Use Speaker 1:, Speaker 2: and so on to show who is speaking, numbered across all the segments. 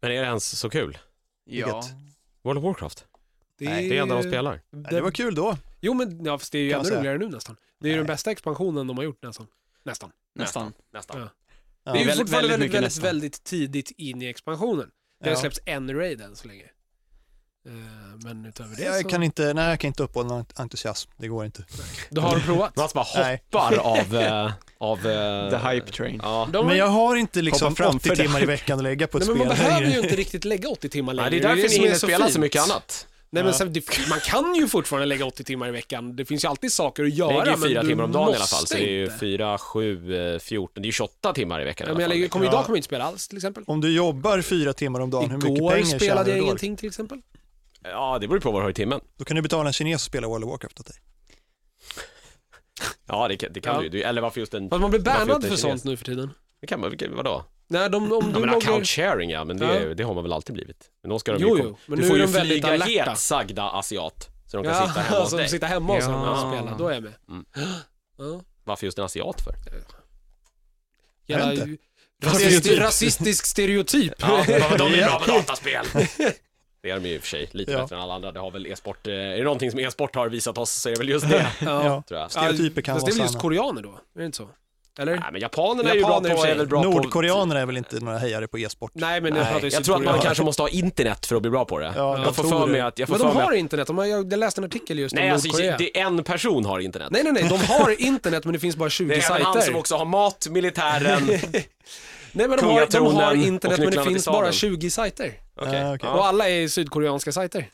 Speaker 1: Men är det ens så kul?
Speaker 2: Ja.
Speaker 3: Vilket?
Speaker 1: World of Warcraft?
Speaker 4: Det
Speaker 1: Det är det enda de spelar.
Speaker 4: det-
Speaker 3: Det var kul då,
Speaker 4: Jo men ja, fast det är ju
Speaker 3: Kan man
Speaker 4: ännu
Speaker 3: säga.
Speaker 4: roligare nu nästan. Det är ju den
Speaker 3: Nej.
Speaker 4: bästa expansionen de har gjort nästan. Nästan.
Speaker 2: Nästan.
Speaker 1: Nästan.
Speaker 4: Ja.
Speaker 3: Ja.
Speaker 4: det är ju
Speaker 2: Väldigt,
Speaker 4: fortfarande
Speaker 2: väldigt
Speaker 4: väldigt,
Speaker 2: mycket
Speaker 4: väldigt,
Speaker 2: nästan.
Speaker 4: väldigt, tidigt in i expansionen. Det har
Speaker 3: Ja.
Speaker 4: släppts en raid än så länge. Eh, Men utöver det så...
Speaker 3: jag kan inte, nej jag kan inte uppehålla någon entusiasm, det går inte.
Speaker 4: Du har provat.
Speaker 1: Man bara
Speaker 3: Nej.
Speaker 1: hoppar av... eh, av eh,
Speaker 2: The hype train.
Speaker 1: Ja.
Speaker 4: De...
Speaker 3: Men jag har inte liksom
Speaker 2: Hoppa framför
Speaker 3: 80
Speaker 2: det.
Speaker 3: timmar i veckan att lägga på ett
Speaker 4: Nej, men man
Speaker 3: spel
Speaker 4: behöver ju
Speaker 3: längre.
Speaker 4: inte riktigt lägga 80 timmar längre.
Speaker 1: Nej, det är därför ni
Speaker 4: som
Speaker 1: hinner
Speaker 4: är
Speaker 1: spela så
Speaker 4: fint.
Speaker 1: mycket annat.
Speaker 4: Nej, men
Speaker 3: Ja.
Speaker 4: sen, det- man kan ju fortfarande lägga 80 timmar i veckan. Det finns ju alltid saker att göra,
Speaker 1: Jag lägger ju fyra
Speaker 4: men du
Speaker 1: timmar om dagen i alla
Speaker 4: måste
Speaker 1: fall, så det är ju
Speaker 4: inte.
Speaker 1: fyra, sju, eh, 14, det är ju 28 timmar i veckan
Speaker 4: Ja,
Speaker 1: i
Speaker 4: men
Speaker 1: alla fall.
Speaker 4: jag
Speaker 1: liksom.
Speaker 4: lägger, kommer, idag
Speaker 3: Ja.
Speaker 4: kommer jag inte spela alls till exempel.
Speaker 3: Om du jobbar fyra timmar om dagen, hur mycket
Speaker 4: Igår
Speaker 3: pengar tjänar
Speaker 4: spelade
Speaker 3: du
Speaker 4: jag
Speaker 3: då?
Speaker 4: ingenting till exempel.
Speaker 1: Ja, det beror ju på vad du har i timmen.
Speaker 3: Då kan du betala en kines och spela World of Warcraft åt dig.
Speaker 1: Ja, det, kan- det kan
Speaker 4: Ja.
Speaker 1: du ju. Du- Eller varför just en...
Speaker 4: Fast man blir
Speaker 1: Varför
Speaker 4: bannad
Speaker 1: inte
Speaker 4: för
Speaker 1: kines?
Speaker 4: sånt nu för tiden.
Speaker 1: Det kan man, vilka- vadå?
Speaker 4: Nej, de, om
Speaker 1: Ja,
Speaker 4: du
Speaker 1: men
Speaker 4: loggar...
Speaker 1: account sharing ja, men det,
Speaker 4: Ja.
Speaker 1: det har man väl alltid blivit. Men då ska de
Speaker 4: Jo,
Speaker 1: ju...
Speaker 4: jo, men
Speaker 1: du
Speaker 4: nu
Speaker 1: får
Speaker 4: är
Speaker 1: ju
Speaker 4: de väldigt
Speaker 1: flyga
Speaker 4: alerta.
Speaker 1: helt sagda asiat. Så de kan
Speaker 4: Ja,
Speaker 1: sitta hemma hos
Speaker 4: som
Speaker 1: dig.
Speaker 4: sitter hemma hos
Speaker 2: Ja.
Speaker 4: honom och spelar. Då är jag med.
Speaker 1: Mm.
Speaker 4: Ja.
Speaker 1: Varför just en asiat för?
Speaker 4: Jävla
Speaker 3: Jag vet
Speaker 4: rasistisk,
Speaker 3: Stereotyp.
Speaker 4: rasistisk stereotyp.
Speaker 1: Ja, de är
Speaker 3: Ja.
Speaker 1: bra på dataspel. Det är de ju i och för sig, lite
Speaker 3: Ja.
Speaker 1: bättre än alla andra. Det har väl e-sport, eh, är det någonting som e-sport har visat oss så är det väl just det,
Speaker 3: Ja.
Speaker 1: tror jag.
Speaker 3: Stereotyper kan
Speaker 4: Fast
Speaker 3: vara
Speaker 4: det är väl just
Speaker 3: sanna.
Speaker 4: koreaner då? Är det inte så? Eller?
Speaker 1: Nej, men japanerna är ju
Speaker 4: Japaner
Speaker 1: bra
Speaker 4: i och
Speaker 1: på,
Speaker 4: för sig.
Speaker 1: är väl bra på...
Speaker 3: Nordkoreaner är väl inte några hejare på e-sport?
Speaker 4: Nej, men jag pratar ju
Speaker 1: Nej, jag tror att man
Speaker 4: sydkoreaner.
Speaker 1: kanske måste ha internet för att bli bra på det.
Speaker 3: Ja,
Speaker 1: jag
Speaker 3: jag
Speaker 1: får
Speaker 3: tror
Speaker 1: för mig
Speaker 3: det.
Speaker 1: att... Jag får
Speaker 4: Men de
Speaker 1: för mig
Speaker 4: har
Speaker 1: att,
Speaker 4: internet. De har, jag läste en artikel just
Speaker 1: nej,
Speaker 4: om
Speaker 1: alltså,
Speaker 4: Nordkorea.
Speaker 1: det är en person har internet.
Speaker 4: Nej, nej, nej. De har internet men det finns bara 20
Speaker 1: det är även han som
Speaker 4: sajter.
Speaker 1: också har mat, militären.
Speaker 4: Nej, men de har, de
Speaker 1: kungatronen
Speaker 4: har
Speaker 1: och
Speaker 4: internet men det
Speaker 1: nycklarna till
Speaker 4: finns
Speaker 1: staden.
Speaker 4: bara 20 sajter.
Speaker 1: Okej.
Speaker 3: Ah, okej.
Speaker 1: Ja.
Speaker 4: Och alla är sydkoreanska sajter.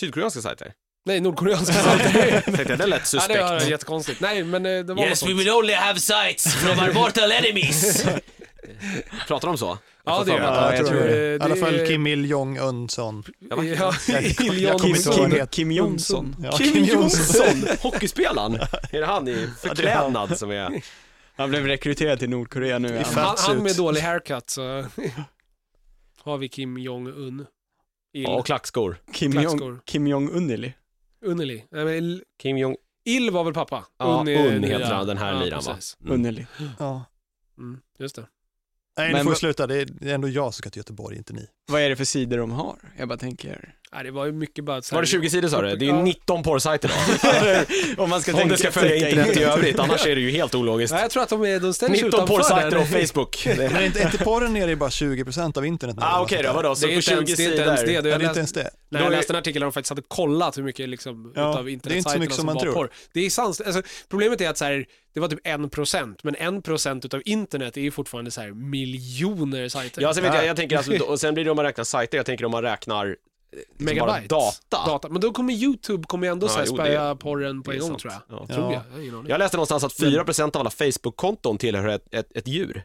Speaker 1: Sydkoreanska sajter?
Speaker 4: Nej, nordkoreanska sajter.
Speaker 1: Tänkte jag, det lät
Speaker 4: Ja,
Speaker 1: suspekt.
Speaker 4: det var jättekonstigt. Nej, men eh, det var något sånt.
Speaker 1: only have sights from our mortal enemies. Pratar de så?
Speaker 4: Ja,
Speaker 1: får
Speaker 4: det
Speaker 1: för
Speaker 4: gör
Speaker 1: mig
Speaker 4: jag.
Speaker 1: att-
Speaker 3: Ja, jag tror
Speaker 4: tror
Speaker 3: det.
Speaker 4: det-
Speaker 3: I alla
Speaker 4: det
Speaker 3: fall
Speaker 4: är-
Speaker 3: Kim Il-Jong-Un-son.
Speaker 1: Ja, va?
Speaker 4: Ja,
Speaker 3: kom-
Speaker 4: Iljon
Speaker 3: jag kommer inte ihåg vad han
Speaker 4: Kim.
Speaker 3: heter.
Speaker 2: Kim Jonsson.
Speaker 3: Ja,
Speaker 1: Kim Jonsson, hockeyspelaren. Är det han i förklädnad som är...
Speaker 2: Han blev rekryterad till Nordkorea nu.
Speaker 3: fan.
Speaker 4: Han, han
Speaker 3: Fatsuit.
Speaker 4: med dålig haircut så har vi Kim Jong-Un. Il.
Speaker 1: Ja, och klackskor.
Speaker 2: Kim
Speaker 4: Klackskor.
Speaker 2: Jong, Kim Jong Unili.
Speaker 4: Unneli. Nej, men Il-
Speaker 1: Kim Jong...
Speaker 4: Il var väl pappa?
Speaker 1: Ja, Un
Speaker 4: Un är nya.
Speaker 1: heter han, den här liran va?
Speaker 4: precis.
Speaker 1: Mm.
Speaker 2: Unili.
Speaker 3: Ja.
Speaker 4: Mm, just det.
Speaker 3: Nej, ni
Speaker 2: Men
Speaker 3: får
Speaker 2: vad-
Speaker 3: sluta. Det är det är ändå jag som ska till Göteborg, inte ni.
Speaker 2: Vad är det för sidor de har? Jag bara tänker.
Speaker 4: Nej, det var ju mycket bara så här-
Speaker 1: Var det 20 sidor sa du? Det är
Speaker 4: Ja.
Speaker 1: 19 porrsajter idag.
Speaker 2: Om man ska
Speaker 1: Om det ska följa internet i övrigt, annars är det ju helt ologiskt.
Speaker 4: Nej, jag tror att de, är, de ställer sig
Speaker 1: 19
Speaker 4: utanför
Speaker 1: porrsajter
Speaker 4: där.
Speaker 1: och Facebook. Det-
Speaker 3: Men är inte, är inte porren nere i bara 20% av internet nu?
Speaker 1: Ah, Okej då, vadå? Så
Speaker 4: Det är
Speaker 1: på
Speaker 4: inte
Speaker 1: 20
Speaker 4: ens det. Är inte
Speaker 1: sidor?
Speaker 4: ens det.
Speaker 3: Ja,
Speaker 4: jag
Speaker 3: det är inte
Speaker 4: läste-
Speaker 3: ens det.
Speaker 4: Nej,
Speaker 1: Då
Speaker 4: jag
Speaker 1: är-
Speaker 4: läste en artikel där de faktiskt hade kollat hur mycket liksom,
Speaker 3: Ja,
Speaker 4: utav
Speaker 3: det är inte så
Speaker 4: internetsajterna
Speaker 3: mycket som
Speaker 4: som
Speaker 3: man
Speaker 4: var
Speaker 3: tror.
Speaker 4: porr. Det är sans, alltså, problemet är att så här, det var typ 1%, men 1% utav internet är ju fortfarande så här miljoner sajter.
Speaker 1: Ja, sen vet
Speaker 3: Ja.
Speaker 1: jag, jag tänker alltså, och sen blir det om man räknar sajter, jag tänker om man räknar eh, liksom bara
Speaker 4: Megabytes.
Speaker 1: data.
Speaker 4: Data. Men då kommer YouTube kommer ju ändå
Speaker 1: Ja,
Speaker 4: ja,
Speaker 1: jo,
Speaker 4: spöa porren på
Speaker 1: det
Speaker 4: en
Speaker 1: är
Speaker 4: gång
Speaker 1: sant.
Speaker 4: tror jag.
Speaker 1: Ja.
Speaker 4: Tror jag.
Speaker 3: Ja.
Speaker 4: Jag har ingen aning.
Speaker 1: Jag läste någonstans att 4% av alla Facebook-konton tillhör ett, ett, ett djur.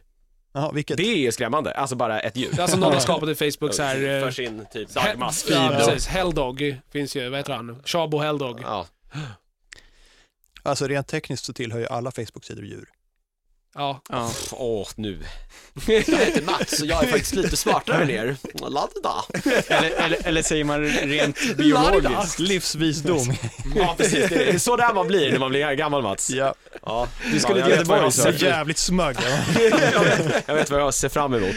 Speaker 3: Jaha, vilket?
Speaker 1: Det är skrämmande, alltså bara ett djur.
Speaker 4: Alltså någon har skapat i Facebook så här... eh,
Speaker 1: För sin typ
Speaker 4: Ja,
Speaker 1: dagmask-feed.
Speaker 4: precis. Helldog finns ju, vad heter han? Shabo Helldog.
Speaker 1: Ja,
Speaker 3: Alltså rent tekniskt så tillhör ju alla Facebook-sidor djur.
Speaker 4: Ja.
Speaker 2: Ja.
Speaker 1: Pff, åh nu. Jag heter Mats och jag är faktiskt lite smartare än er. Ladda.
Speaker 2: Eller, eller, eller säger man rent biologiskt?
Speaker 3: Livsvisdom.
Speaker 1: Ja precis, det är så där man blir när man blir gammal Mats.
Speaker 3: ja.
Speaker 1: Ja.
Speaker 2: Du skulle
Speaker 1: Ja, jag
Speaker 2: till
Speaker 1: vet vad
Speaker 2: Göteborg
Speaker 1: jag har
Speaker 3: Så
Speaker 2: sa.
Speaker 1: sett.
Speaker 3: jävligt smög. ja.
Speaker 1: jag, vet, jag vet vad jag ser fram emot.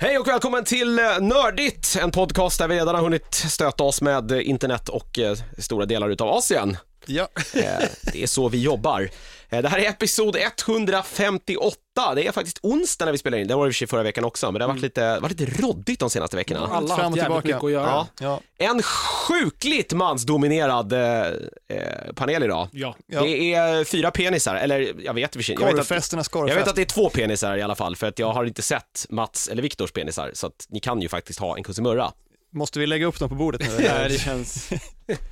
Speaker 1: Hej och välkommen till eh, Nördigt, en podcast där vi redan har hunnit stöta oss med eh, internet och eh, stora delar utav Asien.
Speaker 3: ja.
Speaker 1: Eh, Det är så vi jobbar. Eh, Det här är episod 158. Det är faktiskt onsdag när vi spelar in. Det var det i och för sig förra veckan också, men det har varit lite, varit lite råddigt de senaste veckorna.
Speaker 4: Alla
Speaker 3: Fram
Speaker 4: har haft
Speaker 3: och
Speaker 4: jävligt
Speaker 3: tillbaka.
Speaker 4: mycket att göra.
Speaker 1: Ja.
Speaker 4: Ja.
Speaker 3: Ja.
Speaker 1: En sjukligt mansdominerad eh, eh, panel idag.
Speaker 3: Ja.
Speaker 1: Det är fyra penisar, eller jag vet i och för sig. Jag vet att,
Speaker 3: Korvfesternas
Speaker 1: jag vet
Speaker 3: korvfest.
Speaker 1: att det är två penisar i alla fall, för att jag har inte sett Mats eller Viktors penisar, så att ni kan ju faktiskt ha en kusimurra.
Speaker 3: Måste vi lägga upp dem på bordet nu?
Speaker 2: Ja, det känns...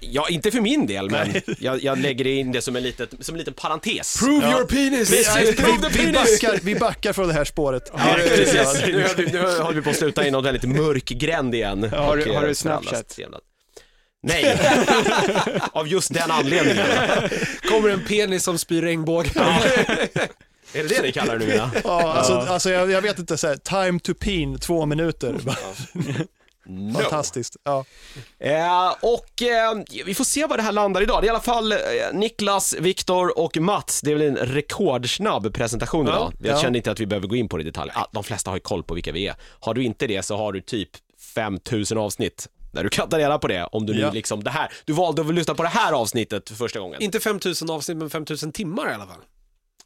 Speaker 1: Ja, inte för min del, men jag, jag lägger in det som en, litet, som en liten parentes.
Speaker 4: Prove
Speaker 3: Ja.
Speaker 4: your penis!
Speaker 1: Precis.
Speaker 4: Prove the
Speaker 3: Vi
Speaker 4: penis!
Speaker 3: backar, vi backar från det här spåret.
Speaker 1: Ja,
Speaker 3: Direkt.
Speaker 1: precis. Nu, har vi, nu håller vi på att sluta i någon väldigt mörk gränd igen.
Speaker 2: Har du-
Speaker 1: Och, eh,
Speaker 2: har du
Speaker 1: för
Speaker 2: Snapchat?
Speaker 1: allas trevnad. Nej, av just den anledningen.
Speaker 4: Kommer en penis som spyr regnbågar.
Speaker 1: Är det det ni kallar det numera?
Speaker 3: Ja, alltså, alltså jag, jag vet inte, så här, time to peen, två minuter.
Speaker 1: No.
Speaker 3: Fantastiskt. Ja.
Speaker 1: Eh, och eh, vi får se var det här landar idag. Det är i alla fall eh, Niklas, Viktor och Mats. Det är väl en rekordsnabb presentation idag. Jag
Speaker 3: ja.
Speaker 1: kände inte att vi behöver gå in på det i detalj. Ah, de flesta har ju koll på vilka vi är. Har du inte det så har du typ 5000 avsnitt där du kan ta reda på det. Om du nu
Speaker 3: Ja.
Speaker 1: liksom det här, du valde att lyssna på det här avsnittet för första gången.
Speaker 4: Inte 5000 avsnitt, men 5000 timmar i alla fall.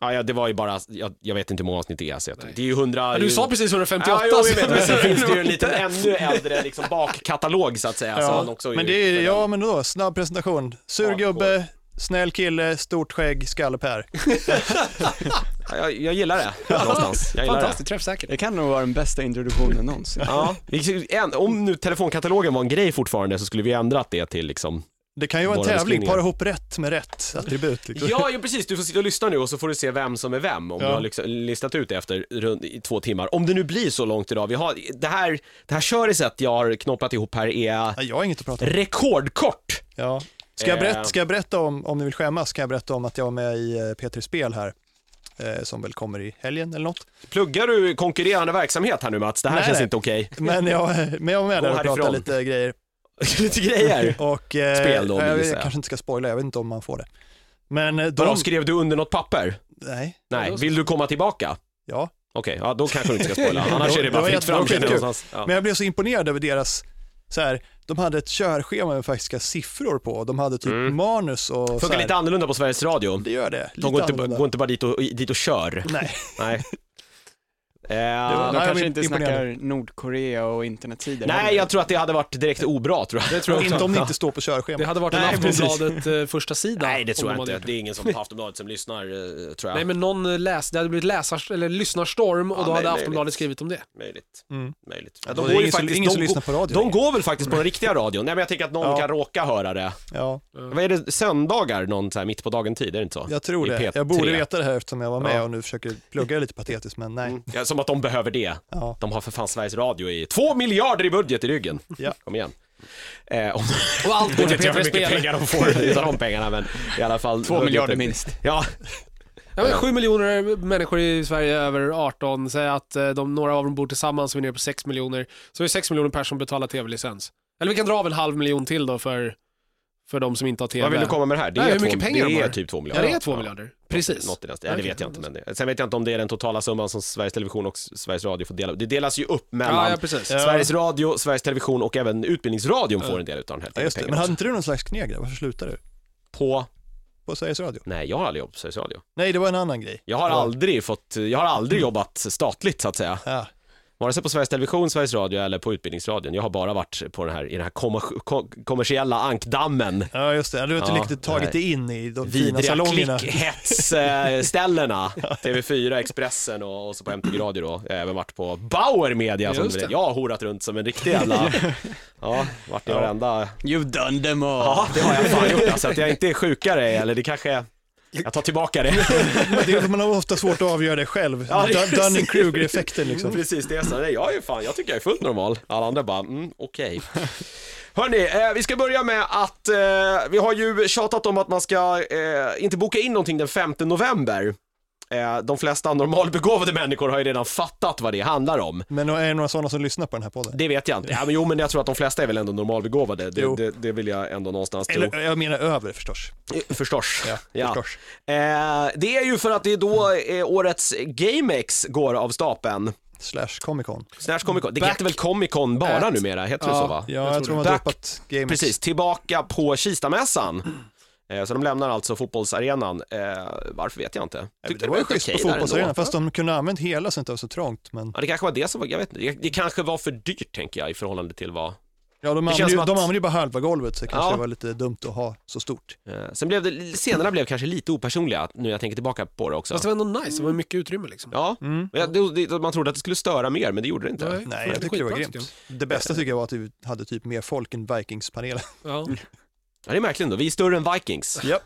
Speaker 1: Ah, ja, det var ju bara, jag, jag vet inte hur många avsnitt det är. Så jag, det är ju
Speaker 4: Ja,
Speaker 1: hundra...
Speaker 4: du sa precis 158.
Speaker 1: Ja, jo, jag
Speaker 4: så-
Speaker 1: vet, men sen finns det ju en liten ännu äldre liksom, bakkatalog så att säga. som man
Speaker 3: Ja.
Speaker 1: Alltså, också
Speaker 3: Men det är, ja men då, snabb presentation. Sur gubbe, snäll kille, stort skägg, skallepär.
Speaker 1: Ja, Jag, jag gillar det någonstans. Jag gillar det.
Speaker 4: Fantastiskt träffsäkert.
Speaker 2: Det kan nog vara den bästa introduktionen någonsin.
Speaker 1: Ja, vi- en, om nu telefonkatalogen var en grej fortfarande så skulle vi ändrat det till liksom
Speaker 3: Det kan ju vara en
Speaker 1: Bara
Speaker 3: tävling,
Speaker 1: beskrivningar.
Speaker 3: para ihop rätt med rätt attribut. Liksom.
Speaker 1: Ja, ju precis. Du får sitta och lyssna nu och så får du se vem som är vem om
Speaker 3: Ja.
Speaker 1: du har liksom listat ut det efter runt, i två timmar. Om det nu blir så långt idag. Vi har, det här, det här köriset jag har knoppat ihop här är
Speaker 3: Ja, jag har inget att prata om.
Speaker 1: rekordkort.
Speaker 3: Ja. Ska, jag
Speaker 1: Eh.
Speaker 3: berätta, ska jag berätta om, om ni vill skämmas, ska jag berätta om att jag var med i eh, P3 Spel här, eh, som väl kommer i helgen eller något.
Speaker 1: Pluggar du konkurrerande verksamhet här nu Mats? Det här
Speaker 3: Nej,
Speaker 1: känns
Speaker 3: nej.
Speaker 1: inte okej.
Speaker 3: Men jag, men jag var med
Speaker 1: Gå
Speaker 3: där och pratade
Speaker 1: härifrån.
Speaker 3: lite grejer.
Speaker 1: Lite grejer.
Speaker 3: Och, eh,
Speaker 1: Spel då, vill
Speaker 3: jag,
Speaker 1: du säga.
Speaker 3: jag kanske inte ska spoila, jag vet inte om man får det. Men eh, de...
Speaker 1: Vadå, skrev du under något papper?
Speaker 3: Nej,
Speaker 1: Nej, vill du komma tillbaka?
Speaker 3: ja.
Speaker 1: Okej, ja, då kanske du inte ska spoila. Annars är det bara
Speaker 3: Det var
Speaker 1: fritt fram.
Speaker 3: jätte-
Speaker 1: känner jag
Speaker 3: skitkul.
Speaker 1: någonstans. Ja.
Speaker 3: Men jag blev så imponerad över deras, så här, de hade ett körschema med faktiska siffror på. De hade typ
Speaker 1: Mm.
Speaker 3: manus och så
Speaker 1: Funkar
Speaker 3: här.
Speaker 1: lite annorlunda på Sveriges Radio.
Speaker 3: Det gör det.
Speaker 1: De
Speaker 3: Lite
Speaker 1: går inte,
Speaker 3: annorlunda.
Speaker 1: går inte bara dit och, dit och kör.
Speaker 3: Nej,
Speaker 1: Nej. Eh,
Speaker 2: De
Speaker 3: nej,
Speaker 2: kanske
Speaker 3: men
Speaker 2: inte
Speaker 3: imponerande.
Speaker 2: snackar Nordkorea och internettider
Speaker 1: nej,
Speaker 2: heller.
Speaker 1: jag tror att det hade varit direkt obra tror jag.
Speaker 4: Det tror jag
Speaker 3: inte
Speaker 4: också.
Speaker 3: om det inte står på
Speaker 4: Det
Speaker 3: körschemat.
Speaker 4: hade varit en
Speaker 1: Nej, precis.
Speaker 4: Aftonbladet eh, första sida.
Speaker 1: Nej, det tror
Speaker 4: om
Speaker 1: jag
Speaker 4: de hade
Speaker 1: inte.
Speaker 4: gjort
Speaker 1: Det är ingen som på Aftonbladet som lyssnar, eh, tror jag.
Speaker 4: Nej, men någon eh, läs, det hade blivit läsars, eller lyssnarstorm och
Speaker 1: Ja,
Speaker 4: då
Speaker 1: nej,
Speaker 4: hade
Speaker 1: möjligt.
Speaker 4: Aftonbladet skrivit om det.
Speaker 1: Möjligt.
Speaker 3: Mm.
Speaker 1: Möjligt.
Speaker 3: Ja, det är ingen som- ingen som
Speaker 1: de,
Speaker 3: lyssnar på radio
Speaker 1: de
Speaker 3: längre.
Speaker 1: går väl faktiskt på den riktiga radion? Nej, men jag tänker att någon
Speaker 3: Ja.
Speaker 1: kan råka höra det.
Speaker 3: Ja,
Speaker 1: Vad är det, söndagar någon så här mitt på dagen-tid? Är det inte så?
Speaker 3: jag tror
Speaker 1: I
Speaker 3: det.
Speaker 1: P3.
Speaker 3: Jag borde veta det här eftersom jag var med
Speaker 1: Ja.
Speaker 3: och nu försöker plugga det lite patetiskt, men nej.
Speaker 1: Mm. Ja, som att de behöver det.
Speaker 3: Ja.
Speaker 1: De har för fan Sveriges Radio i två miljarder i budget i ryggen.
Speaker 3: Ja.
Speaker 1: Kom igen. Eh, om,
Speaker 4: Och
Speaker 1: Jag
Speaker 4: allt går till
Speaker 1: vet inte hur
Speaker 4: P3
Speaker 1: mycket
Speaker 4: Spel.
Speaker 1: pengar de får utav de pengarna men i alla fall.
Speaker 2: Två miljarder minst.
Speaker 1: Ja,
Speaker 4: Ja, men sju miljoner människor i Sverige är över 18, säg att eh, de, några av dem bor tillsammans, vi är nere på 6 miljoner. Så är det 6 miljoner personer som betalar tv-licens. Eller vi kan dra av en halv miljon till då för, för de som inte har tv.
Speaker 1: vad vill du komma med det här? Det
Speaker 4: Nej,
Speaker 1: är,
Speaker 4: hur
Speaker 1: två,
Speaker 4: mycket pengar de
Speaker 1: det är
Speaker 4: har?
Speaker 1: typ två
Speaker 4: Ja,
Speaker 1: miljarder.
Speaker 4: det är 2 miljarder. Precis.
Speaker 1: Något i den stilen. Ja, det
Speaker 4: Okej.
Speaker 1: vet jag inte men det. sen vet jag inte om det är den totala summan som Sveriges Television och Sveriges Radio får dela. Det delas ju upp
Speaker 4: Ja,
Speaker 1: mellan
Speaker 4: ja, precis.
Speaker 3: Ja.
Speaker 1: Sveriges Radio, Sveriges Television och även Utbildningsradion får en del utav den här
Speaker 3: Ja, just det. Men
Speaker 1: pengarna
Speaker 3: hade
Speaker 1: också.
Speaker 3: inte du någon slags knegare? Varför slutade du?
Speaker 1: På,
Speaker 3: På Sveriges Radio?
Speaker 1: nej jag har aldrig jobbat på Sveriges Radio.
Speaker 3: Nej, det var en annan grej.
Speaker 1: Jag har
Speaker 3: Ja.
Speaker 1: aldrig fått, jag har aldrig jobbat statligt så att säga.
Speaker 3: Ja.
Speaker 1: Vare sig på Sveriges Television, Sveriges Radio eller på Utbildningsradion. Jag har bara varit på den här, i den här kommer, ko, kommersiella ankdammen
Speaker 3: Ja, just det. Du har inte
Speaker 1: Ja,
Speaker 3: riktigt tagit dig in i de fina
Speaker 1: vidriga
Speaker 3: salongerna.
Speaker 1: klickhetsställena. TV4, Expressen och, och så på MTG Radio då. Jag har även varit på Bauer Media. Som
Speaker 4: Just det.
Speaker 1: jag har horat runt som en riktig jävla... Ja, varit i varenda...
Speaker 2: You've done them all.
Speaker 1: Ja, det har jag fan gjort alltså. Att jag inte är sjukare eller det kanske... Jag tar tillbaka det.
Speaker 3: Men det är, man har ofta svårt att avgöra det själv.
Speaker 1: Ja, det är
Speaker 3: Dun- Dunning-Kruger-effekten liksom.
Speaker 1: Precis, det är så. Nej, jag är ju fan, jag tycker jag är fullt normal. Alla andra bara, mm, okej. Hörni, eh, vi ska börja med att eh, vi har ju tjatat om att man ska eh, inte boka in någonting den 5 november. Eh, de flesta normalbegåvade människor har ju redan fattat vad det handlar om.
Speaker 3: Men är det några sådana som lyssnar på den här podden?
Speaker 1: Det vet jag inte. Ja, men jo, men jag tror att de flesta är väl ändå normalbegåvade. Det,
Speaker 3: Jo.
Speaker 1: det, det vill jag ändå någonstans tro.
Speaker 3: Eller jag menar över förstås.
Speaker 1: Eh, Förstås. Ja,
Speaker 3: förstås.
Speaker 1: Eh, det är ju för att det är då eh, årets GameX går av stapeln.
Speaker 3: Slash Comic Con.
Speaker 1: Snärs Comic Con. Det heter väl Comic Con bara
Speaker 4: at-
Speaker 1: numera? Heter det
Speaker 4: Ja.
Speaker 1: så va?
Speaker 3: Ja, jag,
Speaker 4: tror
Speaker 3: tror de har
Speaker 1: det.
Speaker 3: droppat Games.
Speaker 1: Precis, tillbaka på Kistamässan. Eh, Så de lämnar alltså fotbollsarenan. Eh, Varför vet jag inte.
Speaker 3: Ja,
Speaker 1: Tyckte
Speaker 3: Det var ju
Speaker 1: helt
Speaker 3: schysst på
Speaker 1: okej där ändå.
Speaker 3: fotbollsarenan, fast de kunde ha använt hela så det inte var så trångt. Men
Speaker 1: Ja, det kanske var det som var, jag vet inte. Det- Det kanske var för dyrt tänker jag i förhållande till vad
Speaker 3: Ja, de,
Speaker 1: Det känns
Speaker 3: använder, ju,
Speaker 1: som att-
Speaker 3: de använder ju bara halva golvet så det kanske
Speaker 1: Ja.
Speaker 3: var lite dumt att ha så stort.
Speaker 1: Eh, Sen blev det, scenerna blev kanske lite opersonliga, nu när jag tänker tillbaka på det också.
Speaker 4: Fast det var ändå nice, det var mycket utrymme liksom.
Speaker 1: Ja,
Speaker 3: Mm.
Speaker 1: men jag- det, det, man trodde att det skulle störa mer, men det gjorde det inte.
Speaker 4: Nej.
Speaker 3: Nej, jag
Speaker 4: Det är
Speaker 3: tyckte det var
Speaker 4: skitbra,
Speaker 3: grymt. Det bästa tycker jag var att vi hade typ mer folk än Vikings-panelen.
Speaker 4: Ja.
Speaker 1: Ja, det är märkligt ändå, vi är större än Vikings.
Speaker 3: Japp.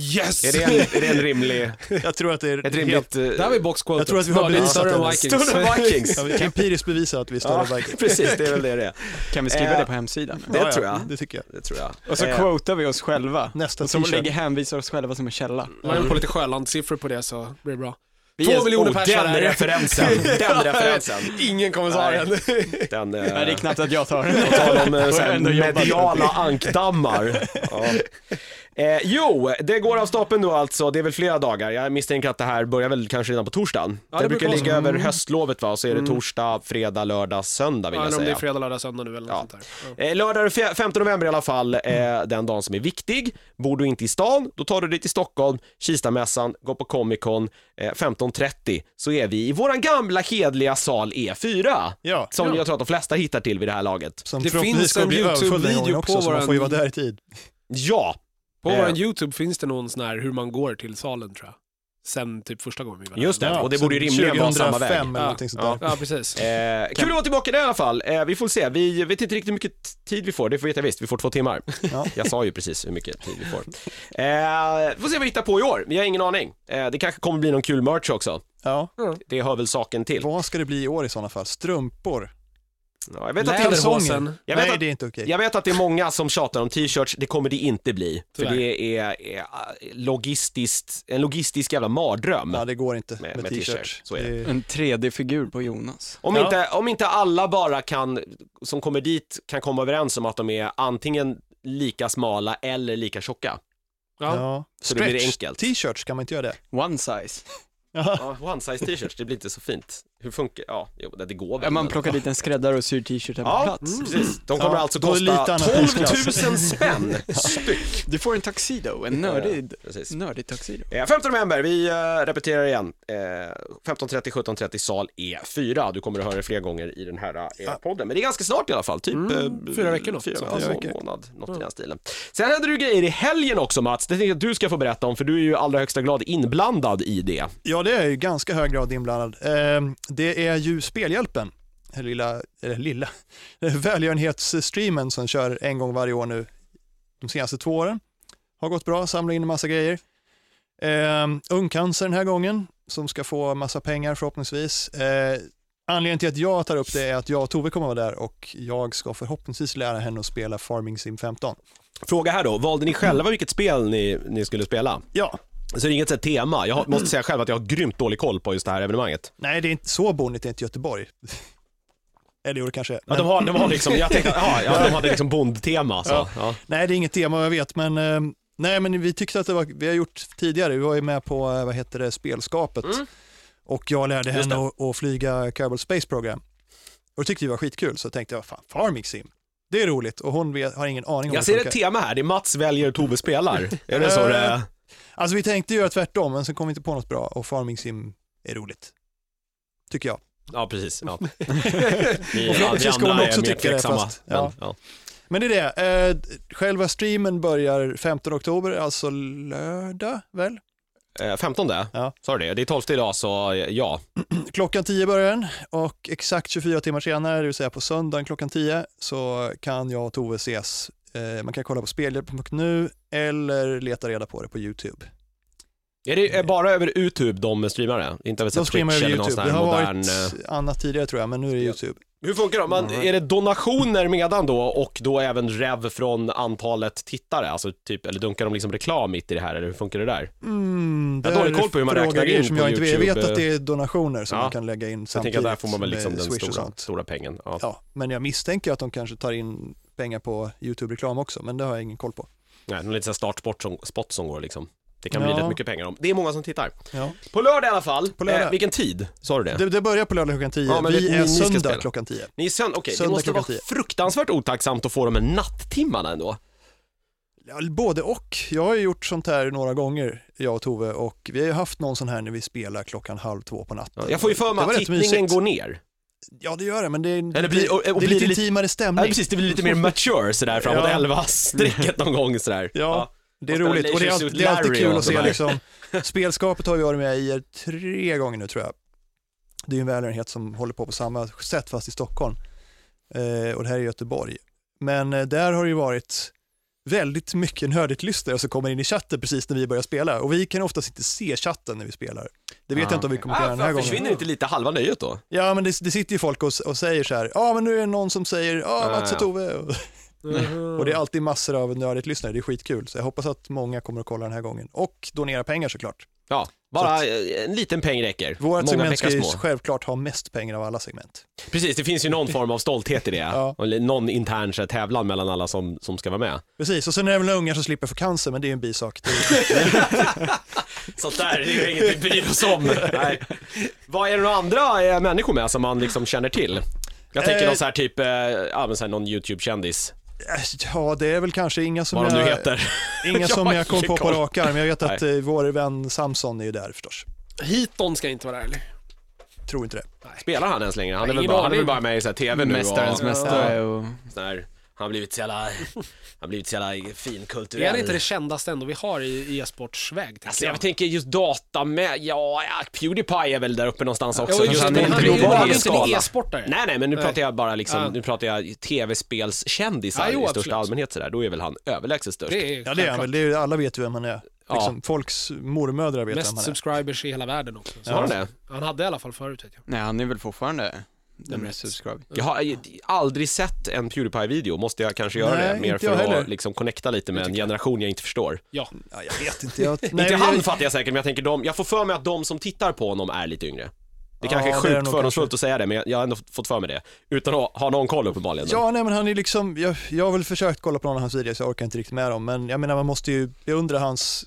Speaker 4: Yes!
Speaker 1: Är det en, är det en rimlig,
Speaker 3: Jag tror att det är
Speaker 1: ett
Speaker 3: helt...
Speaker 1: rimligt... eh,
Speaker 4: Där har vi boxquotet.
Speaker 3: Jag tror att vi har
Speaker 4: Snarare
Speaker 3: bevisat den.
Speaker 4: större än Vikings.
Speaker 1: Större än Vikings!
Speaker 3: Ja, vi kan empiriskt bevisa att vi är större
Speaker 1: Ja,
Speaker 3: än Vikings.
Speaker 1: precis, det är väl det det är.
Speaker 2: Kan vi skriva
Speaker 1: Eh,
Speaker 2: det på hemsidan?
Speaker 1: det
Speaker 3: ja, ja,
Speaker 1: tror jag.
Speaker 3: Det tycker jag.
Speaker 1: Det tror jag.
Speaker 2: Och så
Speaker 1: Eh,
Speaker 2: quotar vi oss själva.
Speaker 3: Nästa
Speaker 2: Och så
Speaker 3: t-shirt.
Speaker 2: lägger, hänvisar oss själva som en källa.
Speaker 4: Lägg på lite Sjölandssiffror på det så blir det bra.
Speaker 1: vi
Speaker 4: två
Speaker 1: är-
Speaker 4: miljoner pers
Speaker 1: Den
Speaker 4: där.
Speaker 1: referensen, den referensen.
Speaker 4: Ingen kommentar
Speaker 1: Nej.
Speaker 4: än.
Speaker 1: Den, eh,
Speaker 2: Nej, det är knappt att jag tar
Speaker 1: På tal om eh,
Speaker 2: Får
Speaker 1: så här,
Speaker 2: ändå jobba
Speaker 1: mediala ankdammar. Ja. Eh, jo, det går av stapeln nu alltså. Det är väl flera dagar. Jag misstänker att det här börjar väl kanske redan på torsdagen.
Speaker 4: Ja,
Speaker 1: det,
Speaker 4: det
Speaker 1: brukar
Speaker 4: brukar
Speaker 1: ligga
Speaker 4: vara så.
Speaker 1: över höstlovet va, så är det torsdag, fredag, lördag, söndag vill
Speaker 4: Ja,
Speaker 1: jag
Speaker 4: eller om det är
Speaker 1: säga.
Speaker 4: fredag, lördag, söndag nu eller något
Speaker 1: Ja.
Speaker 4: sånt där. Ja.
Speaker 1: Eh, Lördag den fe- 15 november i alla fall, eh, den dagen som är viktig. Bor du inte i stan, då tar du dig till Stockholm, Kistamässan, går på Comic Con, eh, 15.30 så är vi i våran gamla hedliga sal E4.
Speaker 3: Ja.
Speaker 1: Som
Speaker 4: Ja.
Speaker 1: jag tror att de flesta hittar till vid det här laget.
Speaker 3: Som
Speaker 4: Det
Speaker 3: förhoppningsvis
Speaker 4: finns
Speaker 3: kommer
Speaker 4: en
Speaker 3: bli överfull den gången
Speaker 4: YouTube-video
Speaker 3: också,
Speaker 4: på
Speaker 3: så man
Speaker 4: våran-
Speaker 3: får ju vara där i tid.
Speaker 1: Ja,
Speaker 4: På
Speaker 1: Eh.
Speaker 4: vår YouTube finns det någon sån här hur man går till salen tror jag. Sen typ första gången vi var där.
Speaker 1: Just det,
Speaker 3: Ja,
Speaker 1: och det
Speaker 3: så
Speaker 1: borde ju rimligen vara samma
Speaker 3: 2005
Speaker 1: väg.
Speaker 3: eller
Speaker 4: Ja.
Speaker 3: någonting sånt
Speaker 1: Ja.
Speaker 3: där.
Speaker 4: Ja, precis.
Speaker 1: Eh, kul att vara tillbaka där i alla fall. Eh, vi får se, vi vet inte riktigt hur mycket t- tid vi får, det får vi veta visst, vi får två timmar.
Speaker 3: Ja.
Speaker 1: Jag sa ju precis hur mycket tid vi får. Eh, får se vad vi hittar på i år, vi har ingen aning. Eh, det kanske kommer bli någon kul merch också,
Speaker 3: Ja.
Speaker 1: det hör väl saken till.
Speaker 3: Vad ska det bli i år i sådana fall? Strumpor?
Speaker 1: Ja, jag, vet att det är,
Speaker 4: Läderhosen.
Speaker 1: jag,
Speaker 3: Nej,
Speaker 1: vet att,
Speaker 3: det är inte okej.
Speaker 1: jag vet att det är många som tjatar om t-shirts, det kommer det inte bli. För
Speaker 4: Tyvärr.
Speaker 1: det är, är eh, logistiskt, en logistisk jävla mardröm.
Speaker 3: Ja, det går inte
Speaker 1: Med-
Speaker 3: med,
Speaker 1: med t-shirt.
Speaker 3: t-shirt.
Speaker 1: Så är det.
Speaker 2: En 3D-figur på Jonas.
Speaker 1: Om,
Speaker 3: Ja.
Speaker 1: inte, om inte alla bara kan, som kommer dit, kan komma överens om att de är antingen lika smala eller lika tjocka.
Speaker 4: Ja.
Speaker 3: Ja.
Speaker 1: Så det blir
Speaker 3: Stretch
Speaker 1: enkelt.
Speaker 3: T-shirts, kan man inte göra det?
Speaker 2: One size.
Speaker 1: Ja, one size t-shirts, det blir inte så fint. Hur funkar, ja, jo, det det går väl.
Speaker 2: Ja, man
Speaker 1: men-
Speaker 2: plockar dit en skräddare och syr t-shirtar på
Speaker 1: Ja,
Speaker 2: plats.
Speaker 1: precis. De kommer
Speaker 3: Ja,
Speaker 1: alltså
Speaker 3: då är det lite
Speaker 1: kosta 12
Speaker 3: annan
Speaker 1: 000
Speaker 3: prisklass.
Speaker 1: spänn styck.
Speaker 2: Du får en tuxedo, en nördig,
Speaker 1: Precis.
Speaker 2: nördig tuxedo.
Speaker 1: Eh, 15 november, vi eh, repeterar igen. Eh, 15.30, 17.30 sal E4. Du kommer att höra det fler gånger i den här eh, podden. Men det är ganska snart i alla fall, typ
Speaker 4: Mm,
Speaker 1: eh,
Speaker 4: fyra veckor då.
Speaker 1: Fyra,
Speaker 4: Så,
Speaker 1: ja,
Speaker 3: fyra
Speaker 1: så
Speaker 3: veckor.
Speaker 1: månad, något i den stilen. Sen hade du grejer i helgen också Mats, det tänkte jag att du ska få berätta om för du är ju i allra högsta grad inblandad i det.
Speaker 3: Ja, det är jag ju ganska hög grad inblandad. Ehm, Det är ju Spelhjälpen, den lilla, eller lilla, välgörenhetsstreamen som kör en gång varje år nu de senaste två åren. Har gått bra, samlar in en massa grejer. Ehm, Ungcancer den här gången, som ska få massa pengar förhoppningsvis. Ehm, Anledningen till att jag tar upp det är att jag och Tove kommer vara där och jag ska förhoppningsvis lära henne att spela Farming Sim 15.
Speaker 1: Fråga här då, valde ni själva vilket spel ni, ni skulle spela?
Speaker 3: Ja,
Speaker 1: Så det är inget så här tema, jag har, måste säga själv att jag har grymt dålig koll på just det här evenemanget.
Speaker 3: nej det är inte så bonigt, det är inte Göteborg. Eller jo, det kanske är.
Speaker 1: Ja,
Speaker 3: Men-
Speaker 1: de, har, de har liksom, jag tänkte, ja, ja, de hade liksom bondtema så.
Speaker 3: Ja.
Speaker 1: Ja.
Speaker 3: Nej, det är inget tema jag vet, men eh, nej, men vi tyckte att det var, vi har gjort tidigare, vi var ju med på, eh, vad heter det, spelskapet och jag lärde
Speaker 1: Mm. Just
Speaker 3: henne att, att flyga Kerbal Space Program och det tyckte vi var skitkul så tänkte jag, fan, Farming Sim, det är roligt och hon vet, har ingen aning om
Speaker 1: Jag
Speaker 3: hur
Speaker 1: ser
Speaker 3: funkar.
Speaker 1: ett tema här, det är Mats väljer och Tove spelar. Är det så det är?
Speaker 3: Alltså vi tänkte göra tvärtom, men sen kom vi inte på något bra och Farming Sim är roligt. Tycker jag.
Speaker 1: Ja, precis. Ja.
Speaker 3: Och förhoppningsvis ska hon
Speaker 1: andra är
Speaker 3: också
Speaker 1: mer
Speaker 3: tycka det,
Speaker 1: tveksamma,
Speaker 3: fast-
Speaker 1: men,
Speaker 3: ja.
Speaker 1: ja.
Speaker 3: Men det är det. Eh, själva streamen börjar 15 oktober, alltså lördag väl?
Speaker 1: Eh, 15
Speaker 3: Ja.
Speaker 1: sa du det? Det är 12 idag så eh, ja.
Speaker 3: Klockan 10 börjar den och exakt 24 timmar senare, det vill säga på söndagen klockan 10, så kan jag och Tove ses. Eh, man kan kolla på spelhjälpen.nu eller leta reda på det på YouTube.
Speaker 1: Är det eh, bara över YouTube de streamar det? Inte över så här
Speaker 3: De streamar
Speaker 1: Twitch
Speaker 3: över
Speaker 1: eller någon
Speaker 3: YouTube.
Speaker 1: sån
Speaker 3: Det
Speaker 1: här
Speaker 3: har
Speaker 1: modern... eh,
Speaker 3: varit annat tidigare tror jag, men nu är det YouTube.
Speaker 1: Hur funkar det? Man, Är det donationer medan då och då även rev från antalet tittare? Alltså typ, eller dunkar de liksom reklam mitt i det här eller hur funkar det där?
Speaker 3: Mm,
Speaker 1: Jag har
Speaker 3: där
Speaker 1: dålig koll på hur man
Speaker 3: frågar
Speaker 1: räknar
Speaker 3: grejer
Speaker 1: in
Speaker 3: som
Speaker 1: på
Speaker 3: jag, inte vet. jag vet
Speaker 1: YouTube. eh.
Speaker 3: att det är donationer som
Speaker 1: Ja.
Speaker 3: man kan lägga in
Speaker 1: Så jag tänker att där får man väl
Speaker 3: samtidigt
Speaker 1: liksom
Speaker 3: med
Speaker 1: den
Speaker 3: Swish och
Speaker 1: stora,
Speaker 3: sånt.
Speaker 1: stora pengen. Ja.
Speaker 3: Ja, men jag misstänker att de kanske tar in pengar på YouTube-reklam också, men det har jag ingen koll på.
Speaker 1: Nej, någon liten sån här startspot som, spot som går liksom. Det kan bli
Speaker 3: Ja.
Speaker 1: rätt mycket pengar om. Det är många som tittar.
Speaker 3: Ja.
Speaker 1: På lördag i alla fall.
Speaker 3: På lördag.
Speaker 1: Eh, vilken tid? Sa du det?
Speaker 3: Det, det börjar på lördag klockan 10.
Speaker 1: Ja, men vet
Speaker 3: vi
Speaker 1: ni-
Speaker 3: är
Speaker 1: ni ska
Speaker 3: söndag
Speaker 1: spela.
Speaker 3: klockan 10.
Speaker 1: Ni är sönd- okej, det
Speaker 3: Söndag
Speaker 1: måste vara
Speaker 3: klockan tio.
Speaker 1: fruktansvärt otacksamt att få de här nattimmarna ändå.
Speaker 3: Ja, Både och. Jag har ju gjort sånt här några gånger, jag och Tove, och vi har ju haft någon sån här när vi spelar klockan halv två på natten.
Speaker 1: Jag får ju för mig
Speaker 3: Det var
Speaker 1: att
Speaker 3: rätt
Speaker 1: tittningen
Speaker 3: mysigt.
Speaker 1: går ner.
Speaker 3: Ja, det gör det, men det, är-
Speaker 1: Eller blir- och- och
Speaker 3: det är
Speaker 1: blir
Speaker 3: lite
Speaker 1: det lite-
Speaker 3: intimare
Speaker 1: Ja,
Speaker 3: stämning.
Speaker 1: precis, det blir lite mer mature sådär framåt
Speaker 3: Ja.
Speaker 1: 11-strecket någon gång sådär.
Speaker 3: Ja, det är
Speaker 1: Och spela
Speaker 3: roligt. Och det är,
Speaker 1: Leisure
Speaker 3: alltid,
Speaker 1: Suit
Speaker 3: det är alltid
Speaker 1: Larry
Speaker 3: kul
Speaker 1: och
Speaker 3: att
Speaker 1: de
Speaker 3: se
Speaker 1: här.
Speaker 3: liksom. Spelskapet har vi varit med i tre gånger nu tror jag. Det är ju en välgörenhet som håller på på samma sätt fast i Stockholm. Eh, och det här är Göteborg. Men eh, där har det ju varit väldigt mycket nördigt lyster som kommer in i chatten precis när vi börjar spela. Och vi kan oftast inte se chatten när vi spelar. Det vet
Speaker 2: Ah,
Speaker 3: jag inte om vi
Speaker 2: okej.
Speaker 3: kommer att göra
Speaker 1: Ah,
Speaker 3: den här
Speaker 1: fan,
Speaker 3: gången.
Speaker 1: försvinner inte lite halva nöjet då?
Speaker 3: Ja, men det, det sitter ju folk och, s- och säger så här, ja men nu är det någon som säger, ja Mm-hmm.
Speaker 1: Ja,
Speaker 3: Mats
Speaker 1: ja.
Speaker 3: och Tove. Och, och det är alltid massor av nördigt lyssnare, det är skitkul. Så jag hoppas att många kommer att kolla den här gången. Och donera pengar såklart.
Speaker 1: Ja, bara eh, en liten peng räcker.
Speaker 3: Vårat
Speaker 1: Många
Speaker 3: segment ska
Speaker 1: bäckar
Speaker 3: ju
Speaker 1: små.
Speaker 3: självklart ha mest pengar av alla segment.
Speaker 1: Precis, det finns ju någon form av stolthet i det.
Speaker 3: Ja.
Speaker 1: Eller Någon intern så här, tävlan mellan alla som, som ska vara med.
Speaker 3: Precis, och sen är det väl ungar som slipper få cancer, men det är ju en bisak. Det är,
Speaker 1: Sånt där, det är ju inget vi bryr oss om. Nej. Vad är det några andra eh, människor med som man liksom känner till? Jag tänker
Speaker 3: Eh.
Speaker 1: någon så här typ, eh, ja men så här någon YouTube-kändis,
Speaker 3: ja, det är väl kanske inga som
Speaker 1: vad de nu
Speaker 3: jag,
Speaker 1: heter.
Speaker 3: Inga
Speaker 1: Jag
Speaker 3: som
Speaker 1: har
Speaker 3: jag kom
Speaker 1: ingen
Speaker 3: på på
Speaker 1: koll.
Speaker 3: rak arm. Jag vet att eh, vår vän Samson är ju där förstås.
Speaker 4: Hiton ska inte vara där eller?
Speaker 3: Tror inte det.
Speaker 1: Spelar han ens längre? Han är
Speaker 4: Nej,
Speaker 1: väl
Speaker 4: ingen
Speaker 1: bara, han är väl
Speaker 4: aning.
Speaker 1: bara med i så här TV nu
Speaker 2: Mästarens
Speaker 1: och,
Speaker 2: mästare och...
Speaker 1: sån här- han har blivit så jävla, han har blivit så jävla finkulturell.
Speaker 4: Det är inte det kändaste ändå vi har i i e-sportsväg. tänker
Speaker 1: Alltså jag tänker just data med, ja, ja Pewdiepie är väl där uppe någonstans också.
Speaker 4: Jo,
Speaker 1: men
Speaker 4: just
Speaker 1: han
Speaker 4: det,
Speaker 1: är
Speaker 4: men han
Speaker 1: inte
Speaker 4: är ju
Speaker 1: global
Speaker 4: han är
Speaker 1: i
Speaker 4: inte
Speaker 1: skala.
Speaker 4: en e-sportare.
Speaker 1: Nej, nej, men nu
Speaker 4: Nej.
Speaker 1: pratar jag bara liksom,
Speaker 4: Ja.
Speaker 1: nu pratar jag tv-spelskändisar
Speaker 4: Ja, jo,
Speaker 1: i största
Speaker 4: absolut.
Speaker 1: allmänhet sådär, då är väl han överlägset störst.
Speaker 4: Det är
Speaker 3: Ja, det är han väl. Det är, alla vet ju vem han är.
Speaker 1: Ja.
Speaker 3: Liksom, Folks mormödrar vet vem
Speaker 4: Mest
Speaker 3: han är.
Speaker 4: subscribers i hela världen också. Så
Speaker 1: Har han det?
Speaker 4: Han hade i alla fall förut vet jag.
Speaker 2: Nej, han är väl fortfarande den
Speaker 4: Nummer
Speaker 2: mest
Speaker 4: ett.
Speaker 2: subscribed.
Speaker 1: Jag har eh, aldrig sett en Pewdiepie-video, måste jag kanske göra
Speaker 3: Nej,
Speaker 1: det? Mer
Speaker 3: inte
Speaker 1: för
Speaker 3: jag
Speaker 1: att
Speaker 3: heller.
Speaker 1: liksom connecta lite med en generation jag inte förstår.
Speaker 4: Ja.
Speaker 3: Ja, jag vet inte. Jag, nej,
Speaker 1: inte
Speaker 3: jag-
Speaker 1: han fattar jag säkert, men jag tänker de, jag får för mig att de som tittar på honom är lite yngre. Det
Speaker 3: Ja,
Speaker 1: kanske
Speaker 3: det
Speaker 1: är
Speaker 3: är det
Speaker 1: sjukt
Speaker 3: nog
Speaker 1: fördomsfullt
Speaker 3: kanske.
Speaker 1: att säga det, men jag, jag har ändå fått för mig det. Utan att ha någon koll uppenbarligen.
Speaker 3: Ja, nej men han är liksom, jag, jag har väl försökt kolla på någon av hans videos, jag orkar inte riktigt med dem, men jag menar man måste ju beundra hans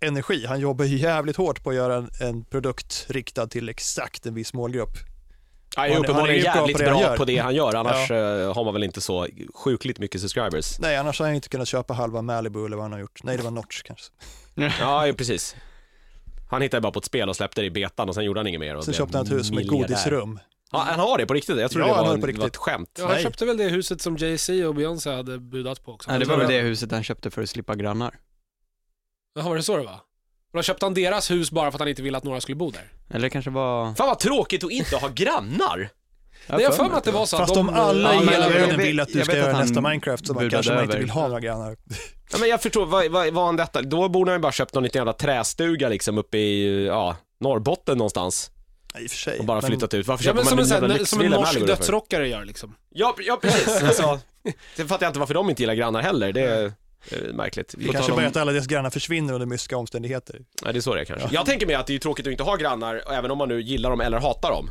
Speaker 3: energi. Han jobbar ju jävligt hårt på att göra en, en produkt riktad till exakt en viss målgrupp.
Speaker 1: Han
Speaker 3: han
Speaker 1: är
Speaker 3: är
Speaker 1: uppenbarligen
Speaker 3: ju bra på
Speaker 1: jävligt
Speaker 3: det han
Speaker 1: bra
Speaker 3: gör.
Speaker 1: på det han gör, annars eh, har man väl inte så sjukligt mycket subscribers.
Speaker 3: Nej, annars hade jag inte kunnat köpa halva Malibu eller vad han har gjort. Nej, det var Notch kanske.
Speaker 1: Ja, ju precis. Han hittade bara på ett spel och släppte det i betan och sen gjorde han inget mer. Och
Speaker 3: Sen
Speaker 1: blev
Speaker 3: köpte han ett hus med
Speaker 1: miljardär.
Speaker 3: godisrum.
Speaker 1: Ja, han har det på riktigt? Jag trodde
Speaker 3: Ja,
Speaker 1: det
Speaker 3: han
Speaker 1: var,
Speaker 3: har
Speaker 1: en,
Speaker 3: det på
Speaker 1: det var ett
Speaker 3: riktigt.
Speaker 1: skämt.
Speaker 4: ja han
Speaker 3: Nej.
Speaker 4: köpte väl det huset som Jay-Z och Beyoncé hade budat på också.
Speaker 2: Nej, det var
Speaker 4: Så-
Speaker 2: väl det huset han köpte för att slippa grannar.
Speaker 4: Jaha, var det så det var? Och då köpte han deras hus bara för att han inte ville att några skulle bo där.
Speaker 2: Eller kanske var...
Speaker 1: Fan vad tråkigt att inte ha grannar!
Speaker 4: Nej, jag har för mig att det var så
Speaker 3: Fast
Speaker 4: att
Speaker 3: om alla
Speaker 2: Ja,
Speaker 3: i
Speaker 2: men
Speaker 3: hela
Speaker 2: jag- jag
Speaker 3: världen
Speaker 2: vet-
Speaker 3: vill att du
Speaker 2: jag
Speaker 3: ska
Speaker 2: vet
Speaker 3: göra
Speaker 2: att han
Speaker 3: nästa Minecraft så man
Speaker 2: budade
Speaker 3: kanske man inte
Speaker 2: över.
Speaker 3: vill ha några grannar.
Speaker 1: Ja, men jag förstår, vad, vad, vad han detta? Då borde han ju bara köpt någon liten jävla trästuga liksom uppe i, ja, Norrbotten någonstans
Speaker 3: Nej, i och för sig.
Speaker 1: och bara
Speaker 3: Men-
Speaker 1: flyttat ut. Varför
Speaker 4: Ja, men
Speaker 1: köper
Speaker 4: som,
Speaker 1: man en
Speaker 4: en, sån
Speaker 1: jävla
Speaker 4: här, som en
Speaker 1: lyxvilla med
Speaker 4: norsk
Speaker 1: Algor för?
Speaker 4: dödsrockare gör liksom.
Speaker 1: Ja, ja, precis. Alltså, det fattar jag inte varför de inte gillar grannar heller. Det är, det är märkligt.
Speaker 3: Det kanske bara att alla deras grannar försvinner under mystiska omständigheter.
Speaker 1: Ja, det är så det är kanske. Jag tänker mig att det är ju tråkigt att inte ha grannar, och även om man nu gillar dem eller hatar dem.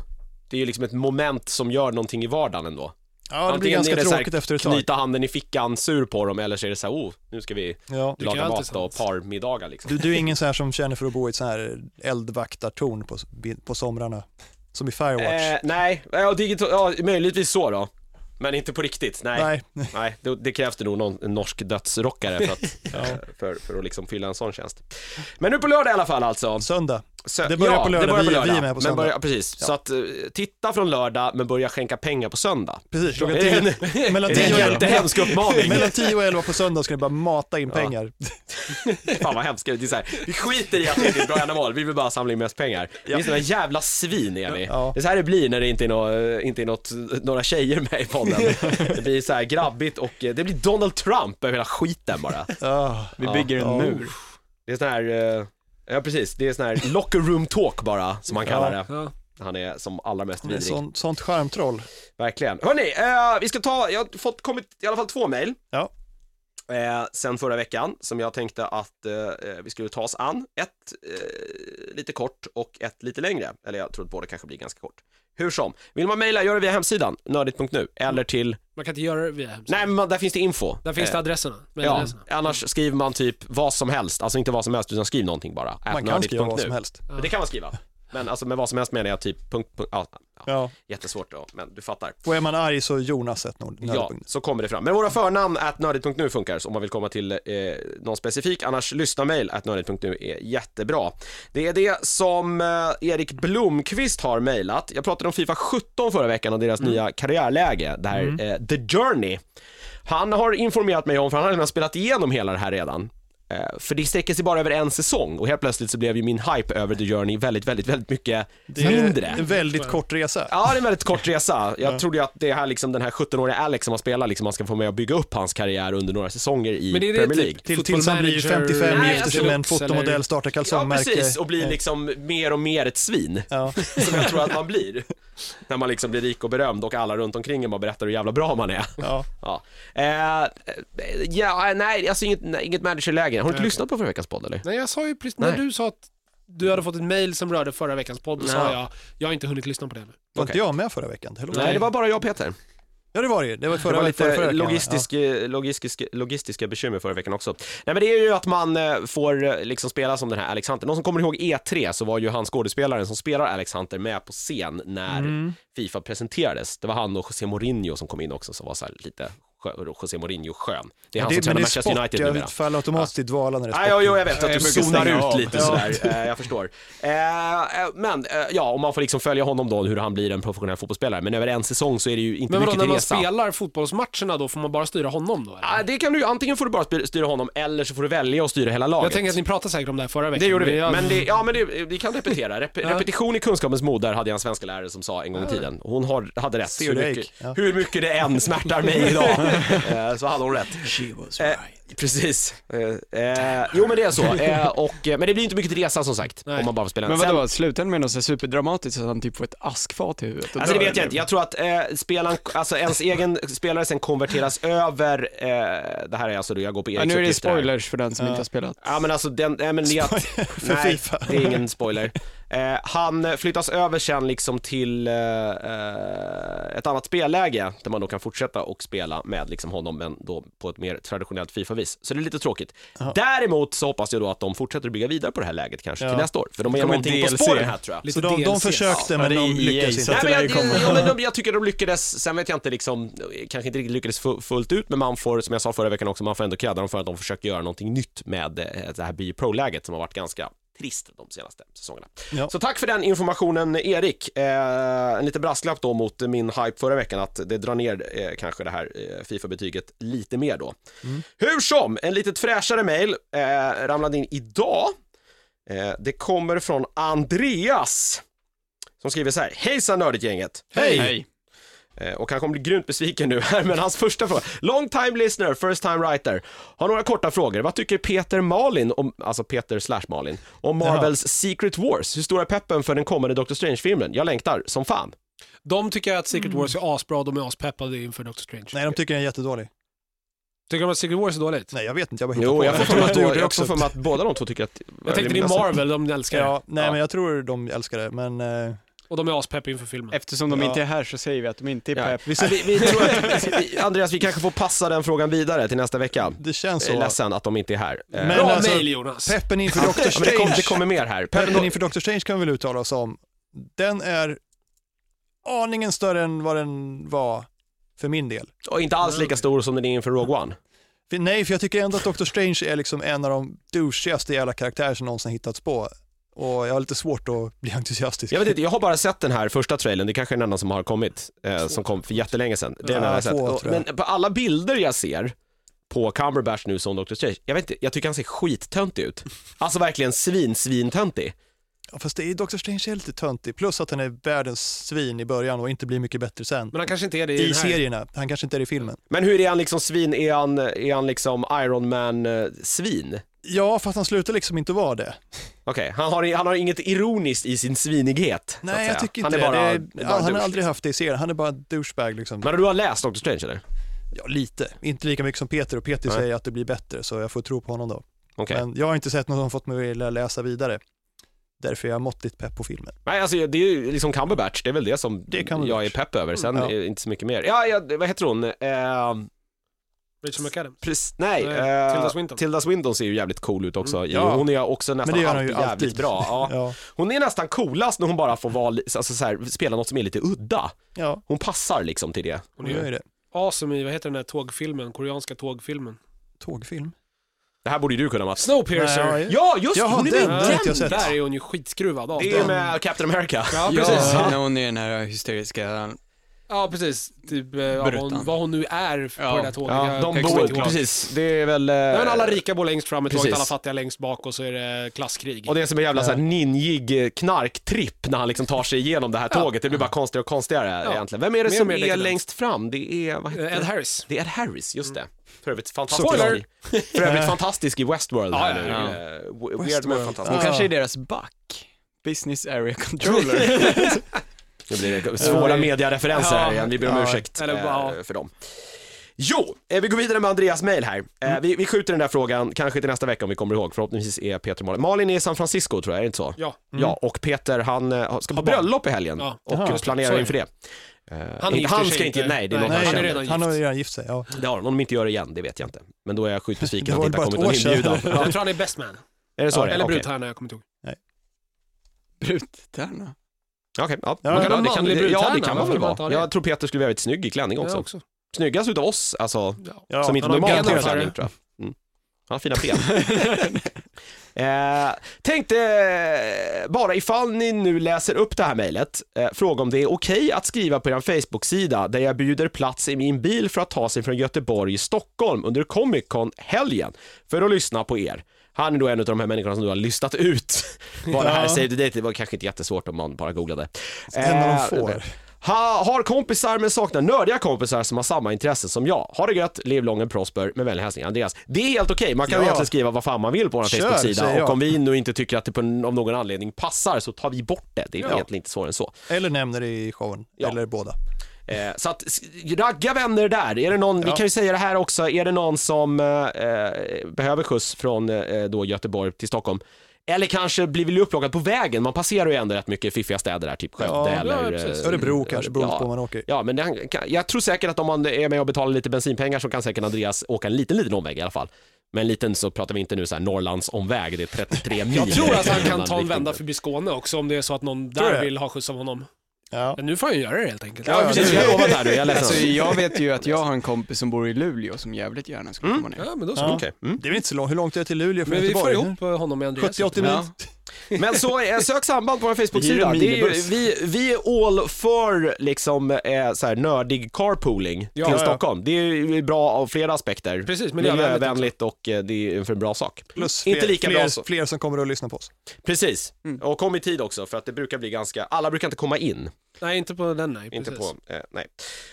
Speaker 1: Det är ju liksom ett moment som gör någonting i vardagen ändå.
Speaker 3: Ja, det blir
Speaker 1: Antingen är
Speaker 3: ganska
Speaker 1: det så här,
Speaker 3: tråkigt efter ett tag.
Speaker 1: Knyta handen i fickan, sur på dem, eller så är det så här, oh, nu ska vi
Speaker 3: Ja.
Speaker 4: kan
Speaker 1: laga
Speaker 4: göra allt
Speaker 1: mat och
Speaker 4: tillsammans.
Speaker 1: parmiddagar liksom.
Speaker 3: Du, du är ingen så här som känner för att bo i ett sån här eldvaktartorn på, på somrarna? Som i Firewatch?
Speaker 1: Eh, nej, ja, digital, ja, möjligtvis så då. Men inte på riktigt, nej. Nej,
Speaker 3: nej.
Speaker 1: det, det krävs det nog någon en norsk dödsrockare för att, eh, för, för att liksom fylla en sån tjänst. Men nu på lördag i alla fall alltså.
Speaker 3: Söndag.
Speaker 1: Så,
Speaker 3: Det börjar på lördag, vi- vi är med på
Speaker 1: men
Speaker 3: söndag.
Speaker 1: börja, precis. Så att eh, titta från lördag, men börja skänka pengar på söndag.
Speaker 3: Precis,
Speaker 1: Är
Speaker 3: klockan
Speaker 1: det en,
Speaker 3: tio.
Speaker 1: är
Speaker 3: Mellan
Speaker 1: det en
Speaker 3: tio, och
Speaker 1: jätte-
Speaker 3: elva,
Speaker 1: hemsk uppmaning?
Speaker 3: mellan tio och elva på söndag ska ni bara mata in pengar.
Speaker 1: Fan vad hemskt, det är så här, vi skiter i att det inte är ett bra ändamål, vi vill bara samla in mest pengar. Vi är såna jävla svin är vi.
Speaker 3: Ja.
Speaker 1: Det är så här det blir när det inte är, nå- inte är något, några tjejer med i podden. Det blir så här grabbigt och eh, det blir Donald Trump över hela skiten bara.
Speaker 3: Ah,
Speaker 2: Vi bygger en
Speaker 3: Ja.
Speaker 1: Oh,
Speaker 2: mur.
Speaker 1: Det är sån här, eh, ja precis, det är sån här locker room talk bara, som han kallar det.
Speaker 4: Ja.
Speaker 1: Han är som allra mest
Speaker 3: det är
Speaker 1: vidrig.
Speaker 3: sånt, sånt charmtroll.
Speaker 1: Verkligen. Hörni, eh, vi ska ta, jag har fått kommit i alla fall två mejl.
Speaker 3: Ja.
Speaker 1: Eh, sen förra veckan som jag tänkte att eh, vi skulle ta oss an. Ett eh, lite kort och ett lite längre. Eller jag tror att båda kanske blir ganska kort. Hur som, vill man mejla gör det via hemsidan, nördigt.nu eller till,
Speaker 4: Man kan inte göra det via hemsidan.
Speaker 1: nej men man- där finns det info. Eh,
Speaker 4: Där finns det adresserna.
Speaker 1: Ja,
Speaker 4: mailadresserna.
Speaker 1: annars skriver man typ vad som helst, alltså inte vad som helst utan skriv någonting bara.
Speaker 3: Man kan skriva vad som
Speaker 1: Nördigt.nu.
Speaker 3: helst.
Speaker 1: Det kan man skriva. Men alltså med vad som helst menar jag typ punkt, punkt, ja, ja,
Speaker 3: Ja.
Speaker 1: jättesvårt då, men du fattar.
Speaker 3: Och är man arg så Jonas ett nord.
Speaker 1: Ja, så kommer det fram. Men våra förnamn at nördigt.nu funkar, så om man vill komma till eh, någon specifik, annars lyssna mail at nördigt.nu är jättebra. Det är det som eh, Erik Blomqvist har mejlat. Jag pratade om Fifa 17 förra veckan och
Speaker 3: Mm.
Speaker 1: deras nya karriärläge, det här eh, The Journey. Han har informerat mig om, för han har redan spelat igenom hela det här redan, Eh, för det sträcker sig bara över en säsong och helt plötsligt så blev ju min hype över The Journey väldigt, väldigt, väldigt mycket
Speaker 3: Det är
Speaker 1: mindre.
Speaker 3: en väldigt kort resa.
Speaker 1: Ja, det är en väldigt kort resa. Jag trodde ju att det här liksom, den här 17-åriga Alex som har spelat, liksom, man ska få med att bygga upp hans karriär under några säsonger i
Speaker 4: Men är det
Speaker 1: Premier
Speaker 4: typ-
Speaker 1: League.
Speaker 3: Till,
Speaker 4: Football
Speaker 3: tills han blir
Speaker 4: Manager,
Speaker 3: 55,
Speaker 1: Nej,
Speaker 3: gifter sig
Speaker 1: absolut.
Speaker 3: med en fotomodell,
Speaker 4: Eller-
Speaker 3: startar
Speaker 1: Ja,
Speaker 3: kalsongmärke. Eh,
Speaker 1: precis. Och blir liksom mer och mer ett svin,
Speaker 3: Ja.
Speaker 1: som jag tror att man blir. När man liksom blir rik och berömd och alla runt omkring en bara berättar hur jävla bra man är.
Speaker 3: Ja.
Speaker 1: Ja, eh, ja nej, alltså inget, nej, inget managerläge. Har du inte lyssnat på förra veckans podd eller?
Speaker 4: Nej, jag sa ju precis,
Speaker 1: Nej.
Speaker 4: när du sa att du hade fått ett mail som rörde förra veckans podd, då
Speaker 1: Ja.
Speaker 4: sa jag, jag har inte hunnit lyssna på det ännu.
Speaker 3: Var
Speaker 1: Okej.
Speaker 3: inte jag med förra veckan? Hello.
Speaker 1: Nej, det var bara jag och Peter.
Speaker 3: Ja, det var det ju. Det var förra
Speaker 1: det var
Speaker 3: förra,
Speaker 1: lite
Speaker 3: förra veckan, va?
Speaker 1: logistisk, eh, logistisk, logistiska bekymmer förra veckan också. Nej men det är ju att man eh, får eh, liksom spela som den här Alex Hunter. Någon som kommer ihåg E3 så var ju han skådespelaren som spelar Alex Hunter med på scen när Fifa presenterades. Det var han och José Mourinho som kom in också som var så här lite skö- José Mourinho-skön. Det är
Speaker 3: Ja.
Speaker 1: han som
Speaker 3: Det,
Speaker 1: tränar
Speaker 3: men det är
Speaker 1: Manchester
Speaker 3: sport,
Speaker 1: United
Speaker 3: jag
Speaker 1: numera.
Speaker 3: faller automatiskt i dvala när det är
Speaker 1: Nej,
Speaker 3: sport.
Speaker 1: jo, jo, jag vet att du
Speaker 2: Jag brukar
Speaker 1: zonar
Speaker 2: stänga
Speaker 1: ut
Speaker 2: av.
Speaker 1: lite
Speaker 3: Ja.
Speaker 1: sådär, Eh, jag förstår. Eh, eh, Men eh, ja, om man får liksom följa honom då, hur han blir en professionell fotbollsspelare. Men över en säsong så är det ju inte
Speaker 4: Men vadå,
Speaker 1: mycket
Speaker 4: när
Speaker 1: till
Speaker 4: man
Speaker 1: resa.
Speaker 4: spelar fotbollsmatcherna då, får man bara styra honom då? Eller?
Speaker 1: Ja, Ah, det kan du ju. Antingen får du bara sp- styra honom eller så får du välja att styra hela laget.
Speaker 4: Jag tänker att ni pratade säkert om det här förra veckan.
Speaker 1: Det gjorde vi,
Speaker 4: jag-
Speaker 1: men det, ja men det, vi kan repetera. Rep Repetition i kunskapens moder hade jag en svenska lärare som sa en gång i tiden. Och Hon har, hade rätt.
Speaker 3: Ser
Speaker 1: Hur
Speaker 3: du det
Speaker 1: mycket,
Speaker 3: gick? Ja.
Speaker 1: hur mycket det än smärtar mig idag, eh, så hade hon rätt. Eh, precis. Eh, eh, jo men det är så. Eh, och, eh, men det blir inte mycket till resa som sagt,
Speaker 4: Nej.
Speaker 1: om man bara får spela en.
Speaker 2: Men
Speaker 1: Sen-
Speaker 2: vadå, slutar den med något så här superdramatiskt så att han typ får ett askfat i huvudet? och
Speaker 1: Alltså det
Speaker 2: dör,
Speaker 1: vet jag
Speaker 2: eller?
Speaker 1: inte. Jag tror att eh, spelaren, alltså ens egen spelare sen konverteras över, eh, det här är alltså, då jag går på
Speaker 2: Ja,
Speaker 1: Eriks
Speaker 2: nu är det
Speaker 1: uppgifter här.
Speaker 2: spoilers för den som inte har spelat.
Speaker 1: Ja men alltså den, nej men det är att,
Speaker 3: för
Speaker 1: nej,
Speaker 3: FIFA.
Speaker 1: det är ingen spoiler. Eh, han eh, flyttas över sen liksom till eh, eh, ett annat spelläge där man då kan fortsätta och spela med liksom honom men då på ett mer traditionellt Fifa-vis. Så det är lite tråkigt. Däremot så hoppas jag då att de fortsätter att bygga vidare på det här läget kanske till
Speaker 3: Ja.
Speaker 1: nästa år. För de är
Speaker 2: kommer
Speaker 1: någonting på
Speaker 2: DLC.
Speaker 1: spåren här tror jag.
Speaker 4: Lite
Speaker 3: Så de, de
Speaker 4: DLC.
Speaker 3: försökte,
Speaker 2: Ja,
Speaker 3: men
Speaker 2: det är
Speaker 3: de
Speaker 2: EA,
Speaker 3: lyckades
Speaker 2: så
Speaker 3: inte.
Speaker 1: Nej, men jag,
Speaker 2: det där kommer.
Speaker 1: ja, men de, jag tycker de lyckades, sen vet jag inte liksom, kanske inte riktigt lyckades fu- fullt ut, men man får, som jag sa förra veckan också, man får ändå credda dem för att de försöker göra någonting nytt med eh, det här Bio-Pro-läget som har varit ganska trist de senaste säsongerna.
Speaker 3: Ja.
Speaker 1: Så tack för den informationen Erik. Eh, en liten brasklapp då mot min hype förra veckan att det drar ner eh, kanske det här eh, Fifa-betyget lite mer då.
Speaker 2: Mm.
Speaker 1: Hur som, en lite fräschare mail eh, ramlade in idag. Eh, det kommer från Andreas som skriver så här. Hejsan Nördigt-gänget!
Speaker 3: Hej!
Speaker 1: Eh, Och han kommer bli grymt besviken nu här, men hans första fråga. Long time listener, first time writer. Har några korta frågor. Vad tycker Peter Malin, om, alltså Peter slash Malin, om Marvels Secret Wars? Hur stor är peppen för den kommande Doctor Strange-filmen? Jag längtar som fan.
Speaker 4: De tycker att Secret Wars är asbra, de är aspeppade inför Doctor Strange.
Speaker 3: Nej, de tycker den är jättedålig.
Speaker 4: Tycker de att Secret Wars är dåligt?
Speaker 3: Nej, jag vet inte, jag bara hittar
Speaker 1: Jo,
Speaker 3: på.
Speaker 1: jag får för mig att,
Speaker 3: du gjorde
Speaker 1: jag
Speaker 3: det
Speaker 1: också för mig att båda de två tycker att...
Speaker 4: Jag tänkte det är
Speaker 1: Alltså,
Speaker 4: Marvel, de älskar det.
Speaker 3: Ja, nej,
Speaker 1: Ja.
Speaker 3: men jag tror de älskar det, men... eh,
Speaker 4: Och de är aspepp inför filmen.
Speaker 2: Eftersom de
Speaker 3: Ja.
Speaker 2: inte är här så säger vi att de inte är
Speaker 1: Ja.
Speaker 2: pepp.
Speaker 1: Nej, Vi, vi tror att, vi, Andreas, vi kanske får passa den frågan vidare till nästa vecka.
Speaker 3: Det känns
Speaker 1: Jag är
Speaker 3: så.
Speaker 1: ledsen att de inte är här. Eh,
Speaker 3: Men
Speaker 4: Bra
Speaker 3: alltså,
Speaker 4: mail Jonas!
Speaker 3: Peppen inför Doctor
Speaker 1: ja, men det, kom,
Speaker 3: Strange.
Speaker 1: det kommer mer här.
Speaker 3: Peppen inför Doctor Strange kan vi väl uttala oss om. Den är aningen större än vad den var för min del.
Speaker 1: Och inte alls lika stor som den är inför Rogue One.
Speaker 3: För, nej, för jag tycker ändå att Doctor Strange är liksom en av de douchigaste jävla karaktärer som någonsin hittats på. Och jag har lite svårt att bli entusiastisk.
Speaker 1: Jag vet inte, jag har bara sett den här första trailern, det kanske är den enda som har kommit, eh, som kom för jättelänge sedan. Det är den
Speaker 3: Ja,
Speaker 1: enda jag sett.
Speaker 3: två,
Speaker 1: Och-
Speaker 3: tror
Speaker 1: Men
Speaker 3: jag.
Speaker 1: på alla bilder jag ser på Cumberbatch nu som Dr. Strange, jag vet inte, jag tycker han ser skittöntig ut. Alltså verkligen svin, svintöntig.
Speaker 3: Ja, fast det är, Doctor Strange är lite töntig, plus att han är världens svin i början och inte blir mycket bättre sen.
Speaker 4: Men han kanske inte är det i,
Speaker 3: I
Speaker 4: den här.
Speaker 3: serierna, han kanske inte är det i filmen.
Speaker 1: Men hur är han liksom svin, är han, är han liksom Iron Man-svin?
Speaker 3: Ja, fast han slutar liksom inte vara det.
Speaker 1: Okej, han, har, han har inget ironiskt i sin svinighet. så att
Speaker 3: Nej,
Speaker 1: säga.
Speaker 3: jag tycker
Speaker 1: han
Speaker 3: inte
Speaker 1: är bara,
Speaker 3: det. det
Speaker 1: bara
Speaker 3: är,
Speaker 1: en
Speaker 3: han har
Speaker 1: douche.
Speaker 3: aldrig haft det i serien, han är bara en douchebag liksom.
Speaker 1: Men du har läst Dr. Strange eller?
Speaker 3: Ja, lite. Inte lika mycket som Peter och Peter
Speaker 1: Nej.
Speaker 3: säger att det blir bättre så jag får tro på honom då.
Speaker 1: Okej.
Speaker 3: Men jag har inte sett någon som fått mig att vilja läsa vidare. Därför är jag måttligt pepp på filmen.
Speaker 1: Nej, alltså det är ju liksom Cumberbatch, det är väl det som
Speaker 3: Det är Cumberbatch.
Speaker 1: jag är pepp över, sen
Speaker 3: Ja.
Speaker 1: är det inte så mycket mer. Ja, ja, vad heter hon? Eh,
Speaker 4: Rachel McAdams.
Speaker 1: Precis, nej,
Speaker 4: Nej,
Speaker 1: eh,
Speaker 4: Tilda Swinton.
Speaker 1: Tilda Swinton ser ju jävligt cool ut också.
Speaker 3: Mm. Ja.
Speaker 1: Hon är också
Speaker 3: Men det
Speaker 1: nästan
Speaker 3: gör hon
Speaker 1: alltid
Speaker 3: ju
Speaker 1: jävligt
Speaker 3: alltid.
Speaker 1: bra. Ja.
Speaker 3: Ja.
Speaker 1: Hon är nästan coolast när hon bara får vara, li- alltså, så här, spela något som är lite udda.
Speaker 3: Ja,
Speaker 1: Hon passar liksom till det.
Speaker 3: hon gör ju det.
Speaker 4: Awesome i, vad heter den där tågfilmen? Koreanska tågfilmen.
Speaker 3: Tågfilm.
Speaker 1: Det här borde ju du kunna Mats.
Speaker 4: Snowpiercer!
Speaker 3: Nej, ja,
Speaker 1: Ja, just det,
Speaker 3: Jaha,
Speaker 1: hon är med
Speaker 3: den, den
Speaker 1: i
Speaker 3: har inte jag
Speaker 1: den!
Speaker 3: sett.
Speaker 4: Där är hon ju skitskruvad av.
Speaker 1: Det är med Captain America.
Speaker 4: Ja, precis.
Speaker 1: Ja.
Speaker 5: Ja, när hon är den här hysteriska...
Speaker 4: Ja, precis. Typ eh, ja, vad, hon,
Speaker 5: Brutan.
Speaker 4: vad hon nu är f- på
Speaker 5: Ja.
Speaker 4: det där eh, tåget.
Speaker 1: Ja,
Speaker 4: Jag
Speaker 1: de
Speaker 4: kommer inte
Speaker 1: bor,
Speaker 4: ihåg.
Speaker 1: precis, det är väl... eh,
Speaker 4: Nej, men alla rika bor längst fram i tåget,
Speaker 1: Precis.
Speaker 4: alla fattiga längst bak och så är det klasskrig.
Speaker 1: Och det är som en jävla så här ninjig eh, knarktripp när han liksom tar sig igenom det här
Speaker 4: Ja.
Speaker 1: tåget. Det blir bara konstigare och konstigare
Speaker 4: Ja.
Speaker 1: egentligen. Vem är det
Speaker 4: Mer och
Speaker 1: som
Speaker 4: mer
Speaker 1: är
Speaker 4: dekadent.
Speaker 1: längst fram? Det är, vad heter
Speaker 4: Eh, Ed Harris.
Speaker 1: Det är Ed Harris, just det. För övrigt fantastisk,
Speaker 4: Spoiler!
Speaker 1: i- för övrigt fantastisk i Westworld
Speaker 4: Ja,
Speaker 1: här
Speaker 4: ja,
Speaker 1: nu.
Speaker 5: ja.
Speaker 1: Eh, w- Weird men
Speaker 3: Westworld.
Speaker 1: fantastisk.
Speaker 5: Hon
Speaker 3: Ja.
Speaker 5: kanske är deras back. Business Area Controller.
Speaker 1: Nu blir det svåra
Speaker 4: Ja.
Speaker 1: mediareferenser här igen, vi ber om
Speaker 3: Ja.
Speaker 1: ursäkt
Speaker 4: Eller bara-
Speaker 1: eh, för dem. Jo, eh, vi går vidare med Andreas mail här. Eh,
Speaker 4: Mm.
Speaker 1: Vi, vi skjuter den där frågan, kanske till nästa vecka om vi kommer ihåg, förhoppningsvis är Peter och Malin. Malin är i San Francisco tror jag, är det inte så?
Speaker 4: Ja.
Speaker 3: mm.
Speaker 1: Ja, och Peter han eh, ska på
Speaker 4: barn.
Speaker 1: bröllop i helgen
Speaker 4: Mm. Ja.
Speaker 1: och
Speaker 3: Jaha.
Speaker 1: planerar
Speaker 4: Så är
Speaker 1: inför det. Eh,
Speaker 4: Han
Speaker 1: inte-
Speaker 4: gifter
Speaker 1: han
Speaker 4: sig
Speaker 1: ska inte,
Speaker 4: inte.
Speaker 1: nej det är
Speaker 4: Nej,
Speaker 1: något han
Speaker 3: Nej,
Speaker 4: är
Speaker 1: känner.
Speaker 4: redan gift.
Speaker 3: han har ju redan gift sig. Ja.
Speaker 1: Det har han, om de inte gör det igen, det vet jag inte. Men då är jag sjukt
Speaker 3: Det
Speaker 1: besviken
Speaker 3: var
Speaker 1: att det
Speaker 3: väl
Speaker 1: inte
Speaker 3: bara
Speaker 1: har
Speaker 3: ett
Speaker 1: kommit någon
Speaker 3: år sedan,
Speaker 1: inbjudan.
Speaker 3: eller?
Speaker 1: Ja.
Speaker 4: Jag tror han är best man.
Speaker 1: Är det så det är?
Speaker 4: Eller
Speaker 1: Okej.
Speaker 4: brudtärna, jag kommer inte ihåg.
Speaker 5: Bruttärna.
Speaker 1: Okej, ja. Ja,
Speaker 3: Ja, kan
Speaker 4: en
Speaker 1: det kan,
Speaker 4: manlig
Speaker 1: det- ja, det
Speaker 4: brudtärna,
Speaker 1: kan man
Speaker 4: varför
Speaker 1: väl
Speaker 4: kan man inte
Speaker 1: vara.
Speaker 4: ha det?
Speaker 1: Jag tror Peter skulle bli väldigt snygg i klänning också.
Speaker 4: Ja, också.
Speaker 1: Snyggast utav oss, alltså,
Speaker 4: Ja.
Speaker 3: Ja,
Speaker 1: som inte
Speaker 4: han har
Speaker 1: normalt har
Speaker 4: garanterat
Speaker 1: klänning
Speaker 4: det.
Speaker 1: tror jag. Mm. Han har fina ben. eh, tänkte eh, bara ifall ni nu läser upp det här mejlet, eh, fråga om det är okej att skriva på er Facebook-sida där jag bjuder plats i min bil för att ta sig från Göteborg i Stockholm under Comic Con-helgen för att lyssna på er. Han är då en av de här människorna som du har lyssnat ut. Vad det här
Speaker 3: Ja.
Speaker 1: säger till dig, det var kanske inte jättesvårt om man bara googlade.
Speaker 3: En av
Speaker 1: Eh,
Speaker 3: de får.
Speaker 1: ha, har kompisar men saknar nördiga kompisar som har samma intresse som jag. Ha det gött, lev lång and prosper, med vänlig hälsning Andreas. Det är helt okej, man kan
Speaker 3: Ja.
Speaker 1: egentligen skriva vad fan man vill på vår
Speaker 3: Kör,
Speaker 1: Facebook-sida
Speaker 3: säger
Speaker 1: och
Speaker 3: jag.
Speaker 1: om vi nu inte tycker att det på, av någon anledning passar så tar vi bort det. Det är egentligen inte svårare än så.
Speaker 3: Eller nämner det i showen,
Speaker 1: Ja.
Speaker 3: eller båda.
Speaker 1: Eh, så att, s- ragga vänner där. Är det någon, Vi
Speaker 3: Ja.
Speaker 1: kan ju säga det här också, är det någon som eh, eh, behöver skjuts från eh, då Göteborg till Stockholm, eller kanske blir väl upplockad på vägen, man passerar ju ändå rätt mycket fiffiga städer här, typ Skövde
Speaker 3: Ja, ja,
Speaker 1: eller...
Speaker 4: precis.
Speaker 1: eh,
Speaker 3: Örebro kanske, beroende
Speaker 1: ja.
Speaker 3: på var man åker.
Speaker 1: Ja, men den kan, jag tror säkert att om man är med och betalar lite bensinpengar så kan säkert Andreas åka en liten, liten omväg i alla fall. Men liten så pratar vi inte nu så här Norrlands omväg, det är 33 mil. liksom-
Speaker 4: Jag tror att han
Speaker 1: i
Speaker 4: kan
Speaker 1: annan
Speaker 4: ta en
Speaker 1: riktning.
Speaker 4: vända förbi Skåne också om det är så att någon
Speaker 3: Tror
Speaker 4: där
Speaker 3: jag.
Speaker 4: vill ha skjuts av honom.
Speaker 3: Ja.
Speaker 4: Men nu får han göra det helt enkelt.
Speaker 1: Ja, precis. Jag har lovat här nu, jag är ledsen.
Speaker 5: Alltså jag vet ju att jag har en kompis som bor i Luleå som jävligt gärna skulle komma ner.
Speaker 4: Ja, men då så.
Speaker 3: Ja.
Speaker 1: Okej. Mm.
Speaker 3: Det är väl inte så långt, hur långt är det till Luleå från
Speaker 4: Men vi får
Speaker 3: Göteborg? Mm.
Speaker 4: ihop eh, honom med Andreas.
Speaker 3: 70-80 mil?
Speaker 5: Ja.
Speaker 1: Men så eh, sök samband på vår Facebook-sida.
Speaker 5: Vi hyr en
Speaker 1: Det är ju-
Speaker 5: minibuss.
Speaker 1: Vi, vi är all för liksom eh, så här nördig carpooling
Speaker 4: Ja,
Speaker 1: till
Speaker 4: ja.
Speaker 1: Stockholm. Det är ju bra av flera aspekter.
Speaker 4: Precis, miljövänligt
Speaker 1: Miljövänligt och eh, det är för en bra sak.
Speaker 4: Mm.
Speaker 3: Plus fler,
Speaker 1: Inte lika
Speaker 3: fler,
Speaker 1: bra så.
Speaker 3: fler som kommer att lyssna på oss.
Speaker 1: Precis,
Speaker 5: Mm.
Speaker 1: och kom i tid också för att det brukar bli ganska, alla brukar inte komma in.
Speaker 4: Nej, inte på den nej.
Speaker 1: Inte
Speaker 4: precis.
Speaker 1: på, eh, nej.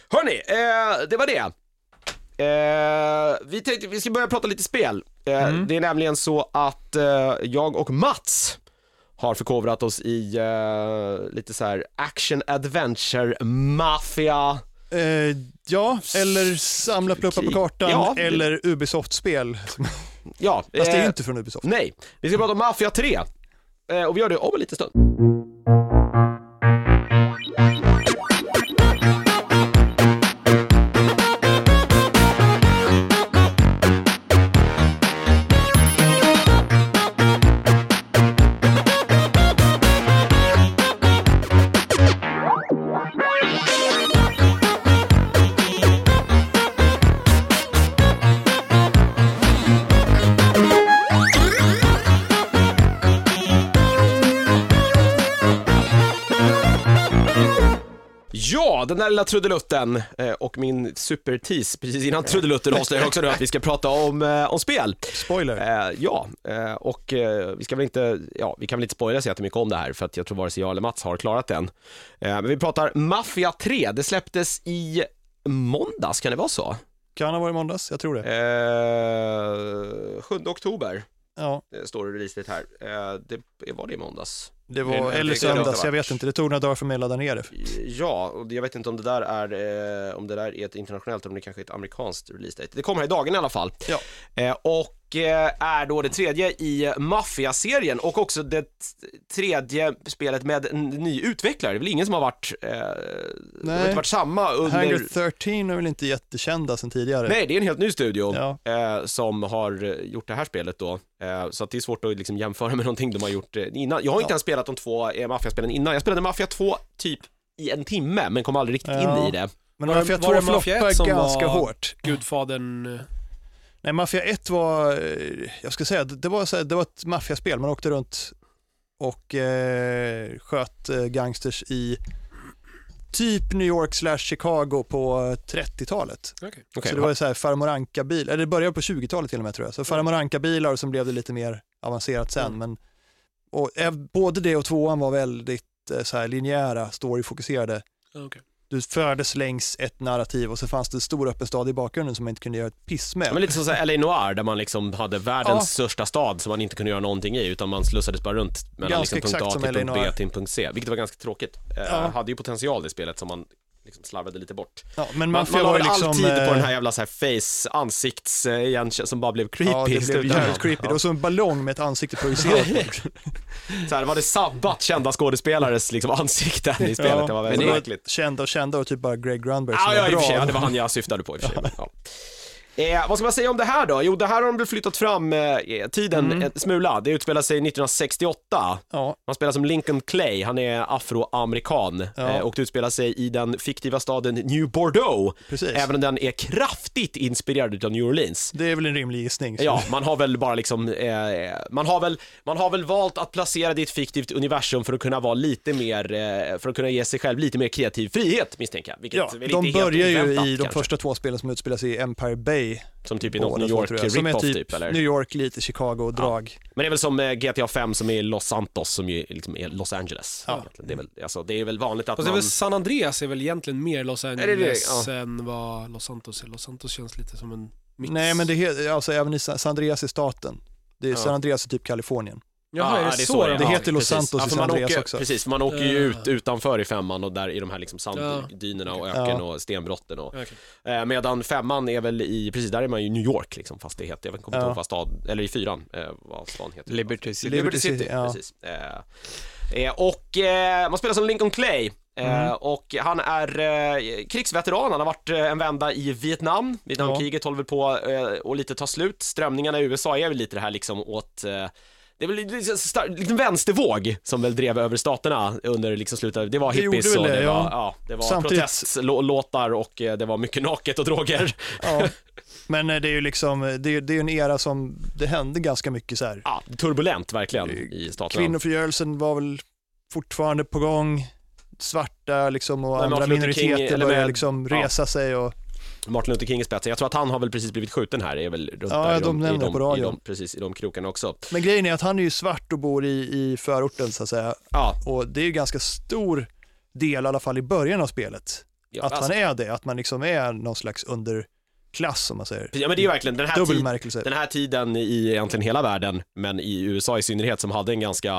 Speaker 1: Hörni, eh, det var det. Eh, vi tänkte, vi ska börja prata lite spel. Eh,
Speaker 3: Mm.
Speaker 1: Det är nämligen så att eh, jag och Mats har förkovrat oss i eh, lite så här action adventure maffia.
Speaker 3: Eh, ja, eller samla pluppar på kartan,
Speaker 1: Ja.
Speaker 3: eller Ubisoft-spel. Fast
Speaker 1: Ja,
Speaker 3: det är
Speaker 1: eh,
Speaker 3: ju inte från Ubisoft.
Speaker 1: Nej, vi ska prata om Mafia 3. Eh, och vi gör det om en liten stund. Ja, den där lilla trudelutten eh, och min supertease precis innan trudelutten avslöjar också nu att vi ska prata om, eh, om spel.
Speaker 3: Spoiler.
Speaker 1: Eh, ja, eh, och eh, vi ska väl inte, ja, vi kan väl inte spoila så jättemycket om det här för att jag tror vare sig jag eller Mats har klarat den. Eh, men vi pratar Mafia 3, det släpptes i måndags, kan det vara så?
Speaker 3: Kan ha varit måndags, jag tror det.
Speaker 1: Eh, 7 oktober
Speaker 3: Ja.
Speaker 1: eh, står det releaset här. Eh, det, var det i måndags?
Speaker 3: Det
Speaker 1: Det är
Speaker 3: var,
Speaker 1: nog-
Speaker 3: eller
Speaker 1: det kan
Speaker 3: söndags,
Speaker 1: inte vara.
Speaker 3: jag vet inte. Det tog några dagar för mig att ladda ner det.
Speaker 1: Eh, Ja, och det- jag vet inte om det där är, eh, om det där är ett internationellt, om det kanske är ett amerikanskt release date. Det kommer här i dagen i alla fall.
Speaker 3: Ja.
Speaker 1: Eh, och eh, är då det tredje i Mafia-serien och också det t- tredje spelet med en ny utvecklare. Det är väl ingen som har varit, eh, det har
Speaker 3: Nej.
Speaker 1: inte varit samma under...
Speaker 3: Hangar 13 är väl inte jättekända sen tidigare?
Speaker 1: Nej, det är en helt ny studio.
Speaker 3: Ja.
Speaker 1: eh, som har eh, gjort det här spelet då. Eh, så att det är svårt att liksom jämföra med någonting de har gjort eh, innan. Jag har inte ens spelat de två eh, Mafia-spelen innan. Jag spelade Mafia 2 typ i en timme, men kom aldrig riktigt
Speaker 3: Ja.
Speaker 1: in i det.
Speaker 3: Men
Speaker 4: Var det-
Speaker 3: Mafia 2
Speaker 4: var det Mafia
Speaker 3: floppar
Speaker 4: 1 som
Speaker 3: ganska
Speaker 4: var-
Speaker 3: hårt.
Speaker 4: Gudfadern... eh,
Speaker 3: Nej, Mafia 1 var, eh, jag ska säga, det det var, så här, det var ett maffiaspel. Man åkte runt och eh, sköt eh, gangsters i typ New York slash Chicago på 30-talet.
Speaker 4: Okej. Mm.
Speaker 1: Okej,
Speaker 3: så det var ju så här farmor Anka-bil, eller det började på 20-talet till och med tror jag. Så farmor Anka-bilar och sen blev det lite mer avancerat sen. Men, och, eh, både det och tvåan var väldigt eh, så här, linjära, storyfokuserade
Speaker 4: Ja, okej.
Speaker 3: du fördes längs ett narrativ och så fanns det en stor öppen stad i bakgrunden som man inte kunde göra ett piss med.
Speaker 1: Ja, men lite som så här LA Noir där man liksom hade världens
Speaker 3: Ja.
Speaker 1: största stad som man inte kunde göra någonting i utan man slussades bara runt mellan
Speaker 3: Ganska
Speaker 1: liksom punkt
Speaker 3: exakt
Speaker 1: A
Speaker 3: som
Speaker 1: till
Speaker 3: LA
Speaker 1: punkt B
Speaker 3: Noir.
Speaker 1: till punkt C, vilket var ganska tråkigt. Eh,
Speaker 3: Ja.
Speaker 1: Hade ju potential i spelet som man liksom slarvade lite bort.
Speaker 3: ja, men
Speaker 1: Man,
Speaker 3: Mafia
Speaker 1: man la
Speaker 3: var
Speaker 1: väl
Speaker 3: ju liksom...
Speaker 1: all tid på
Speaker 3: eh,
Speaker 1: den här jävla så här face, ansikts, eh, igenkän- som bara blev creepy
Speaker 3: Ja,
Speaker 1: i
Speaker 3: det blev
Speaker 1: slutändan.
Speaker 3: jävligt creepy. Det var som en ballong med ett ansikte projicerat.
Speaker 1: Så här, det var det sabbat kända skådespelares liksom, ansikten i spelet, det var väldigt
Speaker 3: men det var
Speaker 1: märkligt.
Speaker 3: Kända och kända och typ bara Greg Grunberg som
Speaker 1: Ja, ja,
Speaker 3: var
Speaker 1: i och
Speaker 3: bra.
Speaker 1: för sig, ja, det var han jag syftade på i och för sig. men, Ja. Eh, vad ska man säga om det här då? Jo, det här har de väl flyttat fram eh, tiden en smula. Det utspelar sig 1968.
Speaker 3: Ja,
Speaker 1: Man spelar som Lincoln Clay, han är afroamerikan
Speaker 3: Ja.
Speaker 1: eh, och det utspelar sig i den fiktiva staden New Bordeaux,
Speaker 3: precis.
Speaker 1: även om den är kraftigt inspirerad av New Orleans.
Speaker 3: Det är väl en rimlig gissning. så-
Speaker 1: Ja, man har väl bara liksom, eh, man, har väl, man har väl valt att placera det i ett fiktivt universum för att kunna vara lite mer, eh, för att kunna ge sig själv lite mer kreativ frihet misstänker jag. Vilket
Speaker 3: Ja,
Speaker 1: väl inte är
Speaker 3: de
Speaker 1: helt
Speaker 3: börjar ju i
Speaker 1: oväntat,
Speaker 3: de
Speaker 1: kanske.
Speaker 3: första två spelen som utspelar sig i Empire Bay.
Speaker 1: Som typ i något
Speaker 3: båda
Speaker 1: New
Speaker 3: två, tror jag.
Speaker 1: York
Speaker 3: som är
Speaker 1: rip-off
Speaker 3: typ,
Speaker 1: typ, eller?
Speaker 3: New York, lite Chicago-drag.
Speaker 1: Men det är väl som eh, GTA 5 som är Los Santos som ju liksom är Los Angeles.
Speaker 3: Ja.
Speaker 1: egentligen. Det, är väl, alltså, det är väl vanligt att
Speaker 4: Fast det är
Speaker 1: man...
Speaker 4: väl San Andreas är väl egentligen mer Los
Speaker 1: det
Speaker 4: Angeles
Speaker 1: det?
Speaker 4: än vad Los Santos är. Los Santos känns lite som en mix.
Speaker 3: Nej, men det är, alltså även i San San Andreas i staten. Det är
Speaker 1: Ja.
Speaker 3: San Andreas är typ Kalifornien.
Speaker 4: Jaha, är det, så,
Speaker 1: är.
Speaker 4: de-
Speaker 3: Det heter Los
Speaker 1: precis.
Speaker 3: Santos i
Speaker 1: för
Speaker 3: San
Speaker 1: man
Speaker 3: Andreas
Speaker 1: åker,
Speaker 3: också.
Speaker 1: Precis, för man åker ju
Speaker 4: Ja.
Speaker 1: ut utanför i femman och där i de här liksom sanddynerna och öken
Speaker 3: Ja.
Speaker 1: och stenbrotten och
Speaker 4: Okej.
Speaker 1: Eh, medan femman är väl i, precis där är man ju i New York liksom, fast det heter, jag kommer inte
Speaker 3: Ja.
Speaker 1: ihåg vad stad, eller i fyran, eh, vad stan heter.
Speaker 5: Liberty City.
Speaker 3: Liberty City, ja.
Speaker 1: precis. Eh, eh, och eh, man spelar som Lincoln Clay. Eh,
Speaker 3: Mm.
Speaker 1: Och han är eh, krigsveteran, han har varit eh, en vända i Vietnam. Vietnamkriget håller väl på eh, och lite ta slut. Strömningarna i USA är väl lite det här liksom åt eh, det är väl lite, lite, star- lite vänstervåg som väl drev över staterna under liksom slutet, det var
Speaker 3: Det gjorde
Speaker 1: hippies
Speaker 3: väl
Speaker 1: och det,
Speaker 3: det,
Speaker 1: var,
Speaker 3: ja.
Speaker 1: ja, det var
Speaker 3: Samtidigt-
Speaker 1: protestlåtar och eh, det var mycket naket och droger.
Speaker 3: Ja, men eh, det är ju liksom, eh, det är, det är ju en era som, det hände ganska mycket så här.
Speaker 1: Ja, turbulent verkligen i staterna.
Speaker 3: Kvinnofrigörelsen var väl fortfarande på gång, svarta liksom och
Speaker 1: Nej,
Speaker 3: andra
Speaker 1: Martin Luther King,
Speaker 3: minoriteter
Speaker 1: eller
Speaker 3: började
Speaker 1: med-
Speaker 3: liksom
Speaker 1: ja.
Speaker 3: resa sig och
Speaker 1: Martin Luther King i spetsen. Jag tror att han har väl precis blivit skjuten här. Är väl runt
Speaker 3: Ja,
Speaker 1: där i
Speaker 3: de nämner
Speaker 1: i
Speaker 3: det på
Speaker 1: i
Speaker 3: radio.
Speaker 1: de, precis, i de krokarna också.
Speaker 3: Men grejen är att han är ju svart och bor i, i förorten så att säga
Speaker 1: Ja,
Speaker 3: och det är ju ganska stor del i alla fall i början av spelet.
Speaker 1: ja,
Speaker 3: Att
Speaker 1: alltså,
Speaker 3: han är det, att man liksom är någon slags underklass om man säger.
Speaker 1: ja men det är ju verkligen den här, tid,
Speaker 3: Dubbelmärkelse.
Speaker 1: den här tiden i egentligen hela världen, men i USA i synnerhet som hade en ganska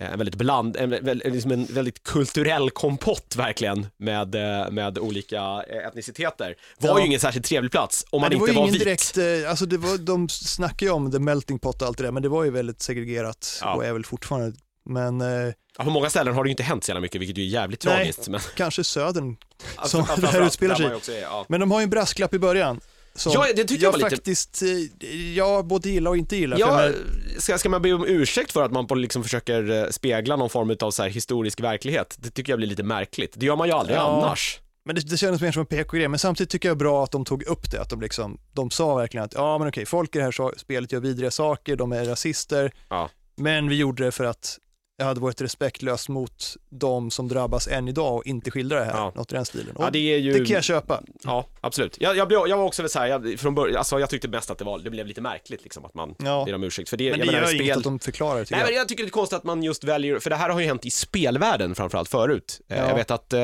Speaker 1: eh, en väldigt bland, en, vä- vä- liksom en väldigt kulturell kompott verkligen med, eh, med olika eh, etniciteter. Var
Speaker 3: Ja.
Speaker 1: ju ingen särskilt trevlig plats om man
Speaker 3: Men det
Speaker 1: inte
Speaker 3: var
Speaker 1: var,
Speaker 3: ju ingen
Speaker 1: vit.
Speaker 3: direkt, eh, alltså det var, de snackar ju om the melting pot och allt det där, men det var ju väldigt segregerat
Speaker 1: Ja.
Speaker 3: och är väl fortfarande. Men eh,
Speaker 1: Ja, på många ställen har det ju inte hänt så jävla mycket, vilket ju är jävligt
Speaker 3: Nej.
Speaker 1: tragiskt. Men,
Speaker 3: kanske södern.
Speaker 1: Alltså,
Speaker 3: det här
Speaker 1: framförallt,
Speaker 3: utspelar
Speaker 1: där
Speaker 3: sig.
Speaker 1: man ju också är, ja.
Speaker 3: Men de har ju en brasklapp i början. som
Speaker 1: Ja, det tyckte jag var lite-
Speaker 3: faktiskt, eh, jag både gillar och inte gillar. för jag
Speaker 1: Ja,
Speaker 3: menar,
Speaker 1: ska, ska man be om ursäkt för att man på liksom försöker eh, spegla någon form av så här historisk verklighet? Det tycker jag blir lite märkligt. Det gör man ju aldrig
Speaker 3: Ja.
Speaker 1: annars.
Speaker 3: men det, det kändes mer som en PK-grej, men samtidigt tycker jag det är bra att de tog upp det, att de liksom, de sa verkligen att ja men okej, folk i det här sa- spelet gör vidriga saker, de är rasister,
Speaker 1: Ja.
Speaker 3: men vi gjorde det för att det hade varit respektlöst mot de som drabbas än idag och inte skildra det här,
Speaker 1: Ja.
Speaker 3: något i den stilen. Och
Speaker 1: Ja, det är ju...
Speaker 3: det kan jag köpa.
Speaker 1: Ja, absolut. Jag, jag, blev, jag var också så här, jag, från början, alltså jag tyckte mest att det var, det blev lite märkligt liksom att man
Speaker 3: Ja.
Speaker 1: ber om ursäkt. För det,
Speaker 3: Men det
Speaker 1: jag
Speaker 3: gör
Speaker 1: menar,
Speaker 3: inget
Speaker 1: spel...
Speaker 3: att de förklarar det tycker
Speaker 1: Nej,
Speaker 3: jag.
Speaker 1: men jag tycker det är konstigt att man just väljer, för det här har ju hänt i spelvärlden framförallt förut. Eh,
Speaker 3: Ja.
Speaker 1: Jag vet att eh,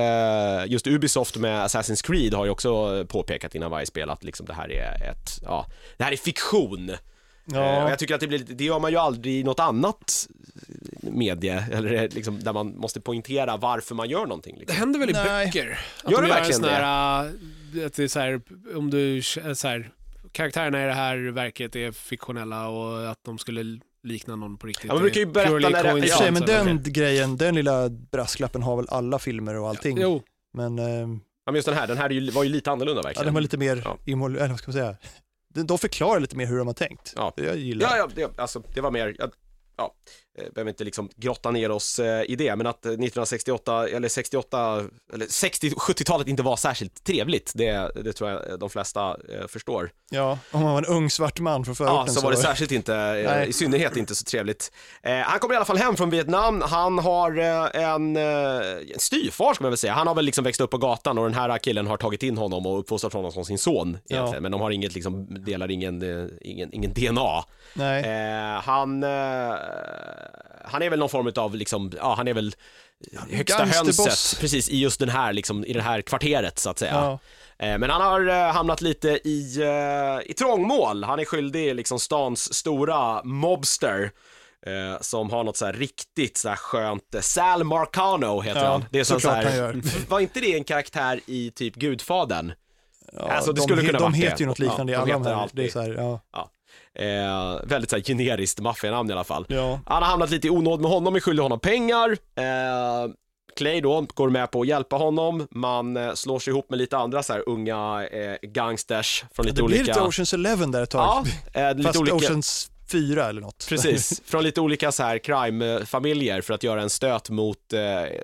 Speaker 1: just Ubisoft med Assassin's Creed har ju också påpekat innan varje spel att liksom det här är ett, ja, det här är fiktion. Eh,
Speaker 3: Ja.
Speaker 1: och jag tycker att det blir lite, det gör man ju aldrig i något annat, medie, eller liksom där man måste poängtera varför man gör någonting.
Speaker 4: Det
Speaker 1: Liksom.
Speaker 4: händer väl i
Speaker 3: Nej.
Speaker 4: böcker? Att
Speaker 1: Gör
Speaker 4: de
Speaker 1: det
Speaker 4: en
Speaker 1: verkligen
Speaker 4: sån här, äh, Att det är så här, om du, äh, så här, karaktärerna i det här verket är fiktionella och att de skulle likna någon på riktigt.
Speaker 1: Ja, man brukar ju
Speaker 4: Det är
Speaker 1: berätta
Speaker 4: purely
Speaker 1: när det-
Speaker 3: I och
Speaker 1: Ja,
Speaker 3: för sig,
Speaker 4: coincidence.
Speaker 3: men den grejen, den lilla brasklappen har väl alla filmer och allting.
Speaker 4: Jo,
Speaker 3: Men eh,
Speaker 1: Ja, men just den här, den här är ju, var ju lite annorlunda
Speaker 3: ja,
Speaker 1: verkligen.
Speaker 3: den var lite mer
Speaker 1: Ja.
Speaker 3: innehåll- eller vad ska man säga, de de förklarar lite mer hur de har tänkt.
Speaker 1: Ja.
Speaker 3: Jag
Speaker 1: Ja,
Speaker 3: gillar
Speaker 1: ja, det, alltså, det var mer, jag, ja, eh, behöver inte liksom grotta ner oss eh, i det, men att eh, 1968, eller 68, eller 60, 70-talet inte var särskilt trevligt, det, det tror jag eh, de flesta eh, förstår.
Speaker 3: Ja, om man var en ung svart man från förorten
Speaker 1: Ja, så var det särskilt inte, eh,
Speaker 3: Nej.
Speaker 1: i synnerhet inte så trevligt. Eh, han kommer i alla fall hem från Vietnam, han har eh, en, eh, en styvfar ska man väl säga, han har väl liksom växt upp på gatan och den här killen har tagit in honom och uppfostrat honom som sin son egentligen, men de har inget liksom, delar ingen, eh, ingen, ingen DNA.
Speaker 3: Nej,
Speaker 1: Eh, han, eh, han är väl någon form av, liksom, ja han är väl högsta
Speaker 3: gangsterboss.
Speaker 1: hönset, precis i just den här, liksom, i det här kvarteret så att säga.
Speaker 3: ja.
Speaker 1: Eh, men han har eh, hamnat lite i, eh, i trångmål, han är skyldig liksom stans stora mobster. eh, Som har något så här riktigt så här skönt, eh, Sal Marcano heter
Speaker 3: Ja,
Speaker 1: han. Det är så så
Speaker 3: såklart han
Speaker 1: här, Alltså,
Speaker 3: gör.
Speaker 1: var inte det en karaktär i typ Gudfadern?
Speaker 3: Ja,
Speaker 1: Alltså, det
Speaker 3: de
Speaker 1: skulle
Speaker 3: he-
Speaker 1: kunna
Speaker 3: de
Speaker 1: varit
Speaker 3: heter
Speaker 1: det.
Speaker 3: ju något liknande
Speaker 1: Ja, de
Speaker 3: i alla de
Speaker 1: heter
Speaker 3: här.
Speaker 1: alltid.
Speaker 3: Det är så här ja.
Speaker 1: Eh, väldigt så här generiskt maffianamn i alla fall.
Speaker 3: Ja.
Speaker 1: Han har hamnat lite i onåd med honom, är skyldig honom pengar. Eh, Clay då går med på att hjälpa honom. Man eh, slår sig ihop med lite andra så här unga eh, gangsters från lite
Speaker 3: Det blir
Speaker 1: olika...
Speaker 3: lite Oceans Eleven där ett tag.
Speaker 1: ja, eh,
Speaker 3: Fast
Speaker 1: lite olika...
Speaker 3: Oceans 4 eller något.
Speaker 1: Precis, från lite olika så här crime-familjer för att göra en stöt mot eh,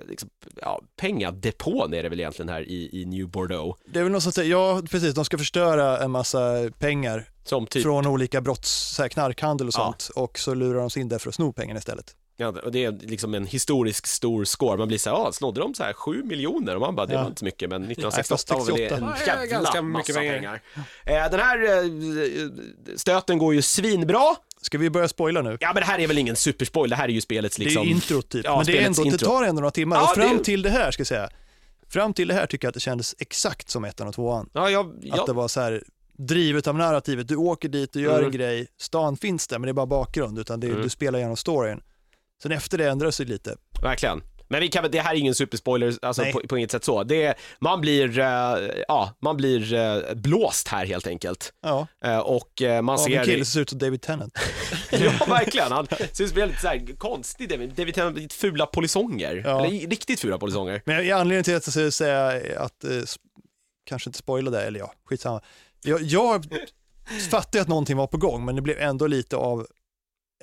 Speaker 1: liksom, ja, pengadepån är det väl egentligen här i, i New Bordeaux.
Speaker 3: Det är väl något sånt där, ja precis, de ska förstöra en massa pengar
Speaker 1: Som typ,
Speaker 3: från olika brotts, så här knarkhandel och
Speaker 1: Ja.
Speaker 3: sånt och så lurar de sig in där för att sno pengarna istället.
Speaker 1: ja, och det är liksom en historisk stor score. Man blir så här, ah, snodde de så här 7 miljoner? Och man bara, det
Speaker 3: Ja.
Speaker 1: var inte så mycket, men
Speaker 3: fast
Speaker 1: 1968 var väl det en
Speaker 3: 68.
Speaker 1: jävla
Speaker 4: Ja, ganska
Speaker 1: massa
Speaker 4: mycket
Speaker 1: pengar.
Speaker 4: pengar.
Speaker 1: Eh, den här eh, stöten går ju svinbra.
Speaker 3: Ska vi börja spoila nu?
Speaker 1: Ja, men det här är väl ingen superspoil, det här är ju spelets
Speaker 3: Det är
Speaker 1: liksom...
Speaker 3: ju introt typ,
Speaker 1: ja,
Speaker 3: men det, är
Speaker 1: spelets
Speaker 3: ändå, det
Speaker 1: intro.
Speaker 3: tar ändå några timmar.
Speaker 1: Ja,
Speaker 3: och fram
Speaker 1: det-
Speaker 3: till det här ska jag säga, fram till det här tycker jag att det kändes exakt som ettan och tvåan.
Speaker 1: Ja, jag,
Speaker 3: Att
Speaker 1: jag,
Speaker 3: det var så här drivet av narrativet. Du åker dit, du gör
Speaker 1: Mm.
Speaker 3: en grej, stan finns där men det är bara bakgrund utan det, är-
Speaker 1: Mm.
Speaker 3: du spelar genom storyn. Sen efter det ändras det lite.
Speaker 1: Verkligen. Men vi kan, väl- det här är ingen superspoiler, alltså
Speaker 3: Nej.
Speaker 1: på, på inget sätt så. Det är, man blir, eh, ja, man blir eh, blåst här helt enkelt.
Speaker 3: Ja,
Speaker 1: Eh, och eh, man
Speaker 3: av
Speaker 1: ser...
Speaker 3: en kille som ser ut som David Tennant.
Speaker 1: ja, verkligen. Han syns väldigt så här, konstig, David David Tennant, lite fula polisonger.
Speaker 3: Ja.
Speaker 1: Eller i- riktigt fula polisonger.
Speaker 3: Men i anledningen till att jag ska säga att, eh, sp- kanske inte spoila det, eller ja, skitsamma. Jag, jag fattade att någonting var på gång, men det blev ändå lite av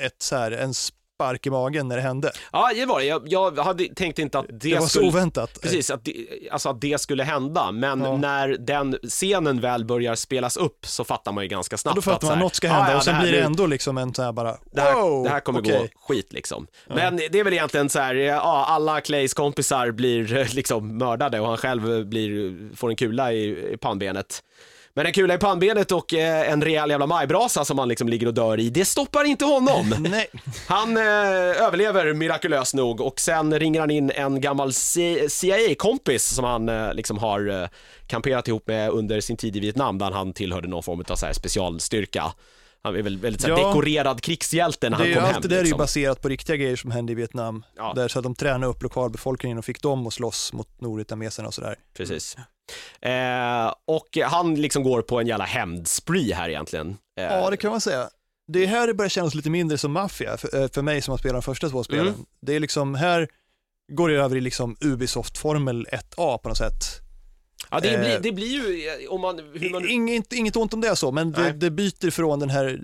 Speaker 3: ett, så här, en spark i magen när det hände.
Speaker 1: Ja, det var det. Jag, jag hade, tänkte inte att det,
Speaker 3: Det var så
Speaker 1: skulle...
Speaker 3: oväntat. Eh,
Speaker 1: Precis, att det, alltså att det skulle hända, men
Speaker 3: Ja.
Speaker 1: när den scenen väl börjar spelas upp så fattar man ju ganska
Speaker 3: Ja,
Speaker 1: snabbt
Speaker 3: Då
Speaker 1: att
Speaker 3: fattar
Speaker 1: så
Speaker 3: man
Speaker 1: här,
Speaker 3: något ska
Speaker 1: "Ah,
Speaker 3: hända
Speaker 1: ja,
Speaker 3: och sen
Speaker 1: här-
Speaker 3: blir det
Speaker 1: nu-
Speaker 3: ändå liksom en sån här bara,
Speaker 1: det här,
Speaker 3: wow,
Speaker 1: det här kommer gå
Speaker 3: okej.
Speaker 1: skit liksom. Men det är väl egentligen så här, ja, alla Clays kompisar blir eh, liksom mördade och han själv blir, får en kula i, i pannbenet. Men en kula i pannbenet och eh, en rejäl jävla majbrasa som han liksom ligger och dör i, det stoppar inte honom.
Speaker 3: Nej,
Speaker 1: Han eh, överlever mirakulöst nog och sen ringer han in en gammal C- CIA-kompis som han eh, liksom har eh, kamperat ihop med under sin tid i Vietnam där han tillhörde någon form av så här specialstyrka. Han är väl väldigt så här
Speaker 3: Ja.
Speaker 1: dekorerad krigshjälte när
Speaker 3: det är
Speaker 1: han
Speaker 3: ju,
Speaker 1: kom
Speaker 3: allt
Speaker 1: hem.
Speaker 3: det där är ju
Speaker 1: liksom.
Speaker 3: baserat på riktiga grejer som hände i Vietnam.
Speaker 1: Ja.
Speaker 3: Där, så att de tränade upp lokalbefolkningen och fick dem att slåss mot nordvietnameserna och sådär.
Speaker 1: Precis. Eh, och han liksom går på en jävla hämndspree här egentligen. Eh,
Speaker 3: Ja, det kan man säga. Det är här det börjar kännas lite mindre som maffia för, eh, för mig som har spelat de första två spelen.
Speaker 1: Mm.
Speaker 3: Det är liksom, här går det över i liksom Ubisoft-formel 1A på något sätt.
Speaker 1: ja, det, blir,
Speaker 3: eh,
Speaker 1: det blir ju, eh, om man, hur man nu...
Speaker 3: Inget, inget ont om det så, men det,
Speaker 1: Nej.
Speaker 3: det byter från den här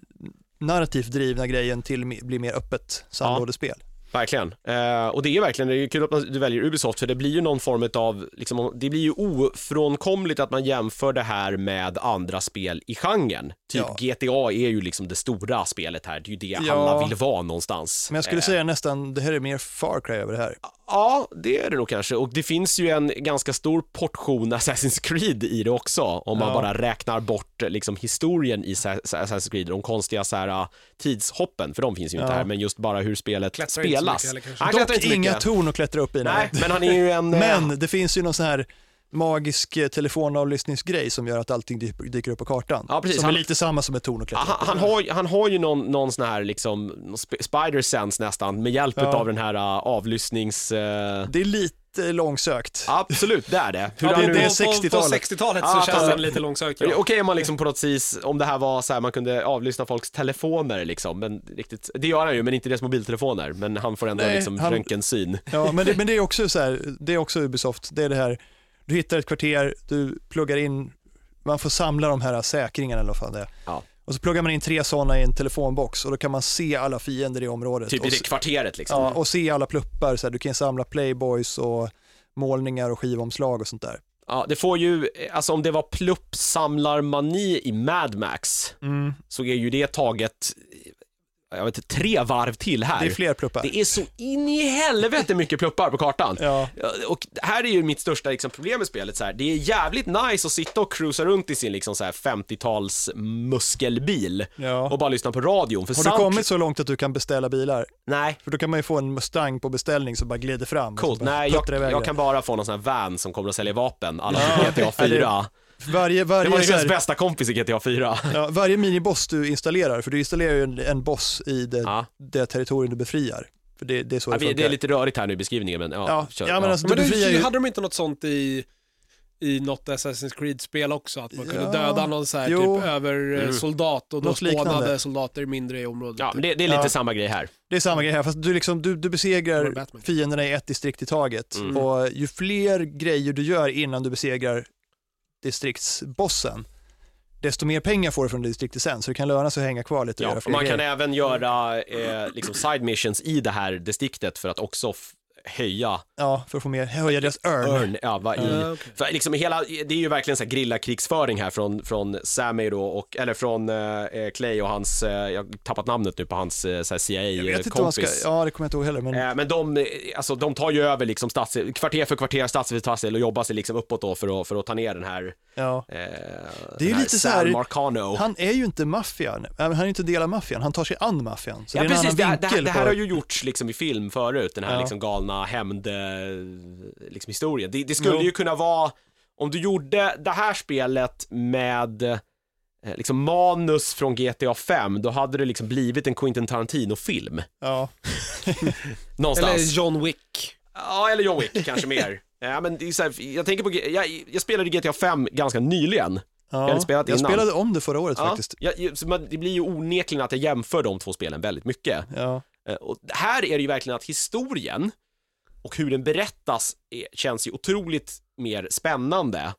Speaker 3: narrativt drivna grejen till me- blir mer öppet sandlådespel.
Speaker 1: Verkligen. Eh, och det är ju verkligen, det är ju kul att man, du väljer Ubisoft för det blir ju någon form av, liksom, det blir ju ofrånkomligt att man jämför det här med andra spel i genren. Typ
Speaker 3: Ja.
Speaker 1: GTA är ju liksom det stora spelet här, det är ju det
Speaker 3: Ja.
Speaker 1: alla vill vara någonstans.
Speaker 3: Men jag skulle
Speaker 1: Eh,
Speaker 3: säga nästan, det här är mer Far Cry över det här.
Speaker 1: Ja, det är det nog kanske. Och det finns ju en ganska stor portion Assassin's Creed i det också, om man
Speaker 3: Ja.
Speaker 1: bara räknar bort eh, liksom, historien i Sa- Sa- Assassin's Creed, de konstiga så här, eh, tidshoppen, för de finns ju inte
Speaker 3: Ja.
Speaker 1: här, men just bara hur spelet
Speaker 4: Klättrar inte så
Speaker 1: spelas.
Speaker 4: mycket heller kanske.
Speaker 1: Han klättrar
Speaker 3: Dock
Speaker 1: inte
Speaker 3: inga
Speaker 1: mycket.
Speaker 3: torn att klättra upp i.
Speaker 1: Nej, men han är ju en... eh,
Speaker 3: Men det finns ju någon sån här magisk eh, telefonavlyssningsgrej som gör att allting dyker, dyker upp på kartan.
Speaker 1: Ja, precis.
Speaker 3: Som
Speaker 1: Han-
Speaker 3: är lite samma som ett torn och klättra.
Speaker 1: Han, han, har, ju- han har ju någon, någon sån här liksom, någon sp- spider sense nästan, med hjälp
Speaker 3: Ja.
Speaker 1: av den här uh, avlyssnings... eh,
Speaker 3: Det är lite långsökt.
Speaker 1: Absolut, det är det. Hur
Speaker 3: Ja,
Speaker 1: han
Speaker 3: det-
Speaker 1: nu-
Speaker 3: det är
Speaker 4: På, på
Speaker 3: 60-talet.
Speaker 4: 60-talet
Speaker 1: Ah,
Speaker 4: så känns
Speaker 1: fan.
Speaker 4: den lite långsökt.
Speaker 1: Okej
Speaker 4: Ja.
Speaker 1: om man liksom på något vis, om det här var så här, man kunde avlyssna folks telefoner liksom, men riktigt, det gör han ju, men inte deras mobiltelefoner, men han får ändå
Speaker 3: Nej,
Speaker 1: liksom
Speaker 3: han-
Speaker 1: röntgensyn.
Speaker 3: Ja, men det, men det är också så här, det är också Ubisoft, det är det här, du hittar ett kvarter, du pluggar in, man får samla de här säkringarna eller vad fan det är.
Speaker 1: Ja.
Speaker 3: Och så pluggar man in tre sådana i en telefonbox och då kan man se alla fiender i området.
Speaker 1: Typ i
Speaker 3: och,
Speaker 1: det kvarteret liksom.
Speaker 3: ja, och se alla pluppar, så här, du kan samla playboys och målningar och skivomslag och sånt där.
Speaker 1: Ja, det får ju, alltså om det var pluppsamlarmani i Mad Max,
Speaker 3: Mm.
Speaker 1: så är ju det taget, jag vet inte, tre varv till här.
Speaker 3: Det är fler pluppar.
Speaker 1: Det är så in i helvete mycket pluppar på kartan.
Speaker 3: Ja.
Speaker 1: Och här är ju mitt största liksom, problem med spelet så här. det är jävligt nice att sitta och cruisa runt i sin liksom, så här 50-tals muskelbil
Speaker 3: Ja.
Speaker 1: och bara lyssna på radion. För
Speaker 3: Har du
Speaker 1: sound-
Speaker 3: kommit så långt att du kan beställa bilar?
Speaker 1: Nej,
Speaker 3: För då kan man ju få en Mustang på beställning som bara glider fram. och så
Speaker 1: coolt.
Speaker 3: bara
Speaker 1: Nej,
Speaker 3: puttrar
Speaker 1: jag,
Speaker 3: iväg
Speaker 1: jag
Speaker 3: den.
Speaker 1: kan bara få någon sån här van som kommer att sälja vapen, alla typ GTA
Speaker 3: Ja, det-
Speaker 1: 4.
Speaker 3: Varje,
Speaker 1: Det
Speaker 3: varje,
Speaker 1: var
Speaker 3: så
Speaker 1: deras
Speaker 3: här-
Speaker 1: bästa kompis i GTA 4.
Speaker 3: Ja, varje miniboss du installerar, för du installerar ju en, en boss i det,
Speaker 1: Ja.
Speaker 3: det territorium du befriar. För det, det är så
Speaker 1: Ja,
Speaker 3: det
Speaker 1: vi,
Speaker 3: funkar.
Speaker 1: det är lite rörigt här nu i beskrivningen, men ja.
Speaker 3: ja.
Speaker 1: kör.
Speaker 3: ja, men alltså, du
Speaker 4: Men
Speaker 3: befriar
Speaker 4: du,
Speaker 3: ju...
Speaker 4: hade de inte något sånt i, i något Assassin's Creed-spel också? Att man kunde
Speaker 3: Ja.
Speaker 4: döda någon så här
Speaker 3: Jo.
Speaker 4: typ översoldat och då
Speaker 3: Något liknande.
Speaker 4: spånade soldater mindre i området.
Speaker 1: Mm. ja, men
Speaker 4: typ.
Speaker 1: det, det är lite
Speaker 3: Ja.
Speaker 1: samma grej här.
Speaker 3: Det är samma grej här, fast du, liksom, du, du
Speaker 4: Som i
Speaker 3: besegrar
Speaker 4: Batman.
Speaker 3: fienderna i ett distrikt i taget.
Speaker 1: Mm.
Speaker 3: Och ju fler grejer du gör innan du besegrar distriktsbossen, desto mer pengar får du från distriktet sen, så det kan löna sig att hänga kvar lite och
Speaker 1: Ja,
Speaker 3: göra
Speaker 1: och
Speaker 3: fler
Speaker 1: man kan
Speaker 3: grejer.
Speaker 1: även göra eh, liksom side missions i det här distriktet för att också f- höja
Speaker 3: Ja, för att få mer, höja deras earn. Ah,
Speaker 1: Örn, ja, va, i,
Speaker 4: Ja, okej.
Speaker 1: för liksom hela, det är ju verkligen så här grillakrigsföring här från, från Sammy då, och, eller från eh, eh, Clay och hans, eh, jag har tappat namnet nu på hans eh, så här
Speaker 3: Jag vet inte om man ska,
Speaker 1: CIA-kompis.
Speaker 3: ja det kommer jag inte ihåg heller, men
Speaker 1: Eh, Men de, eh, alltså, de tar ju över liksom stats, kvarter för kvarter, stadsdel för stadsdel och jobbar sig liksom uppåt då för att, för att ta ner den här,
Speaker 3: ja.
Speaker 1: eh,
Speaker 3: Det är ju
Speaker 1: den här
Speaker 3: lite så
Speaker 1: San
Speaker 3: här-
Speaker 1: Marcano.
Speaker 3: Han är ju inte maffian, Nej, men han är ju inte en del av maffian, han tar sig an maffian. Så
Speaker 1: ja,
Speaker 3: det är en
Speaker 1: precis, det,
Speaker 3: annan
Speaker 1: här- det,
Speaker 3: vinkel.
Speaker 1: här- det här
Speaker 3: på-
Speaker 1: har ju gjorts liksom i film förut, den här
Speaker 3: Ja.
Speaker 1: liksom galna hämnd, eh, liksom historien. Det, det skulle
Speaker 3: Jo.
Speaker 1: ju kunna vara, om du gjorde det här spelet med eh, liksom manus från GTA 5, då hade det liksom blivit en Quentin Tarantino-film.
Speaker 3: Ja.
Speaker 1: Någonstans.
Speaker 4: Eller John Wick.
Speaker 1: Ja, eller John Wick kanske mer. Ja, men det är så här, jag tänker på, G- jag, jag spelade GTA 5 ganska nyligen.
Speaker 3: Ja,
Speaker 1: hade spelat
Speaker 3: jag
Speaker 1: innan.
Speaker 3: spelade om det förra året
Speaker 1: Ja,
Speaker 3: faktiskt.
Speaker 1: jag, så man, det blir ju onekligen att jag jämför de två spelen väldigt mycket.
Speaker 3: Ja.
Speaker 1: Eh, Och här är det ju verkligen att historien och hur den berättas är, känns ju otroligt mer spännande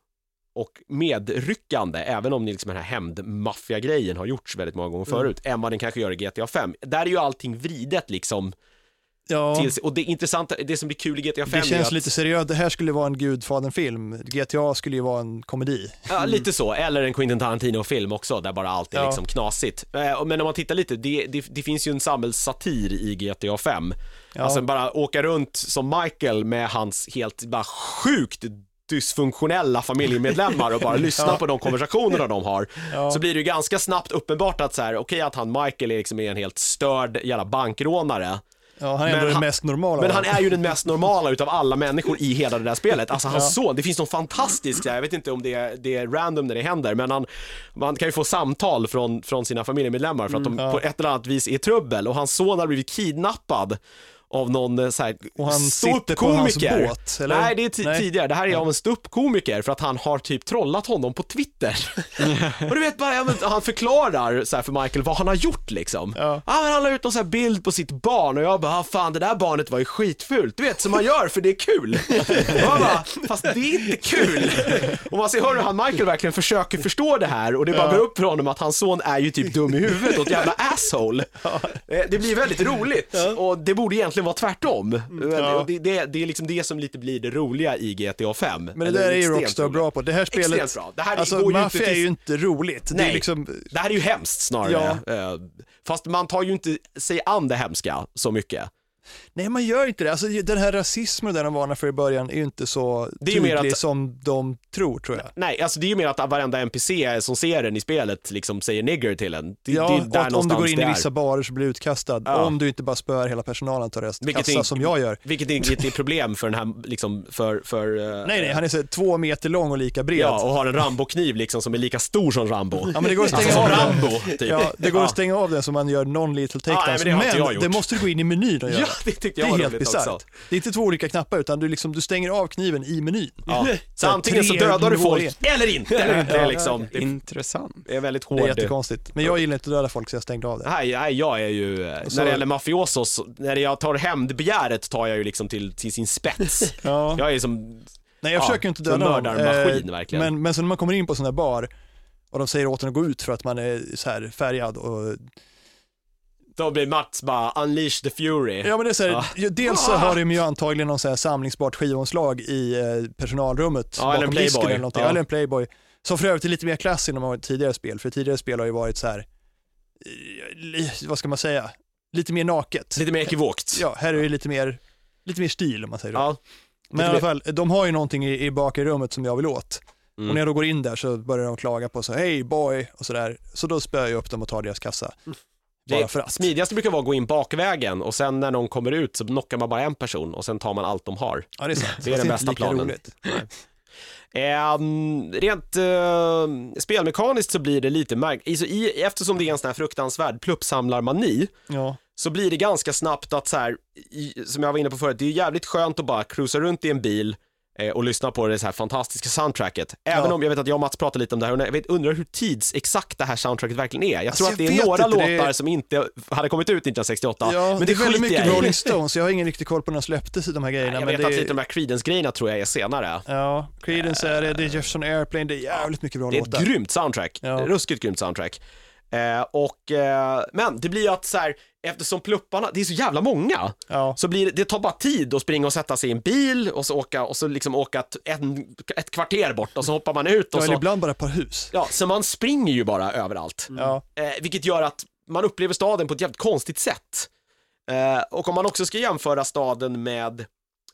Speaker 1: och medryckande, även om det liksom den här hämndmaffia-grejen har gjorts väldigt många gånger
Speaker 3: Mm.
Speaker 1: förut, än vad den kanske gör i GTA 5. Där är ju allting vridet liksom,
Speaker 3: Ja,
Speaker 1: till, och det intressanta, det som blir kul i GTA 5
Speaker 3: det
Speaker 1: är ju
Speaker 3: känns
Speaker 1: att,
Speaker 3: lite seriöst. Det här skulle vara en Gudfadern-film. GTA skulle ju vara en komedi.
Speaker 1: Ja, lite så. Eller en Quentin Tarantino-film också, där bara allt är
Speaker 3: Mm. Ja.
Speaker 1: liksom knasigt. Eh, och- Men om man tittar lite, det, det, det finns ju en samhällssatir i GTA 5.
Speaker 3: Ja.
Speaker 1: Alltså bara åka runt som Michael med hans helt bara sjukt dysfunktionella familjemedlemmar och bara lyssna på de konversationerna de har.
Speaker 3: Ja.
Speaker 1: Så blir det ju ganska snabbt uppenbart att så här, okej att han Michael är liksom är en helt störd jävla bankrånare.
Speaker 3: Ja, han är ändå
Speaker 1: Men
Speaker 3: den
Speaker 1: han-
Speaker 3: mest normala.
Speaker 1: Men
Speaker 3: av
Speaker 1: han
Speaker 3: dem.
Speaker 1: är ju den mest normala utav alla människor i hela det där spelet. Alltså hans son, det finns någon fantastisk, jag vet inte om det är, det är random när det händer, men han, man kan ju få samtal från, från sina familjemedlemmar för att de på ett eller annat vis är i trubbel och hans son har blivit kidnappad av någon eh, så här,
Speaker 3: Och han sitter på hans
Speaker 1: ståuppkomiker.
Speaker 3: båt, eller?
Speaker 1: Nej, det är ti-
Speaker 3: Nej.
Speaker 1: tidigare. Det här är av en ståuppkomiker för att han har typ trollat honom på Twitter. och du vet bara, ja, men han förklarar så här för Michael vad han har gjort liksom.
Speaker 3: Ja.
Speaker 1: Ja men han la ut någon sån här bild på sitt barn och jag bara, ah, fan det där barnet var ju skitfult. Du vet som man gör för det är kul. och jag bara, fast det är inte kul. och man ser, hör hur han Michael verkligen försöker förstå det här och det bara går upp för honom att hans son är ju typ dum i huvudet och ett jävla asshole. Eh, Det blir väldigt roligt och det borde egentligen vara tvärtom. Men,
Speaker 3: Mm. Ja.
Speaker 1: och det, det, det är liksom det som lite blir det roliga i GTA 5.
Speaker 3: Men det där är ju Rockstar bra på. Det här
Speaker 1: Extremt
Speaker 3: spelet,
Speaker 1: bra. Det här
Speaker 3: alltså
Speaker 1: går ju
Speaker 3: maffia
Speaker 1: inte
Speaker 3: är
Speaker 1: till
Speaker 3: ju inte roligt. Det
Speaker 1: Nej.
Speaker 3: är liksom,
Speaker 1: det här är ju hemskt snarare. Eh, Fast man tar ju inte sig an det hemska så mycket.
Speaker 3: Nej, man gör inte det. Alltså, den här rasismen och det där de varnar för i början är ju inte så
Speaker 1: Det är ju mer
Speaker 3: tydlig
Speaker 1: att-
Speaker 3: som de tror, tror jag.
Speaker 1: Nej, alltså det är ju mer att varenda NPC som ser den i spelet liksom säger nigger till en. Det, det är
Speaker 3: Ja,
Speaker 1: där
Speaker 3: och att om du
Speaker 1: någonstans
Speaker 3: går in
Speaker 1: det
Speaker 3: i
Speaker 1: är.
Speaker 3: vissa barer så blir du utkastad.
Speaker 1: Ja.
Speaker 3: Om du inte bara spöar hela personalen tar resten.
Speaker 1: Vilket
Speaker 3: Kassa
Speaker 1: är-
Speaker 3: som jag gör.
Speaker 1: Vilket inget är problem för den här, liksom, för... för eh,
Speaker 3: Nej, nej, han är så här, två meter lång och lika bred.
Speaker 1: Ja,
Speaker 3: Ja,
Speaker 1: och har en Rambo-kniv liksom som är lika stor som Rambo.
Speaker 3: men det går att
Speaker 1: Alltså
Speaker 3: stänga
Speaker 1: som
Speaker 3: av den.
Speaker 1: Rambo, typ.
Speaker 3: Ja, det går
Speaker 1: Ja.
Speaker 3: att stänga av den så man gör non lethal
Speaker 1: Ja, nej,
Speaker 3: takedowns.
Speaker 1: men det har inte jag
Speaker 3: men
Speaker 1: gjort.
Speaker 3: det måste du gå in i menyn och göra.
Speaker 1: Ja, det tyckte jag
Speaker 3: Det är
Speaker 1: var
Speaker 3: helt
Speaker 1: roligt också.
Speaker 3: bisarrt. Det är inte två olika knappar utan du, liksom, du stänger av kniven i menyn.
Speaker 1: Ja. Så
Speaker 3: här,
Speaker 1: antingen så
Speaker 3: tre
Speaker 1: dödar du folk,
Speaker 3: nivåer.
Speaker 1: eller inte. Det är liksom, det
Speaker 5: Intressant.
Speaker 1: är väldigt
Speaker 3: Det är
Speaker 1: hård...
Speaker 3: jättekonstigt. Men jag gillar inte att döda folk så jag stängde av det.
Speaker 1: Nej, nej, jag är ju, eh,
Speaker 3: Så-
Speaker 1: när det gäller mafiosos, när jag tar hämndbegäret tar jag ju liksom till, till sin spets.
Speaker 3: Ja.
Speaker 1: Jag är som,
Speaker 3: Nej, jag
Speaker 1: Ja,
Speaker 3: försöker ju inte
Speaker 1: så
Speaker 3: döda någon. Eh,
Speaker 1: mördarmaskin, verkligen.
Speaker 3: Men, men sen när man kommer in på sån här bar och de säger åt en att gå ut för att man är så här färgad och...
Speaker 1: då blir Mats bara unleash the fury.
Speaker 3: Ja men det är så här, ju- dels
Speaker 1: Ah.
Speaker 3: så har de ju antagligen någon så här samlingsbart skivomslag i eh, personalrummet
Speaker 1: Ja, eller en
Speaker 3: bakom disken
Speaker 1: Playboy.
Speaker 3: eller någonting.
Speaker 1: Ja.
Speaker 3: Eller en Playboy. Som för övrigt är lite mer klass än de har varit i tidigare spel, för tidigare spel har ju varit så här, eh, li- vad ska man säga, lite mer naket.
Speaker 1: Lite mer ekivokt.
Speaker 3: Ja, här är det lite mer, lite mer stil om man säger så.
Speaker 1: Ja.
Speaker 3: Men i alla fall, de har ju någonting i, i bak i rummet som jag vill åt.
Speaker 1: Mm.
Speaker 3: Och när jag då går in där så börjar de klaga på så hej boy och sådär. Så då spöar jag upp dem och tar deras kassa. Bara
Speaker 1: Det
Speaker 3: för att.
Speaker 1: smidigaste brukar vara att gå in bakvägen och sen när någon kommer ut så knockar man bara en person och sen tar man allt de har.
Speaker 3: Ja, det är sant.
Speaker 1: Det är den
Speaker 3: inte
Speaker 1: bästa
Speaker 3: lika
Speaker 1: planen.
Speaker 3: roligt.
Speaker 1: Ehm, rent eh, spelmekaniskt så blir det lite märkligt, i, eftersom det är en sån här fruktansvärd pluppsamlarmani,
Speaker 3: Ja,
Speaker 1: så blir det ganska snabbt att så här, i, som jag var inne på förut, det är jävligt skönt att bara cruisa runt i en bil eh, och lyssna på det så här fantastiska soundtracket. Även
Speaker 3: Ja.
Speaker 1: om, jag vet att jag och Mats pratade lite om det här, och jag vet, undrar hur tidsexakt det här soundtracket verkligen är. Jag
Speaker 3: Alltså,
Speaker 1: tror
Speaker 3: jag
Speaker 1: att det
Speaker 3: vet
Speaker 1: är några
Speaker 3: inte, det är-
Speaker 1: låtar som inte hade kommit ut 1968,
Speaker 3: ja
Speaker 1: men det,
Speaker 3: det, är väldigt
Speaker 1: skiter jag
Speaker 3: mycket
Speaker 1: i.
Speaker 3: Rolling Stones, jag har ingen riktig koll på när de släpptes i de här
Speaker 1: Nej,
Speaker 3: grejerna.
Speaker 1: Jag
Speaker 3: men
Speaker 1: vet alltså
Speaker 3: det
Speaker 1: att
Speaker 3: är-
Speaker 1: lite de här Creedence-grejerna tror jag är senare.
Speaker 3: Ja, Creedence är det, det är Jefferson Airplane, det är jävligt mycket bra
Speaker 1: Det är ett
Speaker 3: låtar.
Speaker 1: grymt soundtrack.
Speaker 3: Ja.
Speaker 1: Ruskigt grymt soundtrack. Eh, och, eh, men det blir ju att så här, eftersom plupparna, det är så jävla många,
Speaker 3: Ja.
Speaker 1: så blir det, det tar bara tid att springa och sätta sig i en bil och så åka, och så liksom åka ett, en, ett kvarter bort och så hoppar man ut och
Speaker 3: ja, eller
Speaker 1: så.
Speaker 3: ibland bara ett par hus.
Speaker 1: Ja, så man springer ju bara överallt,
Speaker 3: Ja,
Speaker 1: eh, vilket gör att man upplever staden på ett jävligt konstigt sätt. Eh, och om man också ska jämföra staden med,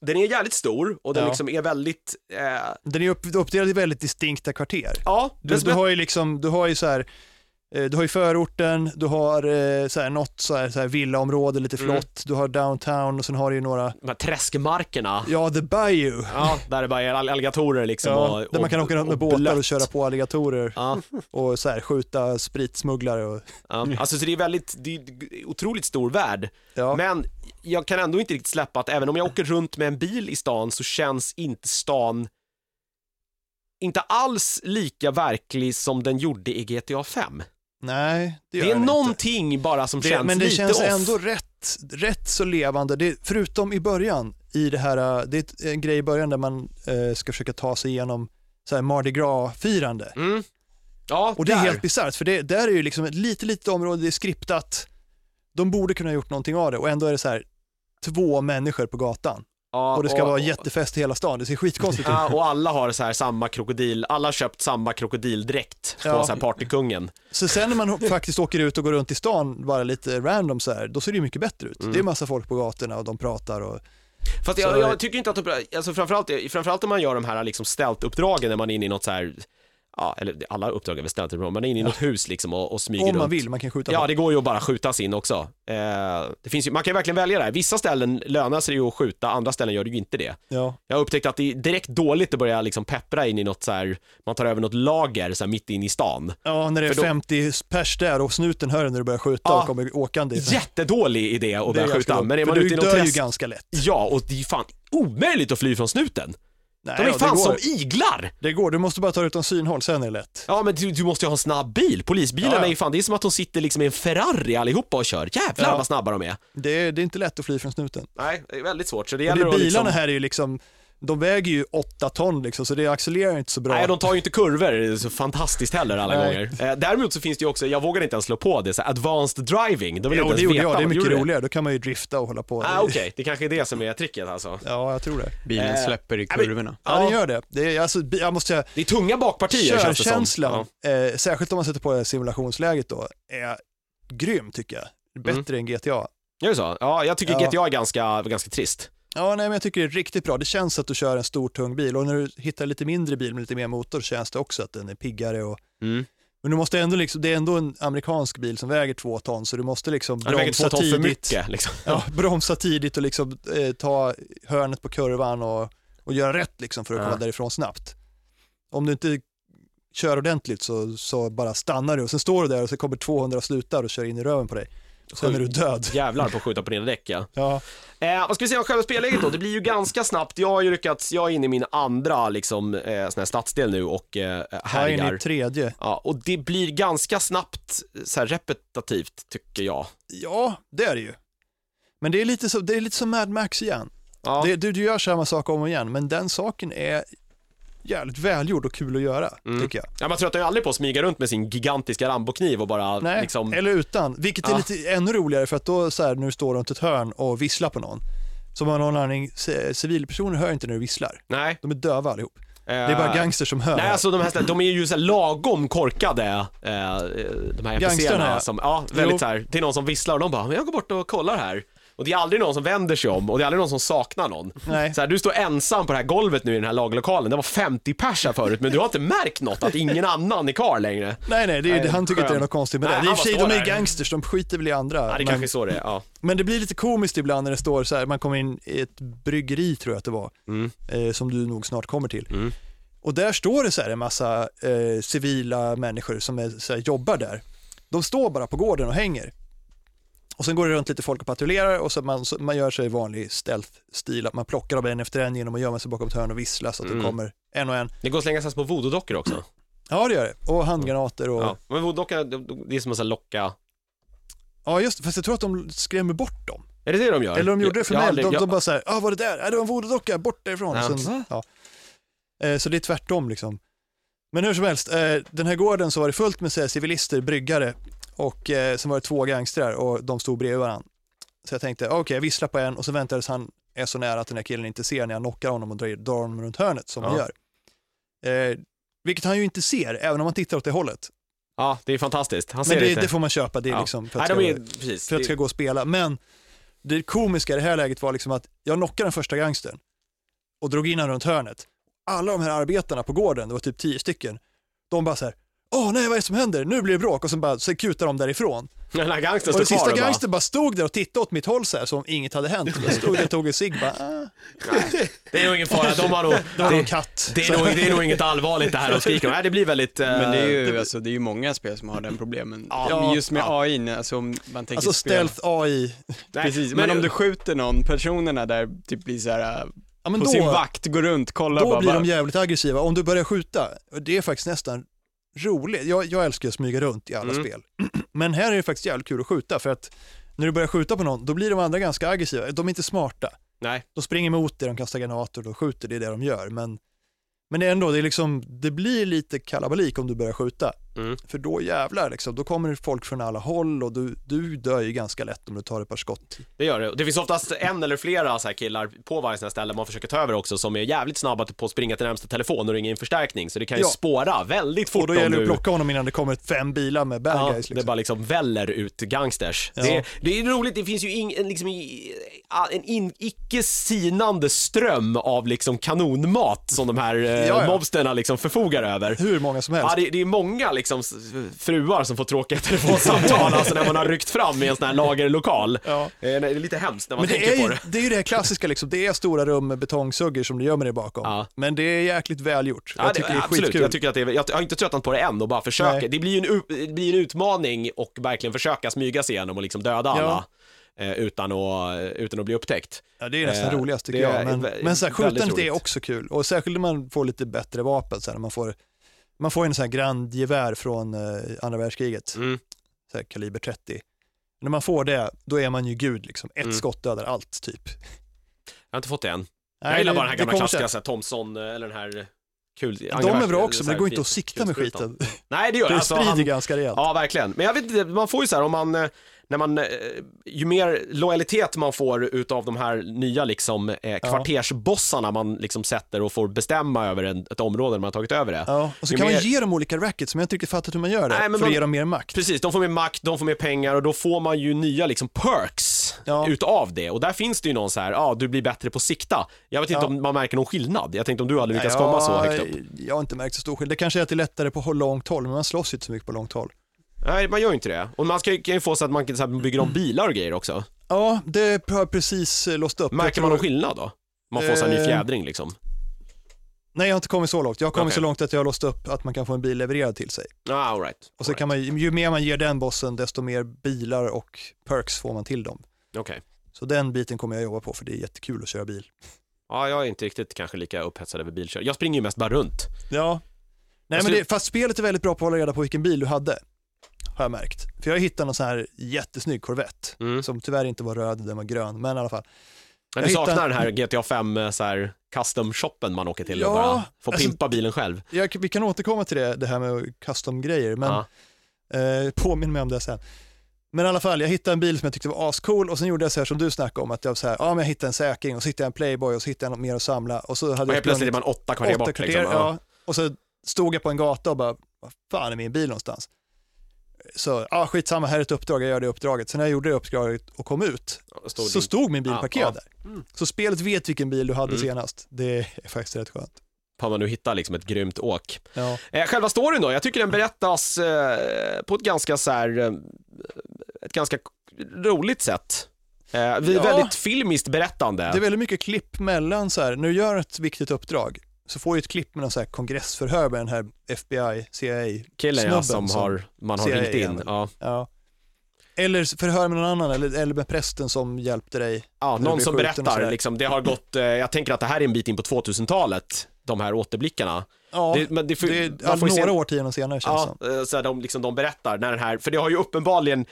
Speaker 1: den är jävligt stor och den
Speaker 3: Ja.
Speaker 1: liksom är väldigt, eh,
Speaker 3: den är upp, uppdelad i väldigt distinkta kvarter.
Speaker 1: ja,
Speaker 3: Du,
Speaker 1: den
Speaker 3: du har ju liksom, du har ju så här, eh, du har ju förorten, du har eh, så här, något så här, så här villaområde lite
Speaker 1: Mm.
Speaker 3: flott, du har downtown och sen har du ju några,
Speaker 1: de här träskmarkerna,
Speaker 3: ja the bayou,
Speaker 1: Ja, där det bara är all- alligatorer liksom. och,
Speaker 3: ja, där man kan
Speaker 1: och-
Speaker 3: åka runt med
Speaker 1: och
Speaker 3: båtar och
Speaker 1: blött.
Speaker 3: köra på alligatorer
Speaker 1: Ja,
Speaker 3: och så här, skjuta spritsmugglare och
Speaker 1: ja. Alltså så det är väldigt, det är otroligt stor värld.
Speaker 3: ja.
Speaker 1: Men jag kan ändå inte riktigt släppa att även om jag åker runt med en bil i stan så känns inte stan inte alls lika verklig som den gjorde i GTA 5.
Speaker 3: nej,
Speaker 1: Det,
Speaker 3: det gör
Speaker 1: är
Speaker 3: den inte.
Speaker 1: någonting bara som
Speaker 3: det,
Speaker 1: känns
Speaker 3: Men det
Speaker 1: lite
Speaker 3: känns
Speaker 1: off.
Speaker 3: ändå rätt, rätt så levande, det, förutom i början i det här, eh, det är ett- en grej i början där man eh, ska försöka ta sig igenom så här Mardi Gras-firande.
Speaker 1: Mm. Ja,
Speaker 3: Och det är
Speaker 1: där.
Speaker 3: helt bisarrt, för det där är ju liksom ett litet, litet område, det är skriptat. De borde kunna ha gjort någonting av det och ändå är det så här två människor på gatan
Speaker 1: ja,
Speaker 3: och det ska vara jättefest i hela stan. Det ser skitkonstigt ut.
Speaker 1: Ja, och alla har så här samma krokodil, alla har köpt samma krokodildräkt på
Speaker 3: Ja.
Speaker 1: så här partykungen.
Speaker 3: Så sen när man faktiskt åker ut och går runt i stan bara lite random så här, då ser det ju mycket bättre ut.
Speaker 1: Mm.
Speaker 3: Det är massa folk på gatorna och de pratar och
Speaker 1: Fast
Speaker 3: Så-
Speaker 1: jag, jag tycker inte att de, alltså framförallt, framförallt om man gör de här liksom uppdragen när man är inne i något så här, ja, eller alla uppdrag är väl ställt uppdrag, man är inne i något hus liksom och, och smyger
Speaker 3: om
Speaker 1: runt.
Speaker 3: man vill, man kan skjuta
Speaker 1: Ja,
Speaker 3: folk.
Speaker 1: det går ju att bara skjutas in också. Eh, det finns ju, man kan ju verkligen välja det här. Vissa ställen lönar sig ju att skjuta, andra ställen gör det ju inte det.
Speaker 3: Ja.
Speaker 1: Jag har upptäckt att det är direkt dåligt att börja liksom peppra in i något så här, man tar över något lager så här mitt in i stan.
Speaker 3: ja, när det är
Speaker 1: För då-
Speaker 3: 50 pers där och snuten hör när du börjar skjuta
Speaker 1: Ja.
Speaker 3: och kommer åkande.
Speaker 1: Jättedålig idé att
Speaker 3: Det
Speaker 1: börja
Speaker 3: är ganska
Speaker 1: skjuta,
Speaker 3: dumt,
Speaker 1: men är
Speaker 3: för
Speaker 1: man
Speaker 3: du
Speaker 1: ute i något
Speaker 3: dör ju
Speaker 1: träsk,
Speaker 3: ganska lätt.
Speaker 1: ja, och det är fan omöjligt att fly från snuten.
Speaker 3: Nej,
Speaker 1: De är
Speaker 3: ja, det,
Speaker 1: fan
Speaker 3: går.
Speaker 1: som iglar!
Speaker 3: det går, du måste bara ta ut dem synhåll, sen är det lätt.
Speaker 1: Ja men du, du måste ju ha en snabb bil, polisbilarna
Speaker 3: Ja, ja.
Speaker 1: är ju fan, det är som att de sitter liksom i en Ferrari allihopa och kör. Jävlar
Speaker 3: Ja.
Speaker 1: vad snabba de är.
Speaker 3: Det är, det är inte lätt att fly från snuten.
Speaker 1: Nej, det är väldigt svårt. Så det
Speaker 3: Och
Speaker 1: gäller
Speaker 3: det, bilarna
Speaker 1: att liksom...
Speaker 3: här är ju liksom, de väger ju 8 ton liksom, så det accelererar inte så bra.
Speaker 1: Nej, de tar ju inte kurvor så fantastiskt heller alla
Speaker 3: Nej.
Speaker 1: gånger. Eh, däremot så finns det ju också, jag vågar inte ens slå på det, så här, advanced driving. De vill
Speaker 3: ja,
Speaker 1: inte
Speaker 3: och
Speaker 1: ens
Speaker 3: det gjorde
Speaker 1: veta
Speaker 3: jag, det är
Speaker 1: vad-
Speaker 3: mycket
Speaker 1: gjorde du
Speaker 3: roligare. Då kan man ju drifta och hålla på.
Speaker 1: Ah, Okej, det kanske är det som är tricket alltså.
Speaker 3: Ja, jag tror det.
Speaker 5: Bilen
Speaker 1: Eh,
Speaker 5: släpper i
Speaker 1: ja, men-
Speaker 5: kurvorna.
Speaker 3: Ja, det gör det. det är, alltså, bi- jag måste säga,
Speaker 1: Det är tunga bakpartier känns det som.
Speaker 3: körkänslan,
Speaker 1: Ja.
Speaker 3: eh,
Speaker 1: Mm.
Speaker 3: särskilt om man sätter på det här simulationsläget då, är grym tycker jag. Bättre än GTA.
Speaker 1: Är det så? Ja, jag tycker
Speaker 3: Ja.
Speaker 1: GTA är ganska, ganska trist.
Speaker 3: Ja, nej, men jag tycker det är riktigt bra. Det känns att du kör en stor tung bil och när du hittar lite mindre bil med lite mer motor så känns det också att den är piggare. Och...
Speaker 1: Mm.
Speaker 3: Men du måste ändå liksom, det är ändå en amerikansk bil som väger två ton så du måste liksom
Speaker 1: Han väger två
Speaker 3: bromsa
Speaker 1: ton för
Speaker 3: tidigt.
Speaker 1: mycket liksom.
Speaker 3: Ja, bromsa tidigt och liksom eh, ta hörnet på kurvan och, och göra rätt liksom för att
Speaker 1: Ja.
Speaker 3: komma därifrån snabbt. Om du inte kör ordentligt så, så bara stannar du och sen står du där och så kommer 200 slutar och kör in i röven på dig. Och sen är du död.
Speaker 1: Jävlar på att skjuta på dina däck ja.
Speaker 3: Ja.
Speaker 1: Eh, vad ska vi säga om själva spelläget då? Det blir ju ganska snabbt, jag har ju lyckats, jag är inne i min andra liksom, eh, sån här stadsdel nu och eh,
Speaker 3: Här är ni
Speaker 1: härjar.
Speaker 3: i tredje.
Speaker 1: Ja, och det blir ganska snabbt eh, så här repetitivt tycker jag.
Speaker 3: Ja, det är det ju. Men det är lite, så, det är lite som Mad Max igen.
Speaker 1: Ja.
Speaker 3: Det, du, du gör samma sak om och igen, men den saken är jävligt välgjord och kul att göra,
Speaker 1: Mm.
Speaker 3: tycker jag.
Speaker 1: Ja, man tröttar ju aldrig på att smyga runt med sin gigantiska rambokniv och bara
Speaker 3: Nej,
Speaker 1: liksom...
Speaker 3: eller utan, vilket är
Speaker 1: Ja.
Speaker 3: lite ännu roligare för att då så här, när du står runt ett hörn och visslar på någon, som av någon anledning, c- civilpersoner hör inte när du visslar.
Speaker 1: Nej.
Speaker 3: De är döva allihop. Det är bara gangsters som hör.
Speaker 1: Nej, alltså de här, de är ju så här lagom korkade, eh, eh, de här NPCerna
Speaker 3: Gangsterna, ja.
Speaker 1: som, ja, väldigt så här, det är någon som visslar och de bara, men jag går bort och kollar här. Och det är aldrig någon som vänder sig om och det är aldrig någon som saknar någon.
Speaker 3: Nej.
Speaker 1: Så här, du står ensam på det här golvet nu i den här lagerlokalen, det var 50 pers här förut, men du har inte märkt något, att ingen annan är kvar längre.
Speaker 3: Nej, nej, det är,
Speaker 1: Nej,
Speaker 3: han tycker inte det är något konstigt med
Speaker 1: Nej,
Speaker 3: det. det är i
Speaker 1: han
Speaker 3: och för sig,
Speaker 1: bara
Speaker 3: de
Speaker 1: står där.
Speaker 3: är gangsters, de skiter väl i andra.
Speaker 1: Ja, det
Speaker 3: men-
Speaker 1: kanske är så det är, ja.
Speaker 3: Men det blir lite komiskt ibland när det står så här, man kommer in i ett bryggeri tror jag att det var,
Speaker 1: Mm.
Speaker 3: eh, som du nog snart kommer till.
Speaker 1: Mm.
Speaker 3: Och där står det så här en massa eh, civila människor som är, så här, jobbar där. De står bara på gården och hänger. Och sen går det runt lite folk och patrullerar och så man, så man gör sig i vanlig stealth-stil, att man plockar dem en efter en genom att gömma sig bakom ett hörn och vissla så att
Speaker 1: Mm.
Speaker 3: det kommer en och en.
Speaker 1: Det går att slänga sig små voodoo-dockor också.
Speaker 3: Ja, det gör det. Och handgranater och...
Speaker 1: Ja.
Speaker 3: Ja,
Speaker 1: Men voodoo-dockorna, de- det är som att så här locka,
Speaker 3: just det. Fast jag tror att de skrämmer bort dem.
Speaker 1: är det det de gör?
Speaker 3: Eller de gjorde det för
Speaker 1: Jag- jag
Speaker 3: mig.
Speaker 1: har aldrig-
Speaker 3: de,
Speaker 1: jag-
Speaker 3: de bara såhär, ah, vad är det där? Ah, det var en voodoo-docka, bort därifrån.
Speaker 1: Ja.
Speaker 3: Ja. Sen, ja. Eh, så det är tvärtom liksom. Men hur som helst, eh, den här gården så var det fullt med så här, civilister, bryggare och eh, sen var det två gangstrar och de stod bredvid varandra. Så jag tänkte, "Ah, okej, jag visslar på en och så väntades han är så nära att den här killen inte ser när jag knockar honom och drar, drar honom runt hörnet som man
Speaker 1: Ja.
Speaker 3: gör. Eh, vilket han ju inte ser, även om man tittar åt det hållet.
Speaker 1: Ja, det är fantastiskt. Han ser
Speaker 3: Men det,
Speaker 1: inte.
Speaker 3: det får man köpa, det är
Speaker 1: Ja.
Speaker 3: liksom för att
Speaker 1: Nej,
Speaker 3: det
Speaker 1: de
Speaker 3: ska
Speaker 1: är,
Speaker 3: vara-
Speaker 1: precis.
Speaker 3: för att det ska gå och spela. Men det komiska i det här läget var liksom att jag knockade den första gangstern och drog in honom runt hörnet. Alla de här arbetarna på gården, det var typ tio stycken, de bara så här, åh nej vad är det som händer? Nu blir det bråk och sen bara så kutar de därifrån.
Speaker 1: Den här gangstern står
Speaker 3: Och den
Speaker 1: kvar
Speaker 3: sista
Speaker 1: och bara,
Speaker 3: gangstern bara stod där och tittade åt mitt håll så här som inget hade hänt. Jag stod där och tog en cigg bara, ah,
Speaker 1: det är nog ingen fara, de har nog,
Speaker 3: det var en
Speaker 1: det,
Speaker 3: katt.
Speaker 1: det, är nog, det är nog inget allvarligt det här och skriker Nej, det blir väldigt... eh,
Speaker 5: Men det är ju, alltså, det är ju många spel som har den problemen.
Speaker 1: Ja.
Speaker 5: Just med
Speaker 1: Ja.
Speaker 5: AI, alltså om man tänker
Speaker 3: Alltså
Speaker 5: spel.
Speaker 3: stealth AI.
Speaker 1: nej,
Speaker 5: Precis, men om du skjuter någon, personerna där typ blir såhär,
Speaker 3: Ja, men
Speaker 5: på sin
Speaker 3: då,
Speaker 5: vakt, går runt, kollar
Speaker 3: då
Speaker 5: bara,
Speaker 3: blir
Speaker 5: bara
Speaker 3: de jävligt aggressiva. Om du börjar skjuta, och det är faktiskt nästan roligt. Jag, jag älskar att smyga runt i alla
Speaker 1: Mm.
Speaker 3: spel. Men här är det faktiskt jävligt kul att skjuta för att när du börjar skjuta på någon, då blir de andra ganska aggressiva. De är inte smarta.
Speaker 1: Nej.
Speaker 3: De springer mot dig, de kastar granater, de skjuter, det är det de gör. Men, men det är ändå, det, är liksom, det blir lite kalabalik om du börjar skjuta.
Speaker 1: Mm.
Speaker 3: För då jävlar, liksom, då kommer det folk från alla håll och du, du dör ju ganska lätt om du tar ett par skott.
Speaker 1: Det gör det. Och Det finns oftast en eller flera så här killar på varje sån här ställe man försöker ta över också som är jävligt snabba på att springa till närmsta telefon och ringa in förstärkning. Så det kan ju
Speaker 3: Ja.
Speaker 1: spåra väldigt fort
Speaker 3: Och då
Speaker 1: om
Speaker 3: gäller det
Speaker 1: du...
Speaker 3: att plocka honom innan det kommer fem bilar med bad
Speaker 1: Ja,
Speaker 3: guys.
Speaker 1: Det
Speaker 3: Liksom.
Speaker 1: bara liksom väller ut gangsters.
Speaker 3: Ja.
Speaker 1: Det, är, det är roligt, det finns ju ing- en, liksom, i- a- en in, icke sinande ström av liksom kanonmat som de här eh,
Speaker 3: ja.
Speaker 1: mobsterna liksom förfogar över.
Speaker 3: Hur många som helst.
Speaker 1: Ja, det, det är många liksom s- fruar som får tråkiga telefonsamtal alltså när man har ryckt fram i en sån här lagerlokal.
Speaker 3: Ja.
Speaker 1: Eh, nej, Det är lite hemskt när man
Speaker 3: Men det
Speaker 1: tänker
Speaker 3: är,
Speaker 1: på
Speaker 3: ju,
Speaker 1: det.
Speaker 3: det är ju det här klassiska, liksom. det är stora rum med betongsuggor som du gömmer dig bakom.
Speaker 1: Ja.
Speaker 3: Men det är jäkligt välgjort.
Speaker 1: Ja,
Speaker 3: jag tycker det, är
Speaker 1: absolut,
Speaker 3: skitkul.
Speaker 1: jag, tycker att det är, jag har inte tröttnat på det än och bara försöker.
Speaker 3: Nej.
Speaker 1: Det blir ju en, u- det blir en utmaning och verkligen försöka smyga sig igenom och liksom döda alla eh, utan, att, eh, utan att bli upptäckt.
Speaker 3: ja, det är nästan
Speaker 1: Eh,
Speaker 3: roligast tycker
Speaker 1: det är
Speaker 3: jag. Men,
Speaker 1: vä-
Speaker 3: men så här,
Speaker 1: väldigt
Speaker 3: skjutandet är
Speaker 1: roligt.
Speaker 3: också kul. Och särskilt när man får lite bättre vapen. Så här, när man, får, man får en sån här grandgevär från eh, andra världskriget,
Speaker 1: Mm.
Speaker 3: så här, kaliber 30. När man får det, då är man ju gud. Liksom. Ett
Speaker 1: Mm.
Speaker 3: skott dödar allt, typ.
Speaker 1: Jag har inte fått det än.
Speaker 3: Nej,
Speaker 1: jag gillar
Speaker 3: det-
Speaker 1: bara den här
Speaker 3: det
Speaker 1: gamla
Speaker 3: kommer
Speaker 1: klassiska
Speaker 3: sen.
Speaker 1: så här, Thomson, eh, eller den här kul...
Speaker 3: De är bra också,
Speaker 1: så
Speaker 3: men
Speaker 1: här
Speaker 3: det går inte
Speaker 1: fin-
Speaker 3: att sikta med
Speaker 1: kulsprutan.
Speaker 3: skiten.
Speaker 1: Nej, det gör det.
Speaker 3: Det
Speaker 1: Alltså,
Speaker 3: sprider
Speaker 1: han,
Speaker 3: ganska rejält.
Speaker 1: Ja, verkligen. Men jag vet inte, man får ju så här om man, eh, när man, eh, ju mer lojalitet man får utav de här nya liksom eh, kvartersbossarna man liksom sätter och får bestämma över en, ett område när man har tagit över det.
Speaker 3: Ja, och så
Speaker 1: Ju
Speaker 3: kan
Speaker 1: mer-
Speaker 3: man ge dem olika rackets, men jag har inte riktigt fattat hur man gör det,
Speaker 1: Nej, men
Speaker 3: för att
Speaker 1: de-
Speaker 3: ge dem mer makt.
Speaker 1: Precis, de får mer makt, de får mer pengar och då får man ju nya liksom perks
Speaker 3: Ja.
Speaker 1: utav det. Och där finns det ju någon så här, ja ah, du blir bättre på att sikta. Jag vet inte
Speaker 3: Ja.
Speaker 1: om man märker någon skillnad. Jag tänkte om du hade lyckats
Speaker 3: Ja,
Speaker 1: komma så högt upp.
Speaker 3: Jag har inte märkt så stor skillnad. Det kanske är att det är lättare på långt håll, men man slåss ju inte så mycket på långt håll.
Speaker 1: Nej, man gör ju inte det. Och man ska, ju- kan ju få så att man kan- så här, bygger om bilar och grejer också.
Speaker 3: Ja, det har jag precis eh, låst upp. Jag
Speaker 1: Märker
Speaker 3: tror-
Speaker 1: man någon skillnad då? Man får så här ny
Speaker 3: Eh.
Speaker 1: fjädring liksom.
Speaker 3: Nej, jag har inte kommit så långt. Jag har kommit
Speaker 1: Okej.
Speaker 3: så långt att jag har låst upp att man kan få en bil levererad till sig.
Speaker 1: Ah, all right.
Speaker 3: Och så
Speaker 1: All right.
Speaker 3: kan man, ju ju mer man ger den bossen, desto mer bilar och perks får man till dem.
Speaker 1: Okej.
Speaker 3: Så den biten kommer jag jobba på, för det är jättekul att köra bil.
Speaker 1: Ja, jag är inte riktigt kanske lika upphetsad över bilkörning. Jag springer ju mest bara runt.
Speaker 3: Ja. Nej,
Speaker 1: Jag
Speaker 3: men
Speaker 1: skulle-
Speaker 3: Alltså det, fast spelet är väldigt bra på att hålla reda på vilken bil du hade. Har jag märkt. För jag hittade någon sån här jättesnygg Corvette.
Speaker 1: Mm.
Speaker 3: Som tyvärr inte var röd, den var grön. Men i alla fall.
Speaker 1: Men
Speaker 3: Jag
Speaker 1: du
Speaker 3: hittar-
Speaker 1: saknar den här GTA 5 eh, så här, custom-shoppen man åker till och
Speaker 3: Ja,
Speaker 1: bara får
Speaker 3: alltså-
Speaker 1: pimpa bilen själv.
Speaker 3: Jag, vi kan återkomma till det, det här med custom-grejer. Men
Speaker 1: Ja.
Speaker 3: Eh, påminn mig om det sen. Men i alla fall, jag hittade en bil som jag tyckte var ascool och sen gjorde jag så här som du snackade om, att jag, så här, ja, men jag hittade en säkring och så hittade jag en Playboy och så hittade jag något mer att samla. Och så hade
Speaker 1: Och
Speaker 3: jag
Speaker 1: helt plötsligt är man åtta kvarter bort liksom.
Speaker 3: ja. Och så stod jag på en gata och bara, vad fan är min bil någonstans? Så ja, skitsamma, här är ett uppdrag, jag gör det uppdraget. Sen när jag gjorde det uppdraget och kom ut,
Speaker 1: Ja, stod
Speaker 3: så
Speaker 1: din-
Speaker 3: stod min bil
Speaker 1: Ja,
Speaker 3: parkerad
Speaker 1: ja.
Speaker 3: där. Så spelet vet vilken bil du hade
Speaker 1: Mm.
Speaker 3: senast. Det är faktiskt rätt skönt.
Speaker 1: Fan vad du hittar liksom ett grymt åk.
Speaker 3: Ja.
Speaker 1: Eh, själva storyn då, jag tycker den berättas eh, på ett ganska så här, eh, ett ganska roligt sätt. Eh, vi är
Speaker 3: Ja.
Speaker 1: väldigt filmiskt berättande.
Speaker 3: Det är väldigt mycket klipp mellan så här, när du gör ett viktigt uppdrag så får du ett klipp med någon så här kongressförhör med den här FBI, CIA.
Speaker 1: Killen ja,
Speaker 3: snubben
Speaker 1: som
Speaker 3: som
Speaker 1: har, man har
Speaker 3: CIA
Speaker 1: ringt in.
Speaker 3: även.
Speaker 1: Ja.
Speaker 3: Ja. Eller förhör med någon annan eller, eller med prästen som hjälpte dig.
Speaker 1: Ja,
Speaker 3: du
Speaker 1: någon
Speaker 3: blir
Speaker 1: som
Speaker 3: skjuten och
Speaker 1: berättar,
Speaker 3: sådär.
Speaker 1: liksom, det har gått, eh, jag tänker att det här är en bit in på 2000-talet, de här återblickarna.
Speaker 3: Ja,
Speaker 1: Det-
Speaker 3: det,
Speaker 1: men det får-
Speaker 3: är
Speaker 1: man
Speaker 3: ja,
Speaker 1: får ju se-
Speaker 3: några alltså. årtionden senare känns det
Speaker 1: Ja,
Speaker 3: som.
Speaker 1: eh, så här, de, liksom, de berättar när den här, för det har ju uppenbarligen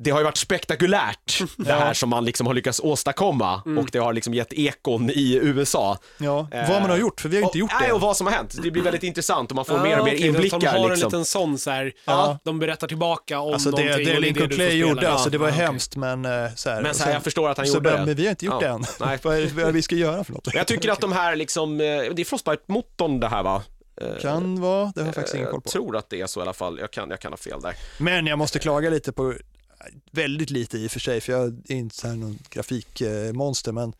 Speaker 1: det har ju varit spektakulärt det här som man liksom har lyckats åstadkomma
Speaker 3: Mm.
Speaker 1: och det har liksom gett ekon i USA.
Speaker 3: Ja,
Speaker 1: Eh,
Speaker 3: vad man har gjort, för vi har ju inte
Speaker 1: och,
Speaker 3: gjort
Speaker 1: nej,
Speaker 3: det.
Speaker 1: och vad som har hänt. Det blir väldigt intressant och man får mer och mer
Speaker 4: okej,
Speaker 1: inblickar.
Speaker 4: De har en
Speaker 1: liksom.
Speaker 4: liten sån så här,
Speaker 3: Ja.
Speaker 4: de berättar tillbaka om
Speaker 3: Alltså det,
Speaker 4: någonting. och
Speaker 3: det
Speaker 4: är
Speaker 3: Lincoln
Speaker 4: du får
Speaker 3: Clay
Speaker 4: spela.
Speaker 3: gjorde,
Speaker 4: Ja.
Speaker 3: alltså det var
Speaker 4: Ja, okej.
Speaker 3: hemskt men eh, så här.
Speaker 1: Men
Speaker 3: och
Speaker 1: så här,
Speaker 3: sen-
Speaker 1: jag förstår att han
Speaker 3: så
Speaker 1: gjorde
Speaker 3: bara,
Speaker 1: det.
Speaker 3: Men vi har inte gjort
Speaker 1: Ja,
Speaker 3: det än.
Speaker 1: nej.
Speaker 3: vad, är, det- vad är det vi ska göra för något?
Speaker 1: Jag tycker att de här liksom, eh, det är Frostbite-motton det här va? Eh,
Speaker 3: Kan vara, det har jag faktiskt ingen koll
Speaker 1: jag
Speaker 3: på.
Speaker 1: Eh, tror att det är så i alla fall, jag kan, jag kan ha fel där.
Speaker 3: Men jag måste klaga lite på, väldigt lite i och för sig, för jag är inte så här någon grafikmonster, men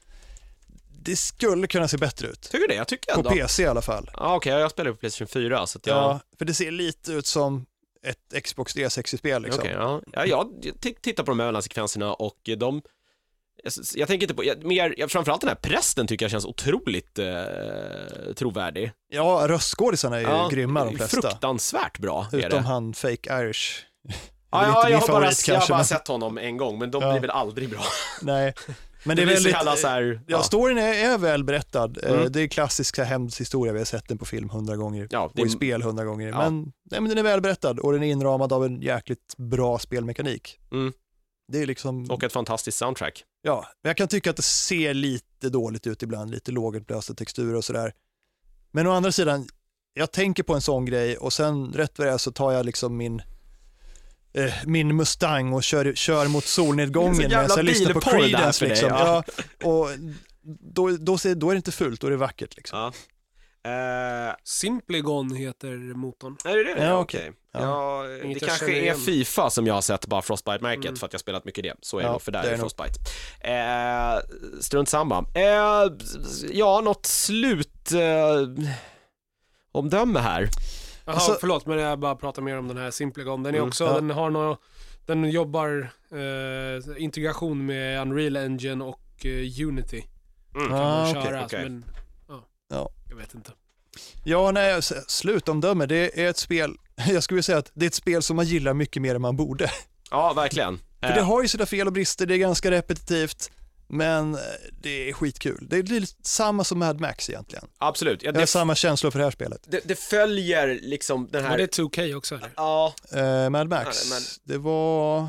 Speaker 3: det skulle kunna se bättre ut.
Speaker 1: Tycker du det? Jag tycker
Speaker 3: På
Speaker 1: ändå.
Speaker 3: PC i alla fall.
Speaker 1: Ja, okej, jag spelar på Playstation 4 så att jag...
Speaker 3: Ja, för det ser lite ut som ett Xbox 360-spel liksom.
Speaker 1: Okej, ja. ja. Jag t- tittar på de här mellansekvenserna och de, jag, s- jag tänker inte på, jag, mer, jag, framförallt den här prästen tycker jag känns otroligt eh, trovärdig.
Speaker 3: Ja, röstskådisarna är ju grymma de flesta.
Speaker 1: Fruktansvärt bra är
Speaker 3: Utom
Speaker 1: det.
Speaker 3: han fake Irish.
Speaker 1: Ja,
Speaker 3: inte
Speaker 1: ja,
Speaker 3: min
Speaker 1: jag, har bara,
Speaker 3: favorit
Speaker 1: jag har
Speaker 3: kanske,
Speaker 1: bara
Speaker 3: men-
Speaker 1: sett honom en gång, men de
Speaker 3: Ja.
Speaker 1: blir väl aldrig bra.
Speaker 3: Nej, men
Speaker 1: Det,
Speaker 3: det
Speaker 1: blir
Speaker 3: är väldigt...
Speaker 1: så jävla så här,
Speaker 3: Ja,
Speaker 1: ja,
Speaker 3: storyn är, är väl berättad. Eh,
Speaker 1: Mm.
Speaker 3: Det är klassisk så här hämndhistoria, vi har sett den på film hundra gånger.
Speaker 1: ja, det
Speaker 3: och i
Speaker 1: är,
Speaker 3: spel hundra gånger.
Speaker 1: Ja.
Speaker 3: Men, nej, men den är välberättad och den är inramad av en jäkligt bra spelmekanik.
Speaker 1: Mm.
Speaker 3: Det är liksom,
Speaker 1: och ett fantastiskt soundtrack.
Speaker 3: ja, men jag kan tycka att det ser lite dåligt ut ibland, lite lågupplösta texturer och sådär. Men å andra sidan, jag tänker på en sån grej och sen rätt vad det är så tar jag liksom min eh, min Mustang och kör, kör mot
Speaker 1: Det är
Speaker 3: solnedgången
Speaker 1: så jävla
Speaker 3: medan jag lyssnar på
Speaker 1: bilporr det här
Speaker 3: Creedence.
Speaker 1: för dig,
Speaker 3: Liksom.
Speaker 1: ja.
Speaker 3: Ja. och då, då, ser, då är det inte fult, då är det vackert. Liksom.
Speaker 1: Ja. Eh,
Speaker 4: Simplygon heter motorn.
Speaker 1: Nej, det är det?
Speaker 3: Ja, okej.
Speaker 1: Ja. det
Speaker 4: Inget jag
Speaker 1: kanske
Speaker 4: känner
Speaker 1: är
Speaker 4: igen.
Speaker 1: Fifa som jag har sett bara Frostbite-märket för att jag spelat mycket det. Så är det
Speaker 3: Ja,
Speaker 1: nog för där
Speaker 3: det
Speaker 1: är
Speaker 3: är
Speaker 1: det
Speaker 3: nog.
Speaker 1: Frostbite. Eh, strunt samma. Eh, ja, något slut... Eh, omdöme här.
Speaker 4: Jaha,
Speaker 3: Alltså-
Speaker 4: förlåt, men jag bara pratar mer om den här Simplygon. Den är
Speaker 1: Mm,
Speaker 4: också,
Speaker 3: ja.
Speaker 4: den har nå, den jobbar eh, integration med Unreal Engine och eh, Unity. Kan man
Speaker 3: Ah,
Speaker 4: köra,
Speaker 3: okej.
Speaker 4: alltså,
Speaker 1: okej.
Speaker 4: men ja.
Speaker 3: Ja.
Speaker 4: Jag vet inte.
Speaker 3: Ja, nej, s- slutomdöme, det är ett spel, jag skulle säga att det är ett spel som man gillar mycket mer än man borde.
Speaker 1: Ja, verkligen.
Speaker 3: För det
Speaker 1: Eh,
Speaker 3: har ju sina fel och brister, det är ganska repetitivt, men eh, det är skitkul. Det är lite samma som Mad Max egentligen.
Speaker 1: absolut. Ja,
Speaker 3: Jag har
Speaker 1: det,
Speaker 3: samma känslor för det här spelet.
Speaker 1: det, det följer liksom den
Speaker 4: Var
Speaker 1: här...
Speaker 4: det 2K också eller?
Speaker 1: Ja,
Speaker 3: Eh, Mad Max,
Speaker 1: Nej,
Speaker 3: det var,
Speaker 1: fan,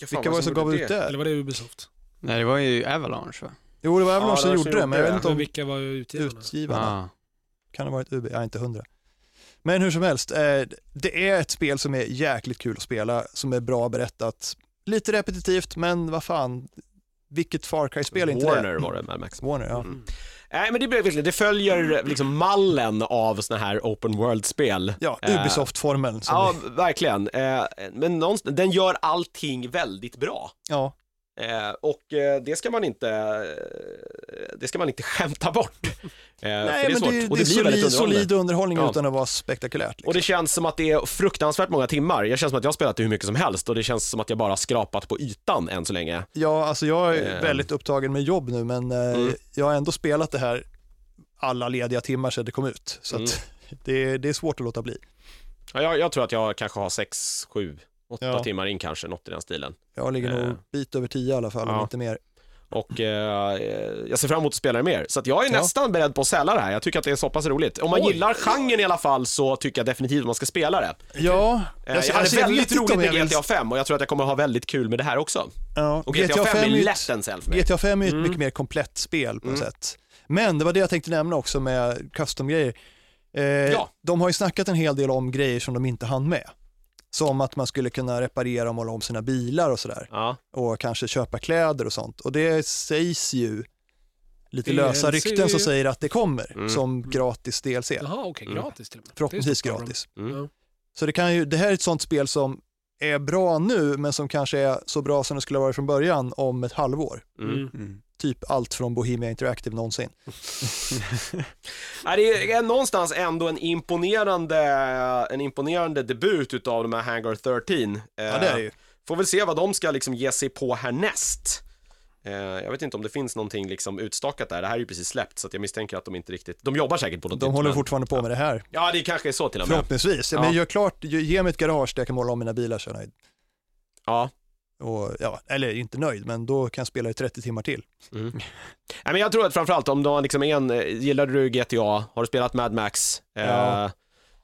Speaker 3: vilka var det som
Speaker 1: gjorde
Speaker 3: gav ut det?
Speaker 4: Eller var det Ubisoft?
Speaker 5: Nej, det var ju Avalanche va?
Speaker 3: Jo, det var
Speaker 1: Ja,
Speaker 3: Avalanche
Speaker 1: det
Speaker 3: som
Speaker 1: var
Speaker 3: gjorde det, men jag vet inte
Speaker 4: Men
Speaker 3: om
Speaker 4: vilka var ju utgivarna?
Speaker 3: utgivarna,
Speaker 5: Ah.
Speaker 3: kan det ha varit UB? Ja, inte hundra. Men hur som helst, eh, det är ett spel som är jäkligt kul att spela, som är bra berättat. Lite repetitivt, men vad fan, vilket Far Cry-spel är inte
Speaker 1: Warner
Speaker 3: det?
Speaker 1: var det, Mad Max.
Speaker 3: Warner, ja.
Speaker 1: Mm. Nej, men det, blir verkligen- det följer liksom mallen av såna här open world-spel.
Speaker 3: Ja,
Speaker 1: Eh,
Speaker 3: Ubisoft-formeln. som
Speaker 1: Ja,
Speaker 3: vi-
Speaker 1: verkligen. Eh, men någonstans, den gör allting väldigt bra.
Speaker 3: ja.
Speaker 1: Eh, och eh, det ska man inte, eh, det ska man inte skämta bort. Eh,
Speaker 3: Nej,
Speaker 1: för det är
Speaker 3: men
Speaker 1: svårt.
Speaker 3: det,
Speaker 1: och
Speaker 3: det är
Speaker 1: blir väldigt
Speaker 3: solid,
Speaker 1: underhållande.
Speaker 3: solid underhållning
Speaker 1: Ja.
Speaker 3: utan att vara spektakulärt. Liksom.
Speaker 1: Och det känns som att det är fruktansvärt många timmar. Jag känns som att jag har spelat det hur mycket som helst och det känns som att jag bara skrapat på ytan än så länge.
Speaker 3: Ja, alltså jag är
Speaker 1: Eh.
Speaker 3: väldigt upptagen med jobb nu, men eh,
Speaker 1: Mm.
Speaker 3: jag har ändå spelat det här alla lediga timmar sedan det kom ut. Så att
Speaker 1: Mm.
Speaker 3: det, det är svårt att låta bli.
Speaker 1: Ja, jag, jag tror att jag kanske har sex, sju, åtta
Speaker 3: Ja.
Speaker 1: timmar in kanske, något i den stilen.
Speaker 3: Jag ligger nog
Speaker 1: Eh.
Speaker 3: en bit över tio i alla fall,
Speaker 1: Ja.
Speaker 3: om inte mer.
Speaker 1: Och eh, eh, jag ser fram emot att spela det mer. Så att jag är
Speaker 3: Ja.
Speaker 1: nästan beredd på att sälja det här. Jag tycker att det är så pass roligt. Om man
Speaker 4: Oj.
Speaker 1: gillar genren i alla fall så tycker jag definitivt att man ska spela det.
Speaker 3: Ja,
Speaker 1: Eh, Jag, hade
Speaker 3: alltså, jag vet
Speaker 1: väldigt
Speaker 3: inte
Speaker 1: roligt
Speaker 3: om jag
Speaker 1: med
Speaker 3: vill-
Speaker 1: GTA 5 och jag tror att jag kommer ha väldigt kul med det här också.
Speaker 3: Ja,
Speaker 1: Och GTA 5 är
Speaker 3: ju ett-
Speaker 1: lätt en sälj för mig.
Speaker 3: GTA 5 är ju
Speaker 4: Mm.
Speaker 3: ett mycket mer komplett spel på något sätt. Men det var det jag tänkte nämna också med custom-grejer. Eh, De har ju snackat en hel del om grejer som de inte hann med. Som att man skulle kunna reparera och måla om sina bilar och sådär.
Speaker 1: Ja.
Speaker 3: Och kanske köpa kläder och sånt. Och det sägs ju lite
Speaker 4: DLC.
Speaker 3: lösa rykten som säger att det kommer som gratis DLC.
Speaker 4: Mm. Jaha, okej,
Speaker 1: Mm.
Speaker 4: gratis till och med.
Speaker 3: Förhoppningsvis
Speaker 4: Det är så bra.
Speaker 3: gratis.
Speaker 1: Mm.
Speaker 4: Ja.
Speaker 3: Så det, kan ju, det här är ett sånt spel som är bra nu men som kanske är så bra som det skulle ha varit från början om ett halvår
Speaker 1: Mm.
Speaker 4: Mm.
Speaker 5: Mm.
Speaker 3: typ allt från Bohemia Interactive någonsin.
Speaker 1: Nej, det är någonstans ändå en imponerande, en imponerande debut utav de här Hangar 13. Eh,
Speaker 3: Ja, det är det ju.
Speaker 1: Får väl se vad de ska liksom ge sig på härnäst. Eh, jag vet inte om det finns någonting liksom utstakat där. Det här är ju precis släppt så att jag misstänker att de inte riktigt, de jobbar säkert på något
Speaker 3: De
Speaker 1: nytt,
Speaker 3: håller
Speaker 1: men-
Speaker 3: fortfarande på med det här,
Speaker 1: Ja, det kanske är så till och med.
Speaker 3: förhoppningsvis. Ja.
Speaker 1: Ja.
Speaker 3: Men gör klart, ge ge mig ett garage där jag kan måla om mina bilar så är jag nöjd.
Speaker 1: Ja.
Speaker 3: Och, ja, eller inte nöjd, men då kan jag spela i 30 timmar till.
Speaker 1: Nej, men jag tror att framförallt om du har liksom en, eh, gillar du GTA, har du spelat Mad Max, eh,
Speaker 3: Ja.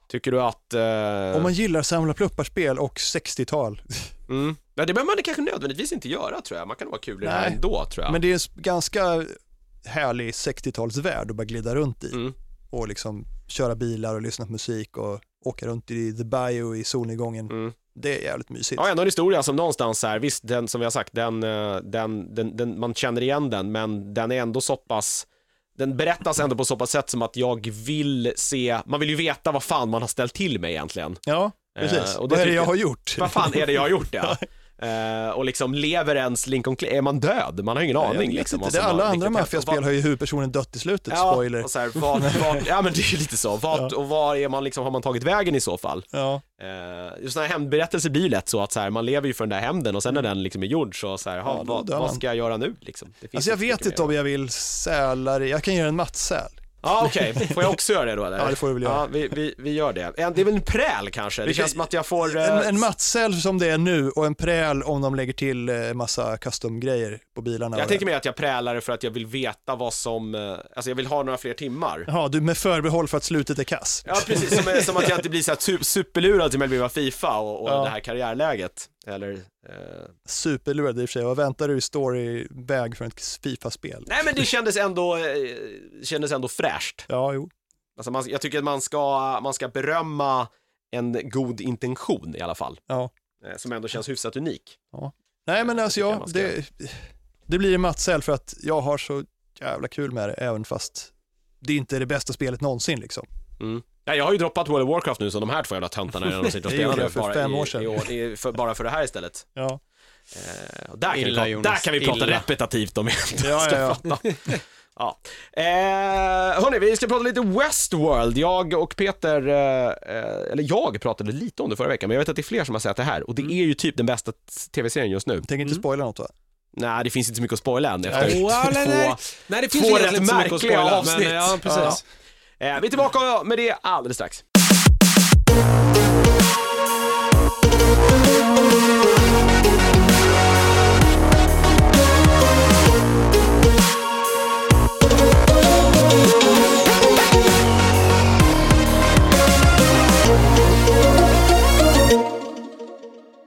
Speaker 1: tycker du att... Eh,
Speaker 3: Om man gillar samla plupparspel och 60-tal.
Speaker 1: mm, ja, det behöver man kanske nödvändigtvis inte göra tror jag, man kan vara kul i det här
Speaker 3: Nej.
Speaker 1: ändå tror jag.
Speaker 3: Men det är en s- ganska härlig 60-talsvärld att bara glida runt i.
Speaker 1: Mm.
Speaker 3: Och liksom köra bilar och lyssna på musik och åka runt i the bio i solnedgången.
Speaker 1: Mm.
Speaker 3: Det är jävligt mysigt.
Speaker 1: Ja, ändå en historia som någonstans är, visst den som vi har sagt, den, eh, den, den, den, man känner igen den, men den är ändå så pass, den berättas ändå på så pass sätt som att jag vill se, man vill ju veta vad fan man har ställt till med egentligen.
Speaker 3: Ja, precis.
Speaker 1: Eh, och det
Speaker 3: Vad är det
Speaker 1: tycker-
Speaker 3: jag har gjort?
Speaker 1: Vad fan är det jag har gjort ja? Eh, och liksom lever ens Lincoln Clay, är man död? Man har ingen
Speaker 3: Jag
Speaker 1: aning
Speaker 3: vet
Speaker 1: liksom.
Speaker 3: inte.
Speaker 1: vad
Speaker 3: det
Speaker 1: som
Speaker 3: alla
Speaker 1: har
Speaker 3: andra
Speaker 1: riktigt hänt. Och vad-
Speaker 3: maffiaspel har ju huvudpersonen dött i slutet,
Speaker 1: Ja,
Speaker 3: spoiler.
Speaker 1: och så här, vart, vart, ja men det är ju lite så. Vart och var är man liksom, har man tagit vägen i så fall?
Speaker 3: Ja.
Speaker 1: Eh, just sådana här hämndberättelser blir ju lätt så att så här, man lever ju för den där hämnden och sen när den liksom är gjord så, så här,
Speaker 3: Mm. Ja,
Speaker 1: ja,
Speaker 3: då
Speaker 1: vad,
Speaker 3: dör
Speaker 1: vad
Speaker 3: man.
Speaker 1: ska jag göra nu liksom? Det finns
Speaker 3: Alltså jag
Speaker 1: inte så
Speaker 3: vet
Speaker 1: mycket
Speaker 3: inte
Speaker 1: mer.
Speaker 3: om jag vill säla det. Jag kan göra en mattsäl.
Speaker 1: Ja okej, får jag också göra det då eller?
Speaker 3: Ja, det får du väl göra.
Speaker 1: Ja, vi, vi, vi gör det. Eh, Det är väl en präl kanske? Det
Speaker 3: Vi kan-
Speaker 1: känns som att jag får... eh,
Speaker 3: En, en mattsäl som det är nu och en präl om de lägger till eh, massa custom-grejer på bilarna.
Speaker 1: jag tänker mer att jag prälar det för att jag vill veta vad som, eh, alltså jag vill ha några fler timmar.
Speaker 3: Jaha, du med förbehåll för att slutet är kass.
Speaker 1: Ja precis, som, som att jag inte blir så här tu- superlurad till Melbourne Fifa och, och
Speaker 3: Ja.
Speaker 1: det här karriärläget. Eller, eh...
Speaker 3: Superlurad i och för sig. Vad väntar du i storyväg för ett Fifa-spel?
Speaker 1: Nej men det kändes ändå, eh, kändes ändå fräscht.
Speaker 3: Ja, jo.
Speaker 1: Alltså man, jag tycker att man ska, man ska berömma en god intention i alla fall.
Speaker 3: Ja.
Speaker 1: Eh, Som ändå känns hyfsat unik.
Speaker 3: Nej, men
Speaker 1: Det
Speaker 3: alltså
Speaker 1: tycker
Speaker 3: ja,
Speaker 1: jag man ska
Speaker 3: det, det blir en mattsäl för att jag har så jävla kul med det, även fast det inte är det bästa spelet någonsin liksom.
Speaker 1: Ja, jag har ju droppat World of Warcraft nu som de här två jävla töntarna redan sitter och spelar
Speaker 3: Det gjorde
Speaker 1: nu,
Speaker 3: jag för
Speaker 1: bara i-
Speaker 3: fem år sedan.
Speaker 1: i år- i- för, bara för det här istället.
Speaker 3: Ja.
Speaker 1: Eh, och där, kan vi
Speaker 5: Illa,
Speaker 1: prata, där
Speaker 5: Jonas,
Speaker 1: kan vi prata
Speaker 5: illa.
Speaker 1: repetitivt om jag inte
Speaker 3: Ja,
Speaker 1: ska
Speaker 3: ja,
Speaker 1: prata. Ja. Eh, hörni, vi ska prata lite Westworld. Jag och Peter, eh, eh, eller jag pratade lite om det förra veckan, men jag vet att det är fler som har sett det här och det är ju typ den bästa tv-serien just nu.
Speaker 3: Tänker inte
Speaker 4: Mm.
Speaker 3: spoila något va?
Speaker 1: Nej, det finns inte så mycket att spoila än efter
Speaker 4: Wow, nej, nej.
Speaker 1: två.
Speaker 4: nej, det
Speaker 1: två
Speaker 4: finns ju
Speaker 1: rätt
Speaker 4: egentligen inte så mycket att
Speaker 1: märkliga
Speaker 4: spoila.
Speaker 1: avsnitt.
Speaker 4: Men, eh, ja, precis.
Speaker 1: Ja. Eh, vi är tillbaka med det alldeles strax.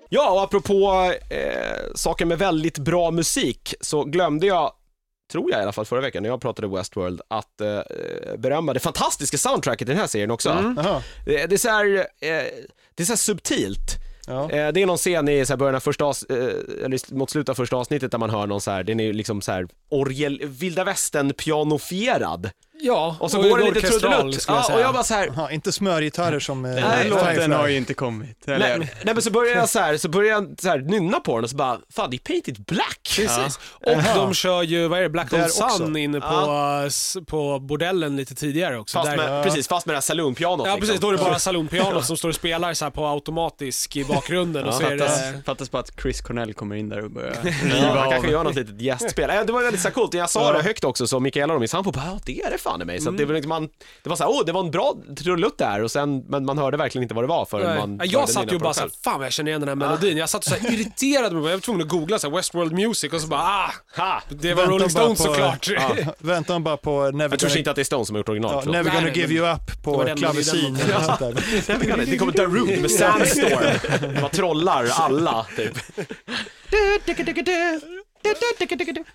Speaker 1: Ja, och apropå eh, saker med väldigt bra musik så glömde jag, tror jag i alla fall förra veckan när jag pratade Westworld, att eh, berömma det fantastiska soundtracket i den här serien också.
Speaker 4: Mm.
Speaker 3: Jaha.
Speaker 1: Det, det, är så här, eh, det är så här subtilt.
Speaker 3: Ja.
Speaker 1: Eh, det är någon scen i så här början av första, avs- eh, eller mot slutet av första avsnittet där man hör någon så här, den är ju liksom så här orgel, vilda västern pianofierad.
Speaker 4: Ja,
Speaker 1: Och så går det lite
Speaker 4: orkestral,
Speaker 1: trudelutt.
Speaker 4: skulle jag
Speaker 1: Ja, och
Speaker 4: säga.
Speaker 1: jag bara så här,
Speaker 3: Aha, inte smörgitarrer som... eh,
Speaker 5: Den här
Speaker 1: Nej,
Speaker 5: låten
Speaker 3: Firefly.
Speaker 5: har ju inte kommit. Eller?
Speaker 1: nej, nej men så börjar jag så här, så börjar jag så här nynna på den och så bara, fan det är painted black.
Speaker 4: Precis. Och
Speaker 3: Jaha.
Speaker 4: de kör ju, vad är det, Black
Speaker 3: Där
Speaker 4: on
Speaker 3: också.
Speaker 4: Sun inne på,
Speaker 1: Ja.
Speaker 4: s- på bordellen lite tidigare också.
Speaker 1: Fast
Speaker 4: Där-
Speaker 1: med, precis, fast med det här saloonpianot
Speaker 4: Ja
Speaker 1: liksom.
Speaker 4: precis, då är det bara salonpianot som står och spelar så här på automatisk i bakgrunden och så är
Speaker 5: Fattas,
Speaker 4: det...
Speaker 5: fattas bara att Chris Cornell kommer in där och börjar
Speaker 1: Ja,
Speaker 5: riva
Speaker 1: han kanske
Speaker 5: av.
Speaker 1: gör något litet gästspel. Äh, Det var väldigt så här coolt, jag sa det högt också så Mikaela och de han på bara, ja det är det fan i mig. Så att det,
Speaker 4: Mm.
Speaker 1: var liksom, man, det var så här, åh det var en bra trudelutt där och sen, men man hörde verkligen inte vad det var förrän
Speaker 4: Nej.
Speaker 1: man
Speaker 4: Ja,
Speaker 1: hörde
Speaker 4: jag satt
Speaker 1: nynna
Speaker 4: ju
Speaker 1: på
Speaker 4: bara
Speaker 1: det Ah.
Speaker 4: såhär,
Speaker 1: själv.
Speaker 4: fan vad jag känner igen den här melodin. Jag satt och så här irriterad mig, jag var tvungen att googla så här Westworld Music och så bara ah,
Speaker 1: Ha!
Speaker 4: det var
Speaker 3: Vänta
Speaker 4: Rolling
Speaker 3: bara
Speaker 4: Stones
Speaker 3: på-
Speaker 4: såklart.
Speaker 3: Väntar han bara på Never
Speaker 1: Jag tror
Speaker 3: Gonna,
Speaker 1: inte att det är Stone som har gjort
Speaker 3: ja,
Speaker 1: originalet. förlåt.
Speaker 3: never
Speaker 4: Nej,
Speaker 3: gonna
Speaker 4: nej,
Speaker 3: Give
Speaker 4: men-
Speaker 3: You Up
Speaker 4: var
Speaker 3: på
Speaker 4: den
Speaker 3: klavecin.
Speaker 4: melodin.
Speaker 3: eller något sånt där.
Speaker 1: Nej, men Det kommer Darude med Sandstorm. Man trollar alla, typ.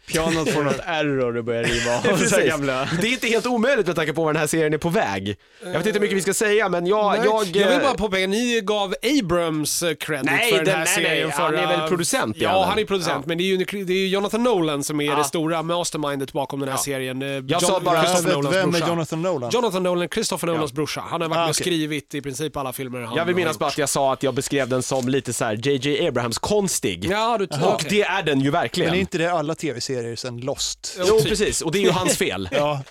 Speaker 5: Pianot får något error och börjar riva av. så här
Speaker 1: Precis.
Speaker 5: gamla.
Speaker 1: Det är inte helt omöjligt med tanke på vad den här serien är på väg. Jag vet inte hur mycket vi ska säga, men jag...
Speaker 4: Nej,
Speaker 1: Jag, eh,
Speaker 4: jag vill bara påpeka, ni gav Abrams eh, credit
Speaker 1: Nej,
Speaker 4: för den
Speaker 1: den-
Speaker 4: här
Speaker 1: nej,
Speaker 4: serien
Speaker 1: nej,
Speaker 4: förra...
Speaker 1: han är väl producent,
Speaker 4: Ja,
Speaker 1: jäveln.
Speaker 4: han är
Speaker 1: Ja.
Speaker 4: producent, men det är, ju, det är ju Jonathan Nolan som är
Speaker 1: Ja.
Speaker 4: det stora mastermindet bakom den här
Speaker 1: Ja.
Speaker 4: serien. Eh,
Speaker 1: Jag sa bara-
Speaker 4: Christopher
Speaker 3: Vem-
Speaker 4: Nolans
Speaker 3: Vem är
Speaker 4: brorsa.
Speaker 3: Jonathan Nolan?
Speaker 4: Jonathan Nolan, Christopher Nolans brorsa. Han har varit
Speaker 3: Ah,
Speaker 4: med och
Speaker 3: okej.
Speaker 4: skrivit i princip alla filmer han
Speaker 1: jag vill
Speaker 4: har
Speaker 1: minnas bara
Speaker 4: gjort.
Speaker 1: att jag sa att jag beskrev den som lite så här JJ Abrahams-konstig.
Speaker 4: Ja, du
Speaker 1: Och det är den ju verkligen.
Speaker 3: Men är inte det alla tv-serier sen Lost?
Speaker 1: Jo, precis. Och det är ju hans fel.
Speaker 3: Ja,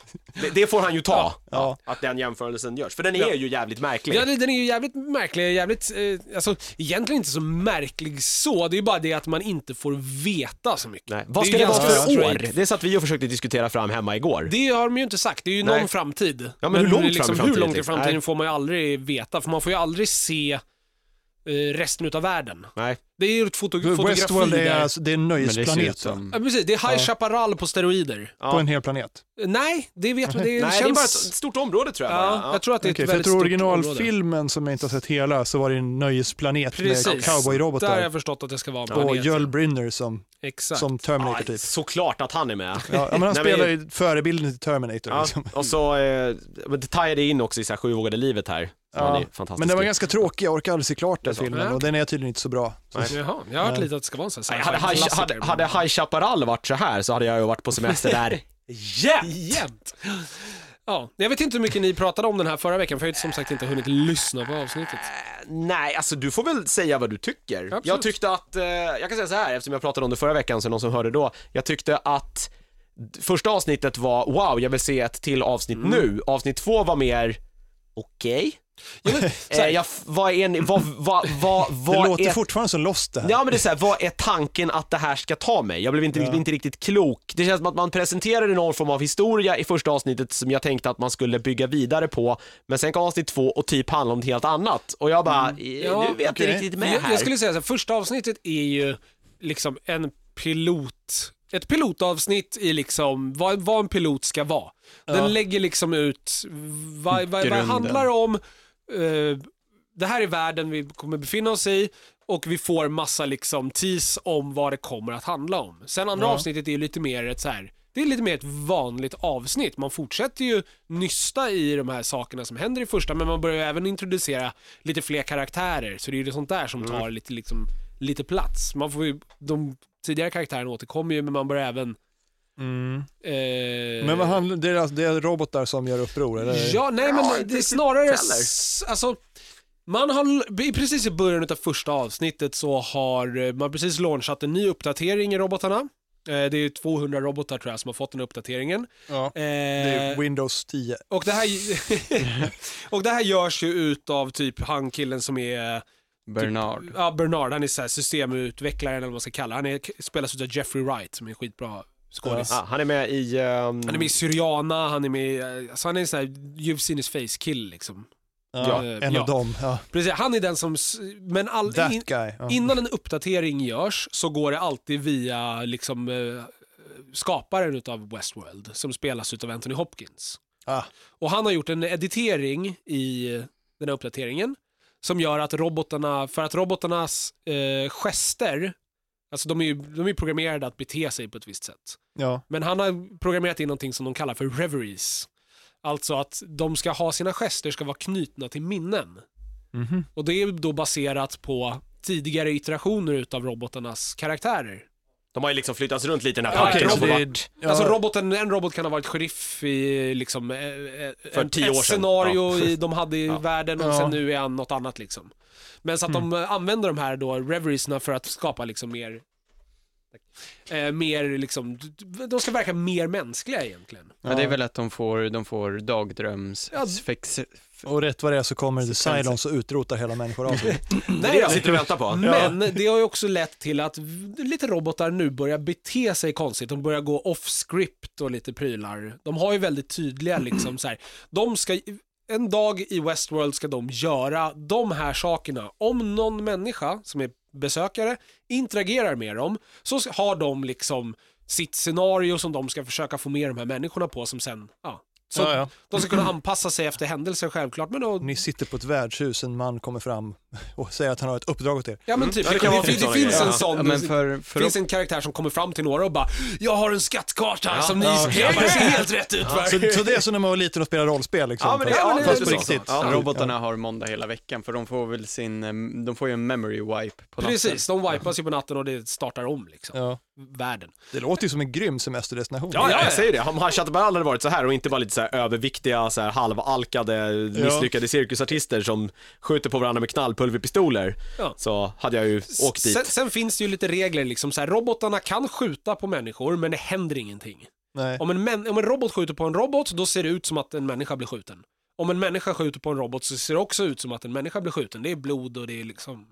Speaker 1: Det, det får han ju ta,
Speaker 3: Ja.
Speaker 1: att den jämförelsen görs. För den är ju jävligt märklig.
Speaker 4: Ja, det- den är ju jävligt märklig, jävligt, eh, alltså egentligen inte så märklig så, det är ju bara det att man inte får veta så mycket.
Speaker 1: Nej. Vad
Speaker 4: är
Speaker 1: ska det
Speaker 4: ju
Speaker 1: vara
Speaker 4: ganska
Speaker 1: för
Speaker 4: straight.
Speaker 1: år? Det satt vi och försökte diskutera fram hemma igår.
Speaker 4: Det har de ju inte sagt, det är ju
Speaker 1: Nej.
Speaker 4: någon framtid.
Speaker 1: men hur långt fram i
Speaker 4: liksom,
Speaker 1: framtiden?
Speaker 4: Hur långt i framtiden
Speaker 1: Nej.
Speaker 4: får man ju aldrig veta, för man får ju aldrig se eh, resten utav världen.
Speaker 1: Nej.
Speaker 4: Det är ju ett foto fotografi
Speaker 3: Westworld
Speaker 4: där.
Speaker 3: är, alltså, det är en
Speaker 5: Men det ser ut
Speaker 3: nöjesplanet va?
Speaker 5: som...
Speaker 4: Ja, precis, det är High
Speaker 3: Ja.
Speaker 4: Chaparral på steroider.
Speaker 1: Ja.
Speaker 3: på en hel planet.
Speaker 4: Eh, Nej, det vet man, det
Speaker 1: Nej,
Speaker 4: känns...
Speaker 1: det är bara ett stort område tror jag bara.
Speaker 4: Ja, jag tror att det är
Speaker 3: Okej,
Speaker 4: ett
Speaker 3: för jag
Speaker 4: väldigt
Speaker 3: tror
Speaker 4: stort område.
Speaker 3: originalfilmen som jag inte har sett hela så var det en nöjesplanet med
Speaker 4: Precis. Där har
Speaker 3: cowboyrobotar
Speaker 4: jag förstått att det ska vara.
Speaker 3: och
Speaker 4: planet.
Speaker 3: Joel Brinner som,
Speaker 4: Exakt.
Speaker 3: som
Speaker 1: Ja,
Speaker 3: Terminator typ.
Speaker 1: Såklart att han är med.
Speaker 3: Ja, men
Speaker 1: Nej,
Speaker 3: han
Speaker 1: men-
Speaker 3: spelar ju förebilden till Terminator.
Speaker 1: Ja,
Speaker 3: Liksom.
Speaker 1: och så eh, men det tajade in också i så här Sju vågade livet här. Ja. Han är fantastisk.
Speaker 3: Men den var ganska tråkig, jag orkade aldrig se klart
Speaker 1: Det
Speaker 3: den
Speaker 1: är så.
Speaker 3: filmen
Speaker 4: Nej.
Speaker 3: och den är tydligen inte så bra. Så,
Speaker 4: Jaha, jag har hört lite att det ska vara en sån här
Speaker 1: Nej, hade,
Speaker 4: sci-fi
Speaker 1: high,
Speaker 4: klassiker,
Speaker 1: hade, hade High Chaparral varit så här så hade jag ju varit på semester där
Speaker 4: men-
Speaker 1: jämt.
Speaker 4: Jämt! Ja, jag vet inte hur mycket ni pratade om den här förra veckan, för jag har ju som sagt inte hunnit lyssna på avsnittet.
Speaker 1: Nej, alltså du får väl säga vad du tycker.
Speaker 4: Absolut.
Speaker 1: Jag tyckte att, eh, jag kan säga så här eftersom jag pratade om det förra veckan så är det någon som hörde då. Jag tyckte att d- första avsnittet var wow, jag vill se ett till avsnitt
Speaker 3: Mm.
Speaker 1: nu. Avsnitt två var mer okej. Eh, jag f- vad är en, vad, vad, vad,
Speaker 3: det
Speaker 1: vad
Speaker 3: låter
Speaker 1: är
Speaker 3: fortfarande som Lost det här.
Speaker 1: Ja men det är så här, vad är tanken att det här ska ta mig? Jag blev inte, inte riktigt klok. Det känns som att man presenterade någon form av historia i första avsnittet som jag tänkte att man skulle bygga vidare på, men sen kom avsnitt två och typ handlade om något helt annat. Och jag bara, eh,
Speaker 4: Mm.
Speaker 1: nu
Speaker 4: Ja,
Speaker 1: vet
Speaker 3: okej.
Speaker 1: jag inte riktigt med
Speaker 4: Jag,
Speaker 1: här.
Speaker 4: jag skulle säga så här, första avsnittet är ju liksom en pilot, ett pilotavsnitt i liksom vad, vad en pilot ska vara. Den lägger liksom ut vad, vad, vad det
Speaker 5: Grunden.
Speaker 4: handlar om, eh, det här är världen vi kommer befinna oss i och vi får massa liksom tease om vad det kommer att handla om. Sen andra
Speaker 3: Ja.
Speaker 4: avsnittet är ju lite mer ett så här det är lite mer ett vanligt avsnitt. Man fortsätter ju nysta i de här sakerna som händer i första, men man börjar ju även introducera lite fler karaktärer. Så det är ju det sånt där som
Speaker 3: Mm.
Speaker 4: tar lite, liksom, lite plats. Man får ju, de tidigare karaktärerna återkommer ju, men man börjar även...
Speaker 3: Mm.
Speaker 4: Eh,
Speaker 3: Men vad handlar, det, är, alltså- det är robotar som gör uppror eller?
Speaker 4: Ja, nej men
Speaker 1: Ja,
Speaker 4: det är
Speaker 1: riktigt
Speaker 4: snarare...
Speaker 1: heller.
Speaker 4: s- Alltså, man har, i- precis i början av första avsnittet så har eh, man precis launchat en ny uppdatering i robotarna. Eh, Det är ju 200 robotar tror jag som har fått den uppdateringen.
Speaker 3: Ja.
Speaker 4: Eh,
Speaker 3: Det är Windows 10.
Speaker 4: och, det här, och det här görs ju utav typ han killen som är,
Speaker 5: Bernard.
Speaker 4: ja Bernard, han är så här systemutvecklaren eller vad man ska kalla Han är, spelas utav Jeffrey Wright som är en skitbra skådis.
Speaker 1: Ja, Ah, han är med i... ehm,
Speaker 4: Han är med i Syriana, han är med, i- alltså han är en sån här you've seen his face kill liksom.
Speaker 3: Ja,
Speaker 4: Eh,
Speaker 3: en
Speaker 4: ja.
Speaker 3: av dem. Ja.
Speaker 4: Precis, han är den som, s- men all,
Speaker 3: That
Speaker 4: in,
Speaker 3: guy. Ja.
Speaker 4: innan en uppdatering görs så går det alltid via liksom eh, skaparen utav Westworld som spelas utav Anthony Hopkins.
Speaker 3: Ah.
Speaker 4: Och han har gjort en editering i den här uppdateringen som gör att robotarna, för att robotarnas eh, gester, alltså de är ju de är programmerade att bete sig på ett visst sätt.
Speaker 3: Ja.
Speaker 4: Men han har programmerat in någonting som de kallar för reveries. Alltså att de ska ha sina gester ska vara knutna till minnen.
Speaker 3: Mhm.
Speaker 4: Och det är då baserat på tidigare iterationer utav robotarnas karaktärer.
Speaker 1: De har ju liksom flyttats runt lite i den här
Speaker 4: Ja,
Speaker 1: parken.
Speaker 4: okej,
Speaker 1: så
Speaker 4: så
Speaker 1: bara-
Speaker 3: det- ja,
Speaker 4: Alltså roboten, en robot kan ha varit sheriff i liksom, eh, eh,
Speaker 1: För
Speaker 4: en-
Speaker 1: tio år
Speaker 4: ett
Speaker 1: sedan.
Speaker 4: scenario i, de hade i världen och
Speaker 3: Ja.
Speaker 4: sen nu är han något annat liksom. Men så att
Speaker 1: Mm.
Speaker 4: de eh, använder de här då reverieserna för att skapa liksom mer, eh, mer liksom, d- d- de ska verka mer mänskliga egentligen.
Speaker 5: Ja. det är väl att de får, de får dagdröms...
Speaker 4: Ja.
Speaker 5: Fex,
Speaker 3: Och rätt vad det är så kommer The
Speaker 5: Sekvenser.
Speaker 3: Cylons och utrotar hela människor av sig.
Speaker 1: Det är det jag sitter och väntar på.
Speaker 4: Mm. Men det har ju också lett till att v- lite robotar nu börjar bete sig konstigt. De börjar gå off script och lite prylar. De har ju väldigt tydliga liksom så här. De ska, en dag i Westworld ska de göra de här sakerna. Om någon människa som är besökare interagerar med dem så ska- har de liksom sitt scenario som de ska försöka få med de här människorna på som sen, ja. Så
Speaker 3: Ja, ja.
Speaker 4: de ska kunna anpassa sig efter händelser självklart men då
Speaker 3: Ni sitter på ett värdshus, en man kommer fram och säger att han har ett uppdrag åt er.
Speaker 4: Ja men typ,
Speaker 1: Ja,
Speaker 4: det,
Speaker 1: det kan vara
Speaker 4: det,
Speaker 1: typ sådana
Speaker 4: finns
Speaker 1: grejer.
Speaker 4: en
Speaker 5: ja,
Speaker 4: sån,
Speaker 5: men för, för
Speaker 4: det finns en karaktär som kommer fram till några och bara Jag har en skattkarta som ni
Speaker 3: Ja,
Speaker 4: grabbar ser helt rätt ut va?
Speaker 3: Så, så det är som när man var liten och spelade rollspel liksom.
Speaker 1: Ja, men det-
Speaker 3: fast-
Speaker 1: ja, men det är
Speaker 3: fast på
Speaker 1: lite så.
Speaker 3: riktigt.
Speaker 1: Ja.
Speaker 5: Robotarna har måndag hela veckan för de får väl sin, em, de får ju en memory wipe på natten.
Speaker 4: Precis, de wipas ju på natten och det startar om liksom,
Speaker 3: Ja.
Speaker 4: världen.
Speaker 3: Det låter ju som en grym semesterdestination.
Speaker 1: Ja,
Speaker 4: ja, ja.
Speaker 1: jag säger det. Om Chatterberg aldrig varit så här och inte bara lite så här överviktiga, så här halvalkade, misslyckade cirkusartister som skjuter på varandra med knallpulverpistoler,
Speaker 4: Ja.
Speaker 1: så hade jag ju åkt dit.
Speaker 4: Sen, sen finns det ju lite regler liksom, så här, robotarna kan skjuta på människor men det händer ingenting.
Speaker 3: Nej.
Speaker 4: Om en, män, om en robot skjuter på en robot, då ser det ut som att en människa blir skjuten. Om en människa skjuter på en robot så ser det också ut som att en människa blir skjuten. Det är blod och det är liksom,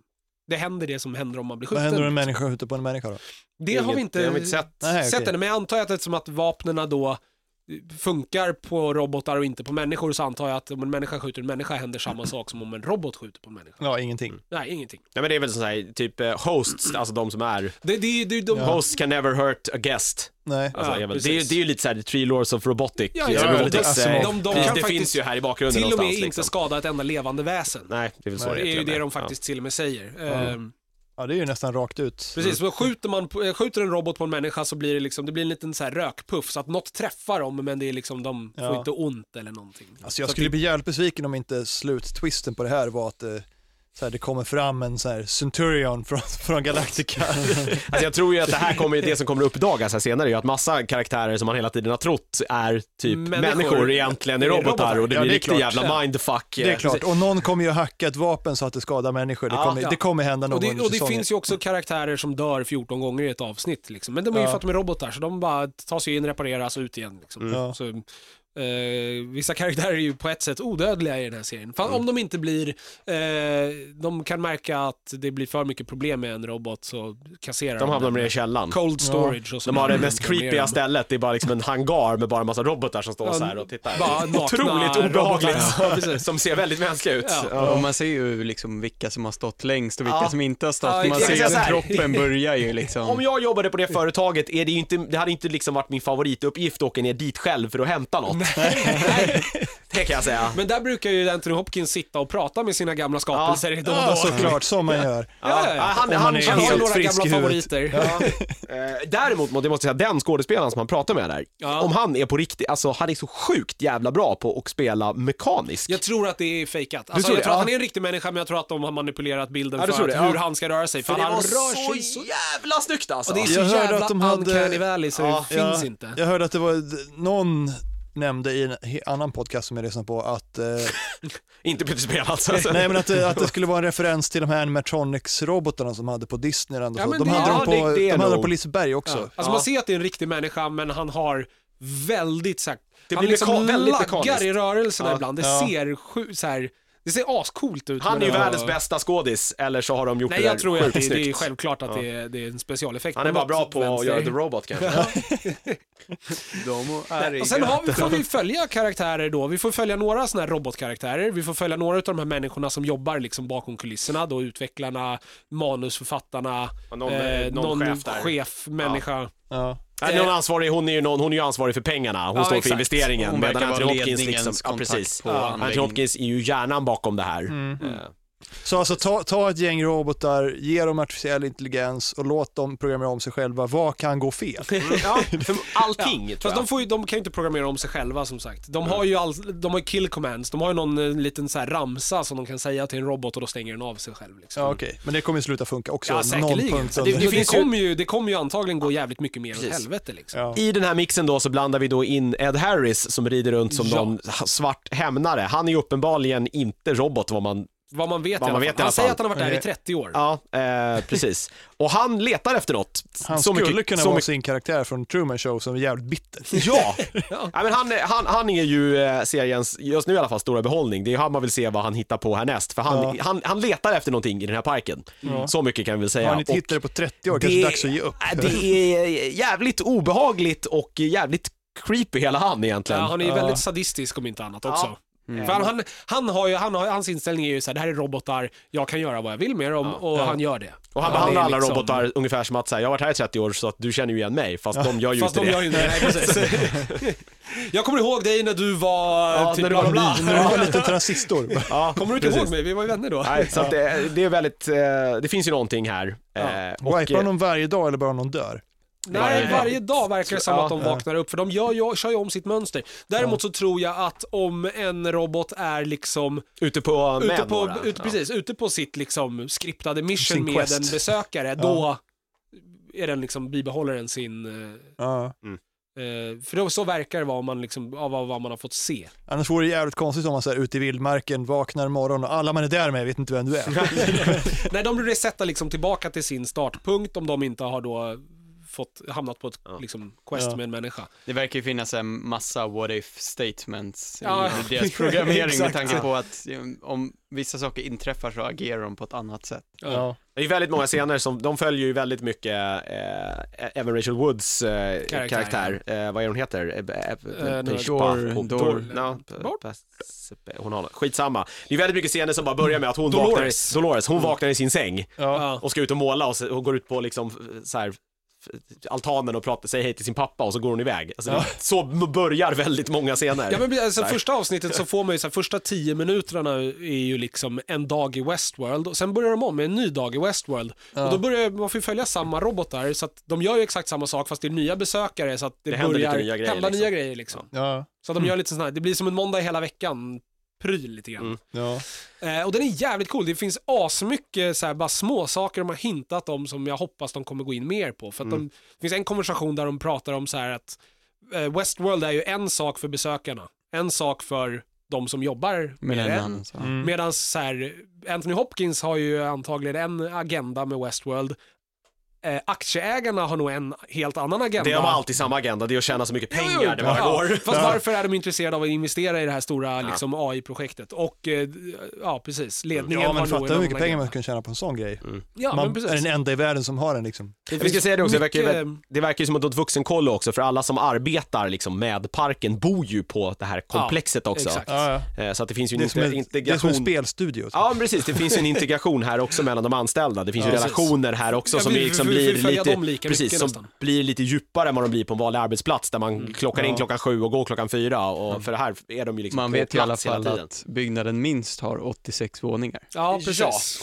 Speaker 4: det händer det som händer om man blir
Speaker 3: Vad
Speaker 4: skjuten.
Speaker 3: händer om en människa skjuter på en människa då?
Speaker 4: Det har vi inte,
Speaker 1: det har vi inte sett.
Speaker 3: Nej,
Speaker 4: sett
Speaker 3: okej.
Speaker 4: ännu, men jag antar att eftersom att vapnena då funkar på robotar och inte på människor så antar jag att om en människa skjuter en människa händer samma sak som om en robot skjuter på en människa.
Speaker 3: Ja, ingenting.
Speaker 4: Nej, ingenting.
Speaker 1: Nej men det är väl sån här, typ eh, hosts, alltså de som är,
Speaker 4: Det, det, det, de, Mm. ja.
Speaker 1: hosts can never hurt a guest.
Speaker 3: Nej.
Speaker 1: Alltså,
Speaker 4: Ja,
Speaker 1: jag vet, det,
Speaker 4: precis.
Speaker 1: är, ju- det är ju lite såhär three laws of robotic,
Speaker 4: Ja,
Speaker 1: eh,
Speaker 4: ja,
Speaker 3: ja,
Speaker 1: robotics,
Speaker 3: lite Asimov.
Speaker 1: eh,
Speaker 4: De, de
Speaker 1: precis,
Speaker 4: kan
Speaker 1: det finns
Speaker 4: faktiskt
Speaker 1: ju här i bakgrunden
Speaker 4: till och med
Speaker 1: någonstans
Speaker 4: inte
Speaker 1: liksom.
Speaker 4: skada ett enda levande väsen.
Speaker 1: Nej, det är väl så
Speaker 3: Nej,
Speaker 4: Det
Speaker 1: heter
Speaker 4: är ju
Speaker 1: till
Speaker 4: det
Speaker 1: och
Speaker 4: de
Speaker 1: med.
Speaker 4: faktiskt till och med säger. Ehm,
Speaker 3: Ja, det är ju nästan rakt ut.
Speaker 4: Precis, så skjuter, man, på- eh, skjuter en robot på en människa så blir det liksom, det blir en liten så här rökpuff så att något träffar dem men det är liksom, de får
Speaker 3: Ja.
Speaker 4: inte ont eller någonting.
Speaker 3: Alltså jag
Speaker 4: Så typ- att
Speaker 3: skulle bli jävligt besviken om inte sluttwisten på det här var att eh, så här, det kommer fram en så här Centurion från, från Galactica.
Speaker 1: Ja. Alltså jag tror ju att det här kommer, det som kommer att uppdagas här senare är ju att massa karaktärer som man hela tiden har trott är typ
Speaker 4: Människor.
Speaker 1: människor, egentligen är robotar, och det
Speaker 3: Ja,
Speaker 1: blir
Speaker 3: det är
Speaker 1: riktigt
Speaker 3: klart.
Speaker 1: jävla mindfuck. eh,
Speaker 3: det är klart, och någon kommer ju hacka ett vapen så att det skadar människor. Det
Speaker 1: Ja,
Speaker 3: kommer,
Speaker 4: ja.
Speaker 3: det kommer hända någon
Speaker 4: Och det, och det
Speaker 3: säsong.
Speaker 4: finns ju också karaktärer som dör 14 gånger i ett avsnitt liksom. Men de är ju
Speaker 3: Ja.
Speaker 4: för att de är robotar så de bara tas ju in, repareras och ut igen liksom.
Speaker 3: Ja.
Speaker 4: Så, eh, vissa karaktärer är ju på ett sätt odödliga i den här serien. Fan, om de inte blir, eh, de kan märka att det blir för mycket problem med en robot så kasserar
Speaker 1: De hamnar
Speaker 4: den.
Speaker 1: med i källaren.
Speaker 4: Cold storage och så.
Speaker 1: Mm, De har det
Speaker 4: vidare.
Speaker 1: mest creepiga stället, det är bara liksom en hangar med bara en massa robotar som står så här och tittar.
Speaker 4: Bara nakna
Speaker 1: Otroligt
Speaker 4: robotar.
Speaker 1: obehagligt,
Speaker 4: Ja, precis.
Speaker 1: som ser väldigt mänskliga ut.
Speaker 4: Ja.
Speaker 1: Ja.
Speaker 5: Och man ser ju liksom vilka som har stått längst och vilka
Speaker 1: Ja.
Speaker 5: som inte har stått.
Speaker 4: Ja,
Speaker 5: man
Speaker 4: jag
Speaker 5: ser
Speaker 1: kan
Speaker 5: ju
Speaker 1: säga så
Speaker 5: att
Speaker 1: här.
Speaker 5: kroppen börjar ju
Speaker 1: Om
Speaker 5: liksom.
Speaker 1: jag jobbade på det företaget, är det, ju inte, det hade inte liksom varit min favorituppgift att åka ner dit själv för att hämta något. det kan jag säga.
Speaker 4: Men där brukar ju Anthony Hopkins sitta och prata med sina gamla skapelser då och då.
Speaker 3: Ja, såklart, som man gör.
Speaker 4: Ja, ja,
Speaker 1: Ja,
Speaker 4: ja.
Speaker 1: han,
Speaker 3: Om man
Speaker 1: han,
Speaker 3: är
Speaker 1: han
Speaker 4: Han har ju
Speaker 1: helt
Speaker 4: några
Speaker 1: frisk
Speaker 4: gamla
Speaker 1: i huvudet.
Speaker 4: favoriter.
Speaker 1: Eh, Däremot, det måste jag säga, den skådespelaren som han pratar med där,
Speaker 4: Ja.
Speaker 1: om han är på riktigt, alltså han är så sjukt jävla bra på att spela mekanisk.
Speaker 4: Jag tror att det är fejkat. Alltså,
Speaker 1: tror
Speaker 4: jag
Speaker 1: det?
Speaker 4: tror att
Speaker 1: Ja.
Speaker 4: han är en riktig människa, men jag tror att de har manipulerat bilden
Speaker 1: Ja, du
Speaker 4: för
Speaker 1: tror
Speaker 4: att
Speaker 1: det?
Speaker 4: hur
Speaker 1: Ja.
Speaker 4: han ska röra sig. För,
Speaker 1: För det
Speaker 4: han
Speaker 1: var
Speaker 4: rör sig
Speaker 1: så
Speaker 4: så...
Speaker 1: jävla snyggt alltså.
Speaker 4: Och det är så
Speaker 3: Jag hörde
Speaker 4: jävla
Speaker 3: att de hade-
Speaker 4: uncanny valley så
Speaker 1: Ja,
Speaker 4: det finns
Speaker 3: jag,
Speaker 4: inte.
Speaker 3: Jag hörde att det var någon nämnde i en he- annan podcast som jag lyssnade på att, eh,
Speaker 1: Inte pyttespel alltså.
Speaker 3: nej, men att, det- att det skulle vara en referens till de här animatronics-robotarna som hade på Disneyland och
Speaker 4: Ja,
Speaker 3: så.
Speaker 4: men
Speaker 3: de
Speaker 4: det-
Speaker 3: hade
Speaker 1: ja,
Speaker 3: dem på,
Speaker 1: det- det är
Speaker 3: de hade
Speaker 1: nog-
Speaker 3: dem på Liseberg också.
Speaker 4: Ja. Alltså man ser att det är en riktig människa, men han har väldigt så här,
Speaker 1: Det
Speaker 4: Han
Speaker 1: blir
Speaker 4: liksom
Speaker 1: meka- väldigt
Speaker 4: laggar
Speaker 1: mekaniskt.
Speaker 4: i rörelserna
Speaker 1: Ja,
Speaker 4: ibland. Det
Speaker 3: ja.
Speaker 4: ser sju, så här, det ser ascoolt ut.
Speaker 1: Han
Speaker 4: men
Speaker 1: är ju
Speaker 4: det-
Speaker 1: världens bästa skådis, eller så har de gjort
Speaker 4: Nej,
Speaker 1: det där
Speaker 4: jag tror att
Speaker 1: sjukt
Speaker 4: det, det är
Speaker 1: snyggt.
Speaker 4: självklart att det, är, det är en specialeffekt.
Speaker 1: Han är
Speaker 4: på
Speaker 1: bara
Speaker 4: något
Speaker 1: bra på att
Speaker 4: vänster.
Speaker 1: göra The Robot kanske.
Speaker 5: De är
Speaker 4: Och sen har vi, får vi följa karaktärer då. Vi får följa några sådana här robotkaraktärer. Vi får följa några av de här människorna som jobbar liksom bakom kulisserna. Då utvecklarna, manusförfattarna,
Speaker 1: Och någon, eh, någon chef där.
Speaker 4: chef, människa.
Speaker 3: Ja.
Speaker 1: Nej, någon ansvarig, hon är ju någon, hon är ju ansvarig för pengarna, hon
Speaker 4: Ja,
Speaker 1: står
Speaker 4: exakt.
Speaker 1: för investeringen.
Speaker 5: Hon verkar vara
Speaker 1: Anthony Hopkins liksom-
Speaker 5: ledningens
Speaker 1: ja,
Speaker 5: kontakt
Speaker 1: precis.
Speaker 5: på
Speaker 1: Ja. Anthony
Speaker 5: anläggningen.
Speaker 4: Mm.
Speaker 1: Hopkins är ju hjärnan bakom det här. Eh,
Speaker 3: Så alltså ta, ta ett gäng robotar, ge dem artificiell intelligens och låt dem programmera om sig själva. Vad kan gå fel?
Speaker 1: Ja, allting tror
Speaker 4: Fast
Speaker 1: jag.
Speaker 4: de, får ju, de kan ju inte programmera om sig själva som sagt. De
Speaker 1: Mm.
Speaker 4: har ju all, de har ju kill commands, de har ju någon eh, liten så här ramsa som de kan säga till en robot och då stänger den av sig själv. Liksom.
Speaker 3: Ja, okej. Men det kommer ju sluta funka också.
Speaker 4: Ja, säkerligen.
Speaker 3: punkt
Speaker 4: Så
Speaker 3: av
Speaker 4: Det,
Speaker 3: det.
Speaker 4: det, finns det, kommer ju, det kommer ju antagligen gå jävligt mycket mer åt
Speaker 1: Precis.
Speaker 4: helvete liksom.
Speaker 3: Ja.
Speaker 1: I den här mixen då så blandar vi då in Ed Harris som rider runt som
Speaker 4: Ja.
Speaker 1: någon svart hämnare. Han är ju uppenbarligen inte robot vad man...
Speaker 4: Vad man vet,
Speaker 1: Vad
Speaker 4: i alla
Speaker 1: man vet
Speaker 4: fall.
Speaker 1: i alla
Speaker 4: Han säger
Speaker 1: fall.
Speaker 4: att han har varit där i 30 år.
Speaker 1: Ja, eh, precis. Och han letar efter något.
Speaker 3: Han
Speaker 1: Så
Speaker 3: skulle
Speaker 1: mycket-
Speaker 3: kunna
Speaker 1: så
Speaker 3: vara
Speaker 1: mycket-
Speaker 3: sin karaktär från Truman Show som är jävligt bitter.
Speaker 1: Ja! Nej, men han, han, han är ju eh, seriens, just nu i alla fall, stora behållning. Det är han man vill se vad han hittar på härnäst. För han,
Speaker 3: Ja.
Speaker 1: han, han letar efter någonting i den här parken. Så mycket kan vi väl säga.
Speaker 3: Har han inte
Speaker 1: Och-
Speaker 3: hittat det på 30 år, kanske dags att ge upp.
Speaker 1: äh, Det är jävligt obehagligt och jävligt creepy hela han
Speaker 4: Ja,
Speaker 1: egentligen.
Speaker 4: han är ju
Speaker 3: Ja.
Speaker 4: väldigt sadistisk om inte annat också.
Speaker 1: Ja.
Speaker 5: Mm.
Speaker 4: För han, han, han har ju, han har, hans inställning är ju så här, det här är robotar, jag kan göra vad jag vill med dem och han gör det.
Speaker 1: Och han
Speaker 4: Ja,
Speaker 1: behandlar
Speaker 4: det är
Speaker 1: alla
Speaker 4: liksom-
Speaker 1: robotar ungefär som att säga, jag har varit här i 30 år så att du känner ju igen mig, fast de gör ju
Speaker 4: Fast
Speaker 1: inte det.
Speaker 4: de gör ju inte det. Nej, precis. jag kommer ihåg dig när du var...
Speaker 1: Ja,
Speaker 4: typ
Speaker 1: när du
Speaker 4: bla,
Speaker 1: var
Speaker 4: bla,
Speaker 1: ny,
Speaker 4: bla.
Speaker 3: När du var en liten transistor.
Speaker 1: Ja,
Speaker 4: Kommer du inte
Speaker 1: precis.
Speaker 4: ihåg mig? Vi var ju vänner då.
Speaker 1: Nej, så att det, det är väldigt, eh, det finns ju någonting här. Eh, och,
Speaker 3: Wipar
Speaker 1: eh,
Speaker 3: honom varje dag eller bara om någon dör?
Speaker 4: Nej, varje dag verkar det som
Speaker 1: Ja.
Speaker 4: att de vaknar upp, för de gör, ju- kör ju om sitt mönster. Däremot så tror jag att om en robot är liksom
Speaker 1: eh, ute på med
Speaker 4: ute på,
Speaker 1: några.
Speaker 4: ute, precis, ute på sitt liksom skriptade mission
Speaker 3: Sin
Speaker 4: med
Speaker 3: quest.
Speaker 4: en besökare, då är den liksom, bibehåller den sin... eh,
Speaker 3: Ja.
Speaker 4: eh, För då, så verkar det vara om man liksom, av av vad man har fått se.
Speaker 3: Annars vore det jävligt konstigt om man så här, ute i vildmarken vaknar morgon och alla man är där med vet inte vem du är.
Speaker 4: Nej, de resetar liksom tillbaka till sin startpunkt om de inte har då fått, hamnat på ett liksom, quest
Speaker 3: Ja.
Speaker 4: med en människa.
Speaker 5: Det verkar ju finnas en massa what if statements
Speaker 4: Ja,
Speaker 5: i deras programmering
Speaker 4: exakt.
Speaker 5: med tanke på att eh, om vissa saker inträffar så agerar de på ett annat sätt.
Speaker 3: Ja.
Speaker 1: Det är ju väldigt många scener som, de följer ju väldigt mycket eh, även Rachel Woods eh,
Speaker 4: Karaktär,
Speaker 1: karaktär. Eh, vad är hon heter? Eh, eh,
Speaker 4: nu-
Speaker 1: Peshoa-
Speaker 5: Dor-
Speaker 1: Dor-
Speaker 5: Dor-
Speaker 1: no,
Speaker 4: Bort.
Speaker 1: Pe- Hon har skitsamma. Det är väldigt mycket scener som bara börjar med att hon
Speaker 4: Dolores. Mm.
Speaker 1: vaknar, Dolores, hon vaknar i sin säng
Speaker 4: Ja.
Speaker 1: och ska ut och måla och, så, och går ut på liksom f- så här f- altanen och pratar, säger hej till sin pappa och så går hon iväg. Alltså, det- Så m- börjar väldigt många scener.
Speaker 4: Ja, men alltså,
Speaker 1: Där.
Speaker 4: första avsnittet så får man ju så här, första tio minuterna är ju liksom en dag i Westworld och sen börjar de om med en ny dag i Westworld. Och då börjar man får ju följa samma robotar så att de gör ju exakt samma sak fast det är nya besökare så att det,
Speaker 1: Det händer lite
Speaker 4: börjar
Speaker 1: nya grejer,
Speaker 4: hända
Speaker 1: liksom.
Speaker 4: nya grejer liksom.
Speaker 3: Ja.
Speaker 4: Så att de gör lite sån här, det blir som en måndag hela veckan pryl lite grann.
Speaker 1: Mm.
Speaker 3: Ja.
Speaker 4: Eh, och den är jävligt cool. Det finns asmycket så här, bara små saker de har hintat om som jag hoppas de kommer gå in mer på. För att de, det finns en konversation där de pratar om så här att eh, Westworld är ju en sak för besökarna, en sak för de som jobbar med
Speaker 5: Medan
Speaker 4: det.
Speaker 5: han- så.
Speaker 3: Mm.
Speaker 4: Medan så här, Anthony Hopkins har ju antagligen en agenda med Westworld. Eh, aktieägarna har nog en helt annan agenda.
Speaker 1: Det är de har alltid samma agenda, det är att tjäna så mycket
Speaker 4: Jo,
Speaker 1: pengar
Speaker 4: jo,
Speaker 1: det bara
Speaker 4: ja.
Speaker 1: går.
Speaker 4: Fast varför är de intresserade av att investera i det här stora liksom, AI-projektet? Och eh, ja, precis, ledningen
Speaker 3: Ja,
Speaker 4: har
Speaker 3: men
Speaker 4: nog en
Speaker 3: fatta hur mycket
Speaker 4: annan
Speaker 3: pengar man
Speaker 4: agenda.
Speaker 3: kan tjäna på en sån grej.
Speaker 4: Ja,
Speaker 3: Man
Speaker 4: men precis.
Speaker 3: är den enda i världen som har den liksom.
Speaker 1: Vi ska säga det också, det verkar, ju,
Speaker 4: Mycket-
Speaker 1: vä- det verkar ju som att det är ett vuxenkollo också, för alla som arbetar liksom med parken bor ju på det här komplexet också.
Speaker 4: exakt.
Speaker 3: ja.
Speaker 1: Eh, Så att det finns ju en
Speaker 3: Det är som
Speaker 1: inte,
Speaker 3: en, det är som
Speaker 1: integration.
Speaker 3: en spelstudio.
Speaker 1: Ja, men precis. Det finns ju en integration här också mellan de anställda. Det finns ju
Speaker 4: Ja, precis.
Speaker 1: relationer här också
Speaker 4: Ja,
Speaker 1: som
Speaker 4: vi-
Speaker 1: blir liksom
Speaker 4: vi- vi
Speaker 1: blir
Speaker 4: följer
Speaker 1: lite,
Speaker 4: dem lika mycket
Speaker 1: precis, som
Speaker 4: nästan. Mm.
Speaker 1: blir lite djupare än vad de blir på en vanlig arbetsplats där man klockar in klockan sju och går klockan fyra. Och, för här är de ju liksom
Speaker 5: Man
Speaker 1: på
Speaker 5: vet ju i alla
Speaker 1: plats hela
Speaker 5: fall
Speaker 1: tiden.
Speaker 5: att byggnaden minst har 86 våningar.
Speaker 4: Ja, precis.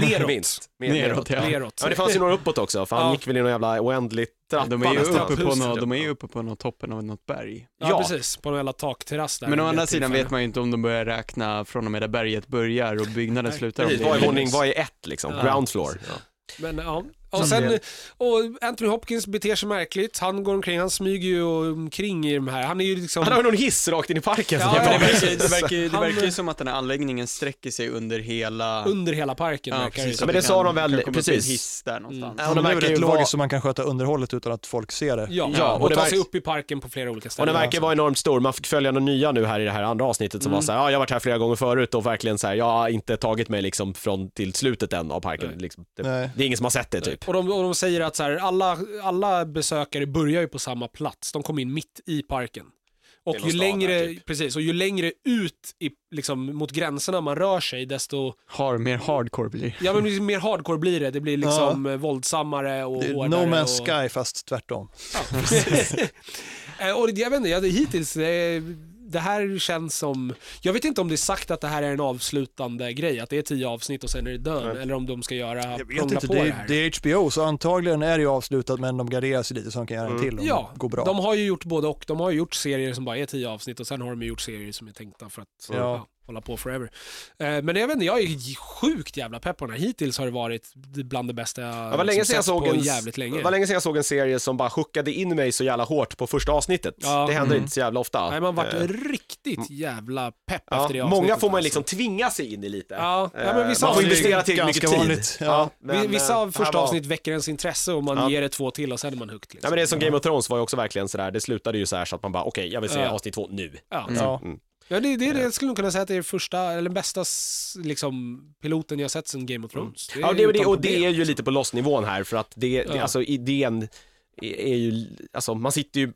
Speaker 4: Neråt.
Speaker 1: Minst. Mer-
Speaker 5: Neråt, ja.
Speaker 4: Neråt.
Speaker 1: Ja, men det fanns ju några uppåt också, för han
Speaker 4: Ja.
Speaker 1: gick väl i någon jävla oändlig trappa
Speaker 5: De är ju
Speaker 1: nästan.
Speaker 5: uppe på,
Speaker 4: Huset,
Speaker 5: nå, de är ju uppe på nå, toppen av något berg.
Speaker 4: Ja,
Speaker 1: Ja.
Speaker 4: precis. På en jävla takterrass där.
Speaker 5: Men å
Speaker 4: Vid ett
Speaker 5: andra sidan
Speaker 4: tillfälle.
Speaker 5: vet man ju inte om de börjar räkna från och med där berget börjar och byggnaden slutar. om
Speaker 1: Precis,
Speaker 5: det
Speaker 1: vad är våning,
Speaker 5: minus.
Speaker 1: vad är ett liksom?
Speaker 4: Ja.
Speaker 1: Ground floor.
Speaker 4: Men ja. Och,
Speaker 3: Som
Speaker 4: sen,
Speaker 3: det.
Speaker 4: och Anthony Hopkins beter sig märkligt. Han går omkring, han smyger ju omkring i de här. Han är ju liksom...
Speaker 1: Han har ju någon hiss rakt in i parken.
Speaker 4: Ja,
Speaker 1: som
Speaker 4: ja,
Speaker 5: Det
Speaker 1: jag bara-
Speaker 5: verkar, ju- det verkar, ju- det
Speaker 4: Han-
Speaker 5: verkar ju som att den här anläggningen sträcker sig under hela...
Speaker 4: under hela parken
Speaker 5: Ja,
Speaker 4: verkar det Mm. ju
Speaker 5: precis.
Speaker 4: som.
Speaker 1: Men det
Speaker 5: kan-
Speaker 1: sa de väl-
Speaker 5: kan komma upp i en
Speaker 1: precis.
Speaker 5: hiss där någonstans.
Speaker 1: Ja,
Speaker 3: Ja,
Speaker 1: de
Speaker 3: de är
Speaker 1: verkar ju
Speaker 3: rätt
Speaker 1: vara-
Speaker 3: logiskt så man kan sköta underhållet utan att folk ser det.
Speaker 4: Ja,
Speaker 1: Ja,
Speaker 4: och,
Speaker 1: och det
Speaker 4: tar
Speaker 1: verk-
Speaker 4: sig upp i parken på flera olika
Speaker 1: Och den
Speaker 4: ställen.
Speaker 1: verkar vara enormt stor. Man fick följa några nya nu här i det här andra avsnittet
Speaker 4: Mm.
Speaker 1: som var så här, ja jag har varit här flera gånger förut och verkligen så här, jag har inte tagit mig liksom från till slutet än av parken.
Speaker 4: Nej.
Speaker 1: Liksom, det,
Speaker 3: Nej.
Speaker 1: det är ingen som har sett det typ.
Speaker 4: Och de, och de säger att så här, alla, alla besökare börjar ju på samma plats. De kom in mitt i parken. Och
Speaker 1: Det är någon
Speaker 4: ju
Speaker 1: stad
Speaker 4: längre,
Speaker 1: där, typ.
Speaker 4: precis, och ju längre ut i, liksom, mot gränserna man rör sig, desto
Speaker 5: Har mer hardcore blir
Speaker 4: ja, men liksom, mer hardcore blir det. Det blir liksom eh, våldsammare och
Speaker 3: Det är No
Speaker 4: hårdare.
Speaker 3: Man's
Speaker 4: och...
Speaker 3: Sky fast tvärtom.
Speaker 4: Eh, och det- jag vet inte, jag, hittills, eh, det här känns som... Jag vet inte om det är sagt att det här är en avslutande grej, att det är tio avsnitt och sen är det dön,
Speaker 1: Nej.
Speaker 4: eller om de ska göra,
Speaker 3: Jag vet
Speaker 4: prångla
Speaker 3: inte,
Speaker 4: på
Speaker 3: det
Speaker 4: det,
Speaker 3: är,
Speaker 4: här.
Speaker 3: det är HBO så antagligen är det ju avslutat men de garderas ju lite så de kan göra en
Speaker 1: Mm.
Speaker 3: till om
Speaker 4: Ja,
Speaker 3: det går bra.
Speaker 4: De har ju gjort både och. De har ju gjort serier som bara är tio avsnitt och sen har de ju gjort serier som är tänkta för att
Speaker 3: Ja.
Speaker 4: ja. hålla på forever. Eh, men jag vet inte, jag är sjukt jävla pepp på den här. Hittills har det varit bland det bästa
Speaker 1: Det var länge
Speaker 4: som
Speaker 1: sedan jag
Speaker 4: setts
Speaker 1: såg
Speaker 4: på
Speaker 1: en,
Speaker 4: jävligt länge.
Speaker 1: det var länge sedan jag såg en serie som bara chockade in mig så jävla hårt på första avsnittet.
Speaker 4: Ja.
Speaker 1: Det händer
Speaker 3: Mm.
Speaker 1: inte så jävla ofta.
Speaker 4: Nej, man varit
Speaker 1: Eh,
Speaker 4: riktigt jävla pepp
Speaker 1: ja,
Speaker 4: efter det
Speaker 1: Många
Speaker 4: avsnittet,
Speaker 1: får man
Speaker 4: alltså.
Speaker 1: liksom tvinga sig in i lite.
Speaker 4: Ja,
Speaker 1: Eh,
Speaker 4: ja, men vissa
Speaker 1: man får
Speaker 4: avsnitt-
Speaker 1: investera
Speaker 3: det är
Speaker 1: till mycket
Speaker 3: ganska
Speaker 1: tid.
Speaker 3: vanligt, ja.
Speaker 1: men,
Speaker 4: Vi- Vissa
Speaker 1: eh,
Speaker 4: av
Speaker 1: det
Speaker 4: första
Speaker 1: här var-
Speaker 4: avsnitt väcker ens intresse och man
Speaker 1: Ja.
Speaker 4: ger det två till och sen är man hooked. Liksom.
Speaker 1: Ja, men det är som Game of Thrones var ju också verkligen sådär, det slutade ju så här så att man bara okej, jag vill se
Speaker 4: Ja.
Speaker 1: avsnitt två nu.
Speaker 4: Ja.
Speaker 3: Mm. Ja.
Speaker 1: Mm.
Speaker 4: Ja, det,
Speaker 1: Eh.
Speaker 4: det, det jag skulle nog kunna säga att det är första, eller den bästa s- liksom, piloten jag sett sedan Game of Thrones. Det
Speaker 1: Mm. Ja, det, och det,
Speaker 4: utan
Speaker 1: och det är
Speaker 4: problem.
Speaker 1: ju lite på lossnivån här för att det, det
Speaker 4: Ja.
Speaker 1: alltså idén är är ju, alltså man sitter ju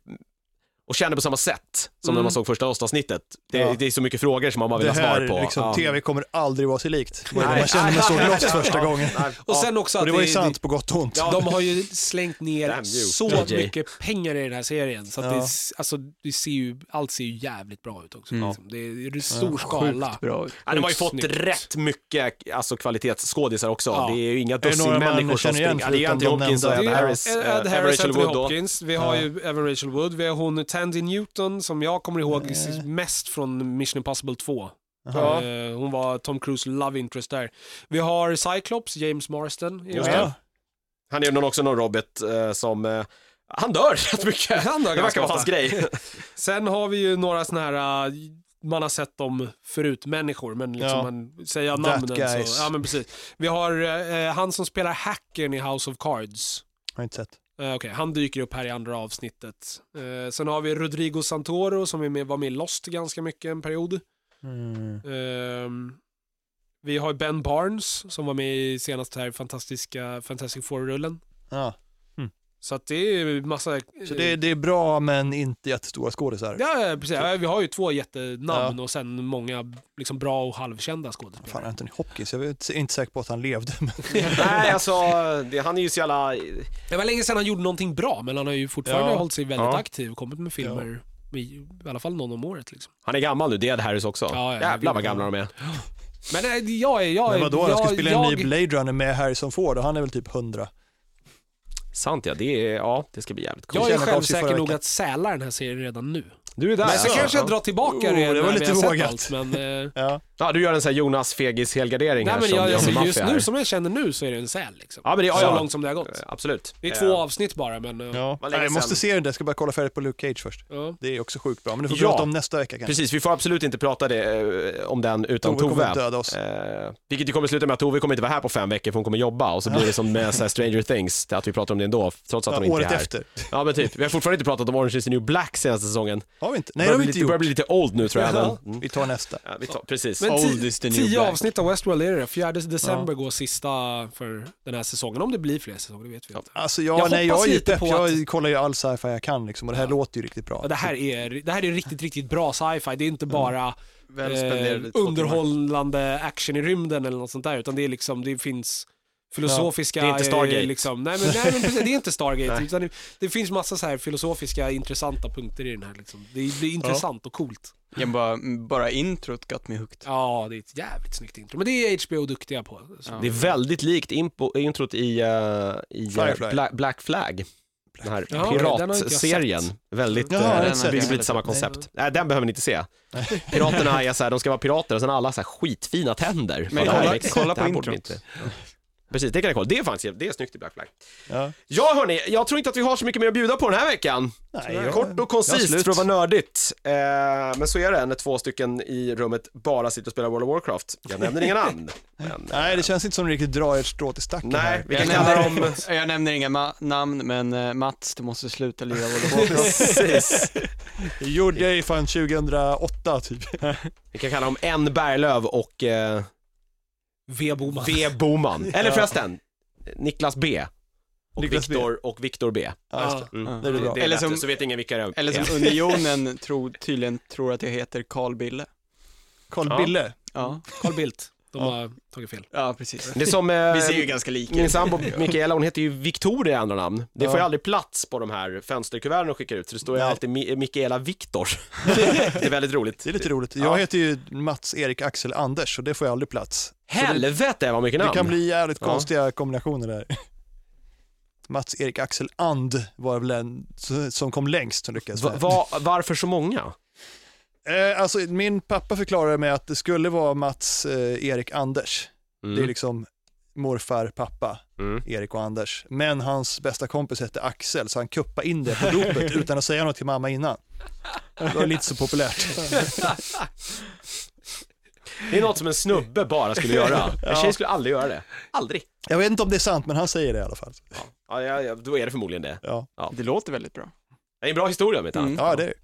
Speaker 1: och känner på samma sätt som när
Speaker 4: Mm.
Speaker 1: man såg första avsnittet. Det,
Speaker 3: Ja.
Speaker 1: det är så mycket frågor som man bara vill
Speaker 3: det
Speaker 1: ha
Speaker 3: här
Speaker 1: svar på.
Speaker 3: liksom,
Speaker 1: Ja.
Speaker 3: tv kommer aldrig vara sig likt. Det var det
Speaker 1: Nej.
Speaker 3: man kände när man såg Lost första gången.
Speaker 1: Nej.
Speaker 4: Och sen också
Speaker 3: Och
Speaker 4: att
Speaker 3: det var ju
Speaker 4: det-
Speaker 3: sant på gott och ont.
Speaker 1: Ja.
Speaker 4: De har ju slängt ner
Speaker 1: Damn you,
Speaker 4: så
Speaker 1: JJ.
Speaker 4: mycket pengar i den här serien så att
Speaker 3: Ja.
Speaker 4: det, alltså, det ser ju, allt ser ju jävligt bra ut också.
Speaker 5: Mm.
Speaker 4: Liksom. Det är en stor skala.
Speaker 5: Sjukt bra.
Speaker 1: Ja, de har ju fått
Speaker 4: Snyggt.
Speaker 1: rätt mycket alltså, kvalitetsskådisar också.
Speaker 4: Ja.
Speaker 1: Det är ju inga
Speaker 3: det några
Speaker 1: dussin
Speaker 3: man
Speaker 1: människor som
Speaker 3: känner igen
Speaker 1: springer. Ja, det är
Speaker 3: förutom
Speaker 1: Anthony
Speaker 3: de
Speaker 1: Hopkins och
Speaker 3: nämnda?
Speaker 1: Ed
Speaker 4: Det är
Speaker 1: Harris.
Speaker 4: Ed,
Speaker 1: eh,
Speaker 4: Ed
Speaker 1: Evan
Speaker 4: Harris,
Speaker 1: Rachel
Speaker 4: Anthony
Speaker 1: Wood då.
Speaker 4: Hopkins, vi har ju Evan Rachel Wood, vi har hon Tandy Newton som jag kommer ihåg
Speaker 3: Eh.
Speaker 4: mest från Mission Impossible 2.
Speaker 3: Jaha.
Speaker 4: Eh, Hon var Tom Cruise love interest där. Vi har Cyclops, James Marston. i
Speaker 1: Just
Speaker 4: rollen.
Speaker 1: det. Han är ju någon- också någon Robert eh, som, eh, han dör rätt mycket.
Speaker 4: Han dör
Speaker 1: det verkar
Speaker 4: ganska
Speaker 1: vara hans
Speaker 4: ofta.
Speaker 1: grej.
Speaker 4: Sen har vi ju några sådana här, eh, man har sett dem förut, människor, men liksom
Speaker 3: Ja.
Speaker 4: man säger
Speaker 3: That
Speaker 4: namnen
Speaker 3: guys.
Speaker 4: så. Ja, men precis. Vi har eh, han som spelar hackern i House of Cards.
Speaker 3: Har inte sett.
Speaker 4: Eh, Okej, han dyker upp här i andra avsnittet. Eh, sen har vi Rodrigo Santoro som är med, var med i Lost ganska mycket en period.
Speaker 1: Mm.
Speaker 4: Ehm, vi har Ben Barnes som var med i senaste här fantastiska Fantastic Four-rullen.
Speaker 3: Ja.
Speaker 4: Så att det är ju massa...
Speaker 3: Så det, det är bra men inte jättestora skådisar.
Speaker 4: Ja, ja, precis. Ja, vi har ju två jättenamn och sen många liksom, bra och halvkända
Speaker 3: Fan,
Speaker 4: skådespelare.
Speaker 3: Anthony Hopkins, jag är inte säker på att han levde. Men
Speaker 1: Nej, alltså, det, han är ju så jävla...
Speaker 4: Det var länge sedan han gjorde någonting bra, men han har ju fortfarande
Speaker 3: Ja.
Speaker 4: hållit sig väldigt
Speaker 1: Ja.
Speaker 4: aktiv och kommit med filmer. I, I alla fall någon om året. Liksom.
Speaker 1: Han är gammal nu, det är Ed Harris också.
Speaker 4: Ja, ja,
Speaker 1: Jävlar vad
Speaker 4: ja.
Speaker 1: gamla de är.
Speaker 4: Men nej, jag är... Jag, är-
Speaker 3: men vadå, han
Speaker 4: jag,
Speaker 3: ska spela en
Speaker 4: jag,
Speaker 3: ny Blade Runner med Harrison Ford och han är väl typ 100.
Speaker 1: Sant ja, det, är, ja, det ska bli jävligt coolt.
Speaker 4: Jag är
Speaker 3: Känner gav sig
Speaker 4: självsäker
Speaker 3: förra
Speaker 4: nog
Speaker 3: veckan.
Speaker 4: att säla den här serien redan nu.
Speaker 1: Du är där
Speaker 4: Men så
Speaker 1: ja.
Speaker 4: kanske jag
Speaker 1: ja.
Speaker 4: drar tillbaka
Speaker 3: Oh,
Speaker 4: det,
Speaker 3: det
Speaker 4: när
Speaker 3: var
Speaker 4: vi
Speaker 3: lite
Speaker 4: har sett
Speaker 3: vågat.
Speaker 4: allt, men, eh,
Speaker 3: Ja.
Speaker 1: ja, du gör en sån här Jonas Fegis helgardering
Speaker 4: nej,
Speaker 1: här
Speaker 4: men
Speaker 1: som
Speaker 4: jag,
Speaker 1: Johnny
Speaker 4: alltså,
Speaker 1: Mafia
Speaker 4: just
Speaker 1: här.
Speaker 4: nu, som jag känner nu, så är det en säl. Liksom.
Speaker 1: Ja, men det, ja,
Speaker 4: Så
Speaker 1: ja.
Speaker 4: långt som det har gått.
Speaker 1: Eh, Absolut.
Speaker 4: Det är två
Speaker 1: Eh,
Speaker 4: avsnitt bara, men... eh,
Speaker 3: Ja.
Speaker 1: Vad länge
Speaker 3: Nej, jag måste
Speaker 1: sedan.
Speaker 3: se den där, jag ska bara kolla färdigt på Luke Cage först.
Speaker 4: ja.
Speaker 3: Det är också sjukt bra, men det får vi
Speaker 1: Ja.
Speaker 3: prata om nästa vecka kanske.
Speaker 1: Precis, vi får absolut inte prata det, eh, om den utan
Speaker 3: Tove
Speaker 1: Tove.
Speaker 3: kommer döda oss.
Speaker 1: Eh, vilket ju kommer sluta med att Tove kommer inte vara här på fem veckor för hon kommer jobba och så blir det som med så här Stranger Things, att vi pratar om det ändå, trots att hon
Speaker 3: ja,
Speaker 1: inte är
Speaker 3: året
Speaker 1: här.
Speaker 3: efter.
Speaker 1: Ja men typ, vi har fortfarande inte pratat om Orange is the New Black senaste säsongen.
Speaker 3: Har vi inte? Nej, det
Speaker 1: Börjar
Speaker 3: har vi
Speaker 1: bli
Speaker 3: inte
Speaker 1: lite- börjar
Speaker 3: gjort.
Speaker 1: bli lite old nu tror jag.
Speaker 4: Ja.
Speaker 1: Men, mm.
Speaker 3: Vi tar nästa.
Speaker 1: ja, vi tar, precis.
Speaker 4: Men ti-
Speaker 5: Old is the new
Speaker 4: tio
Speaker 5: black.
Speaker 4: avsnitt av Westworld är det. 4 december går sista för den här säsongen. Om det blir fler säsonger, det vet vi inte.
Speaker 3: Alltså jag,
Speaker 4: Jag
Speaker 3: nej, jag
Speaker 4: hoppas
Speaker 3: är ju
Speaker 4: lite
Speaker 3: pepp.
Speaker 4: på
Speaker 3: Jag kollar ju all sci-fi jag kan liksom, och det här låter ju riktigt bra.
Speaker 4: Ja, det, här är, det här är riktigt, riktigt bra sci-fi. Det är inte bara
Speaker 5: Väl
Speaker 4: eh,
Speaker 5: spenderade två timmar.
Speaker 4: underhållande action i rymden eller något sånt där, utan det är liksom, det finns filosofiska...
Speaker 1: Ja, det är inte Stargate.
Speaker 4: eh, Liksom, nej, men, nej, men precis, det är inte Stargate, utan det, det finns massa så här filosofiska intressanta punkter i den här. Liksom. Det blir intressant och coolt.
Speaker 5: Ja, bara, bara introt got me hooked.
Speaker 4: Ja, det är ett jävligt snyggt intro, men det är HBO duktiga på. Så.
Speaker 5: Ja.
Speaker 1: Det är väldigt likt impo, introt i, eh, i
Speaker 3: Firefly.
Speaker 1: eh, Black, Black Flag. Den här
Speaker 4: Ja, den har inte jag
Speaker 1: piratserien. Väldigt,
Speaker 3: Ja,
Speaker 1: eh,
Speaker 3: den har
Speaker 1: det
Speaker 3: jag inte
Speaker 1: bygger
Speaker 5: sett.
Speaker 1: på lite samma
Speaker 5: Nej.
Speaker 1: koncept. Nej, den behöver ni inte se. Piraterna är så här, de ska vara pirater och sen har alla så här skitfina tänder.
Speaker 5: Men
Speaker 1: det här
Speaker 5: kolla-
Speaker 1: är liksom-
Speaker 5: kolla
Speaker 1: det här
Speaker 5: på
Speaker 1: borde ni
Speaker 5: introt.
Speaker 1: Precis, det kan jag kolla. Det är faktiskt, det är snyggt i Black Flag.
Speaker 3: Ja.
Speaker 1: Ja hörni, jag tror inte att vi har så mycket mer att bjuda på den här veckan.
Speaker 3: Nej, jag-
Speaker 1: Kort och
Speaker 3: jag har
Speaker 1: koncist
Speaker 3: slut.
Speaker 1: för att vara nördigt. Eh, men så är det när två stycken i rummet bara sitter och spelar World of Warcraft. Jag nämner inga namn. Men,
Speaker 3: Nej, det känns inte som att ni riktigt drar ert strå till stacken
Speaker 1: nej,
Speaker 3: här.
Speaker 1: vi kan
Speaker 5: Jag
Speaker 1: kalla
Speaker 5: nämner,
Speaker 1: dem...
Speaker 5: jag nämner inga ma- namn, men eh, Mats, du måste sluta lira World
Speaker 1: Precis.
Speaker 3: Det gjorde jag ju fan 2008 typ.
Speaker 1: Vi kan kalla dem N Berglöf och eh,
Speaker 4: V. Boman.
Speaker 1: V Boman. Eller förresten, Niklas B. Och
Speaker 3: Niklas B.
Speaker 1: Viktor och Viktor B.
Speaker 3: Ja, just det.
Speaker 1: Mm.
Speaker 3: Det är bra.
Speaker 1: Det är
Speaker 5: Eller
Speaker 1: Eller
Speaker 5: som-
Speaker 1: så vet ingen vilka det är.
Speaker 5: Eller som Unionen tror, tydligen tror att jag heter Carl Bille.
Speaker 3: Carl
Speaker 1: Ja.
Speaker 3: Bille.
Speaker 5: Ja.
Speaker 4: Carl Bildt. De
Speaker 5: Ja.
Speaker 4: har tagit fel.
Speaker 5: Ja, precis.
Speaker 1: Det är som... eh,
Speaker 5: Vi ser ju ganska lika
Speaker 1: Min
Speaker 5: ut.
Speaker 1: sambo Mikaela, hon heter ju Victoria i andra namn. Det får
Speaker 3: Ja.
Speaker 1: ju aldrig plats på de här fönsterkuverten de skickar ut, så det står ju
Speaker 3: Nej.
Speaker 1: alltid Mi- Mikaela Viktor. det är väldigt roligt.
Speaker 3: Det är lite roligt.
Speaker 1: Ja.
Speaker 3: Jag heter ju Mats Erik Axel Anders och det får jag aldrig plats.
Speaker 1: Helvete vad mycket namn!
Speaker 3: Det kan bli jävligt
Speaker 1: Ja.
Speaker 3: konstiga kombinationer där. Mats Erik Axel And var väl en s- som kom längst som lyckades.
Speaker 1: Va, va, varför så många?
Speaker 3: Eh, alltså, min pappa förklarade mig att det skulle vara Mats eh, Erik Anders.
Speaker 1: Mm.
Speaker 3: Det är liksom morfar, pappa,
Speaker 1: Mm.
Speaker 3: Erik och Anders. Men hans bästa kompis hette Axel så han kuppade in det på dopet utan att säga något till mamma innan. Det var lite så populärt.
Speaker 1: det är något som en snubbe bara skulle göra. En tjej skulle aldrig göra det. Aldrig.
Speaker 3: Jag vet inte om det är sant men han säger det i alla fall.
Speaker 1: Ja, ja, ja, då är det förmodligen det.
Speaker 3: Ja,
Speaker 5: Det låter väldigt bra.
Speaker 1: Det är en bra historia om inte annat.
Speaker 5: Mm.
Speaker 3: ja det är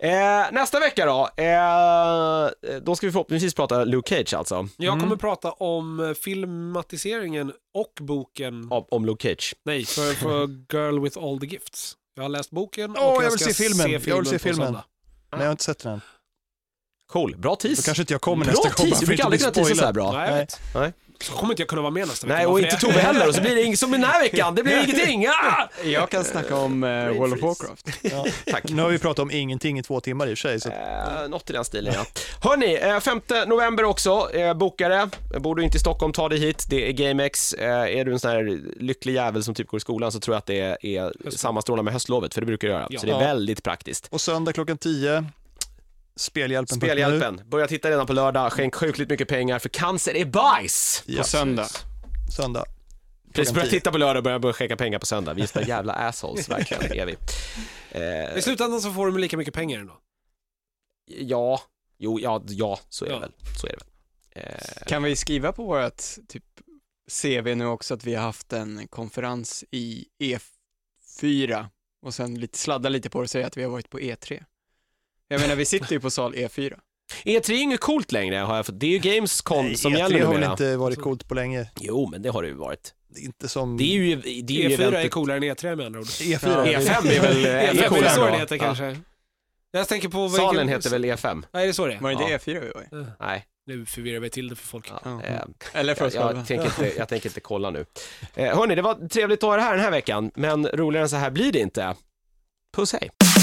Speaker 1: Eh, nästa vecka då, eh, då ska vi förhoppningsvis prata Luke Cage alltså.
Speaker 4: Jag kommer prata om eh, filmatiseringen och boken.
Speaker 1: Om, om Luke Cage.
Speaker 4: Nej, för, för Girl with all the gifts. Jag har läst boken och
Speaker 3: Åh, jag
Speaker 4: jag
Speaker 3: vill
Speaker 4: ska
Speaker 3: se filmen. Jag vill se
Speaker 4: på
Speaker 3: filmen.
Speaker 4: söndag.
Speaker 3: Men jag har inte sett den än.
Speaker 1: Cool, bra
Speaker 3: Då
Speaker 1: tis.
Speaker 3: kanske inte jag kommer
Speaker 1: Bra
Speaker 3: nästa gång.
Speaker 1: tis,
Speaker 3: för
Speaker 1: vi
Speaker 3: att
Speaker 1: brukar
Speaker 3: inte bli
Speaker 1: aldrig kunna tisa
Speaker 3: spoilad.
Speaker 1: så här bra.
Speaker 4: Nej, jag
Speaker 3: Nej.
Speaker 4: vet.
Speaker 1: Nej.
Speaker 4: Så kommer inte jag kunna vara med nästa vecka.
Speaker 1: Nej, och
Speaker 4: varför
Speaker 1: inte
Speaker 4: det?
Speaker 1: Tove heller, och så blir det inget som den här veckan, det blir ingenting! Ah!
Speaker 5: Jag kan snacka om eh, World of
Speaker 1: freeze.
Speaker 5: Warcraft.
Speaker 1: Tack.
Speaker 3: Nu har vi pratat om ingenting i två timmar i och för sig. Så.
Speaker 1: Eh, något i den stilen ja. Hörni, eh, 5 november också, eh, bokare. Bor du inte i Stockholm, ta dig hit. Det är GameX. Eh, är du en sån här lycklig jävel som typ går i skolan så tror jag att det är, är sammanstrålar med höstlovet, för det brukar det göra.
Speaker 4: Ja.
Speaker 1: Så det är
Speaker 3: Ja.
Speaker 1: väldigt praktiskt.
Speaker 3: Och söndag klockan 10, Spelhjälpen.
Speaker 1: Spelhjälpen, börja titta redan på lördag, skänk sjukligt mycket pengar för cancer är bajs!
Speaker 3: Ja,
Speaker 5: På söndag.
Speaker 3: söndag.
Speaker 1: Precis,
Speaker 3: Klockan
Speaker 1: börja
Speaker 3: 10.
Speaker 1: titta på lördag och börja, börja skänka pengar på söndag. Vi är såna jävla assholes, verkligen, det är vi. Eh,
Speaker 4: I slutändan så får du med lika mycket pengar ändå.
Speaker 1: Ja, jo, ja, ja, så är det
Speaker 4: Ja.
Speaker 1: väl. Så är det väl. Eh,
Speaker 5: Kan vi skriva på vårt typ, CV nu också att vi har haft en konferens i E4 och sen lite, sladda lite på det och säga att vi har varit på E3? Jag menar, vi sitter ju på sal E E4.
Speaker 1: E3 E är ju inget coolt längre har jag fått. Det är ju Gamescom
Speaker 3: Nej,
Speaker 1: som
Speaker 3: E3
Speaker 1: gäller
Speaker 3: har väl
Speaker 1: numera.
Speaker 3: inte varit coolt på länge.
Speaker 1: Jo, men det har det ju varit.
Speaker 3: Det är Inte som... E
Speaker 1: Det är ju, E det är ju
Speaker 4: E4 E är
Speaker 1: eventet-
Speaker 4: coolare än E3 med andra ord. E
Speaker 3: E4.
Speaker 5: Ja,
Speaker 1: E5 är väl eh, ännu coolare.
Speaker 4: är så
Speaker 1: än
Speaker 4: det
Speaker 1: vad-
Speaker 4: heter
Speaker 1: Ja.
Speaker 4: kanske. Jag tänker på... vilken-
Speaker 1: Salen heter väl E5?
Speaker 4: Nej, är det så det är?
Speaker 5: Var det inte
Speaker 1: Ja.
Speaker 5: E4 vi var i?
Speaker 4: Eh,
Speaker 1: Nej.
Speaker 4: Nu förvirrar vi till det för folk.
Speaker 1: Ja,
Speaker 5: Ja.
Speaker 1: eh,
Speaker 5: Eller för
Speaker 1: jag,
Speaker 5: oss
Speaker 1: jag,
Speaker 5: själva?
Speaker 1: tänker inte, jag tänker inte kolla nu. Eh, hörni, det var trevligt att ha er här den här veckan, men roligare än så här blir det inte. Puss hej!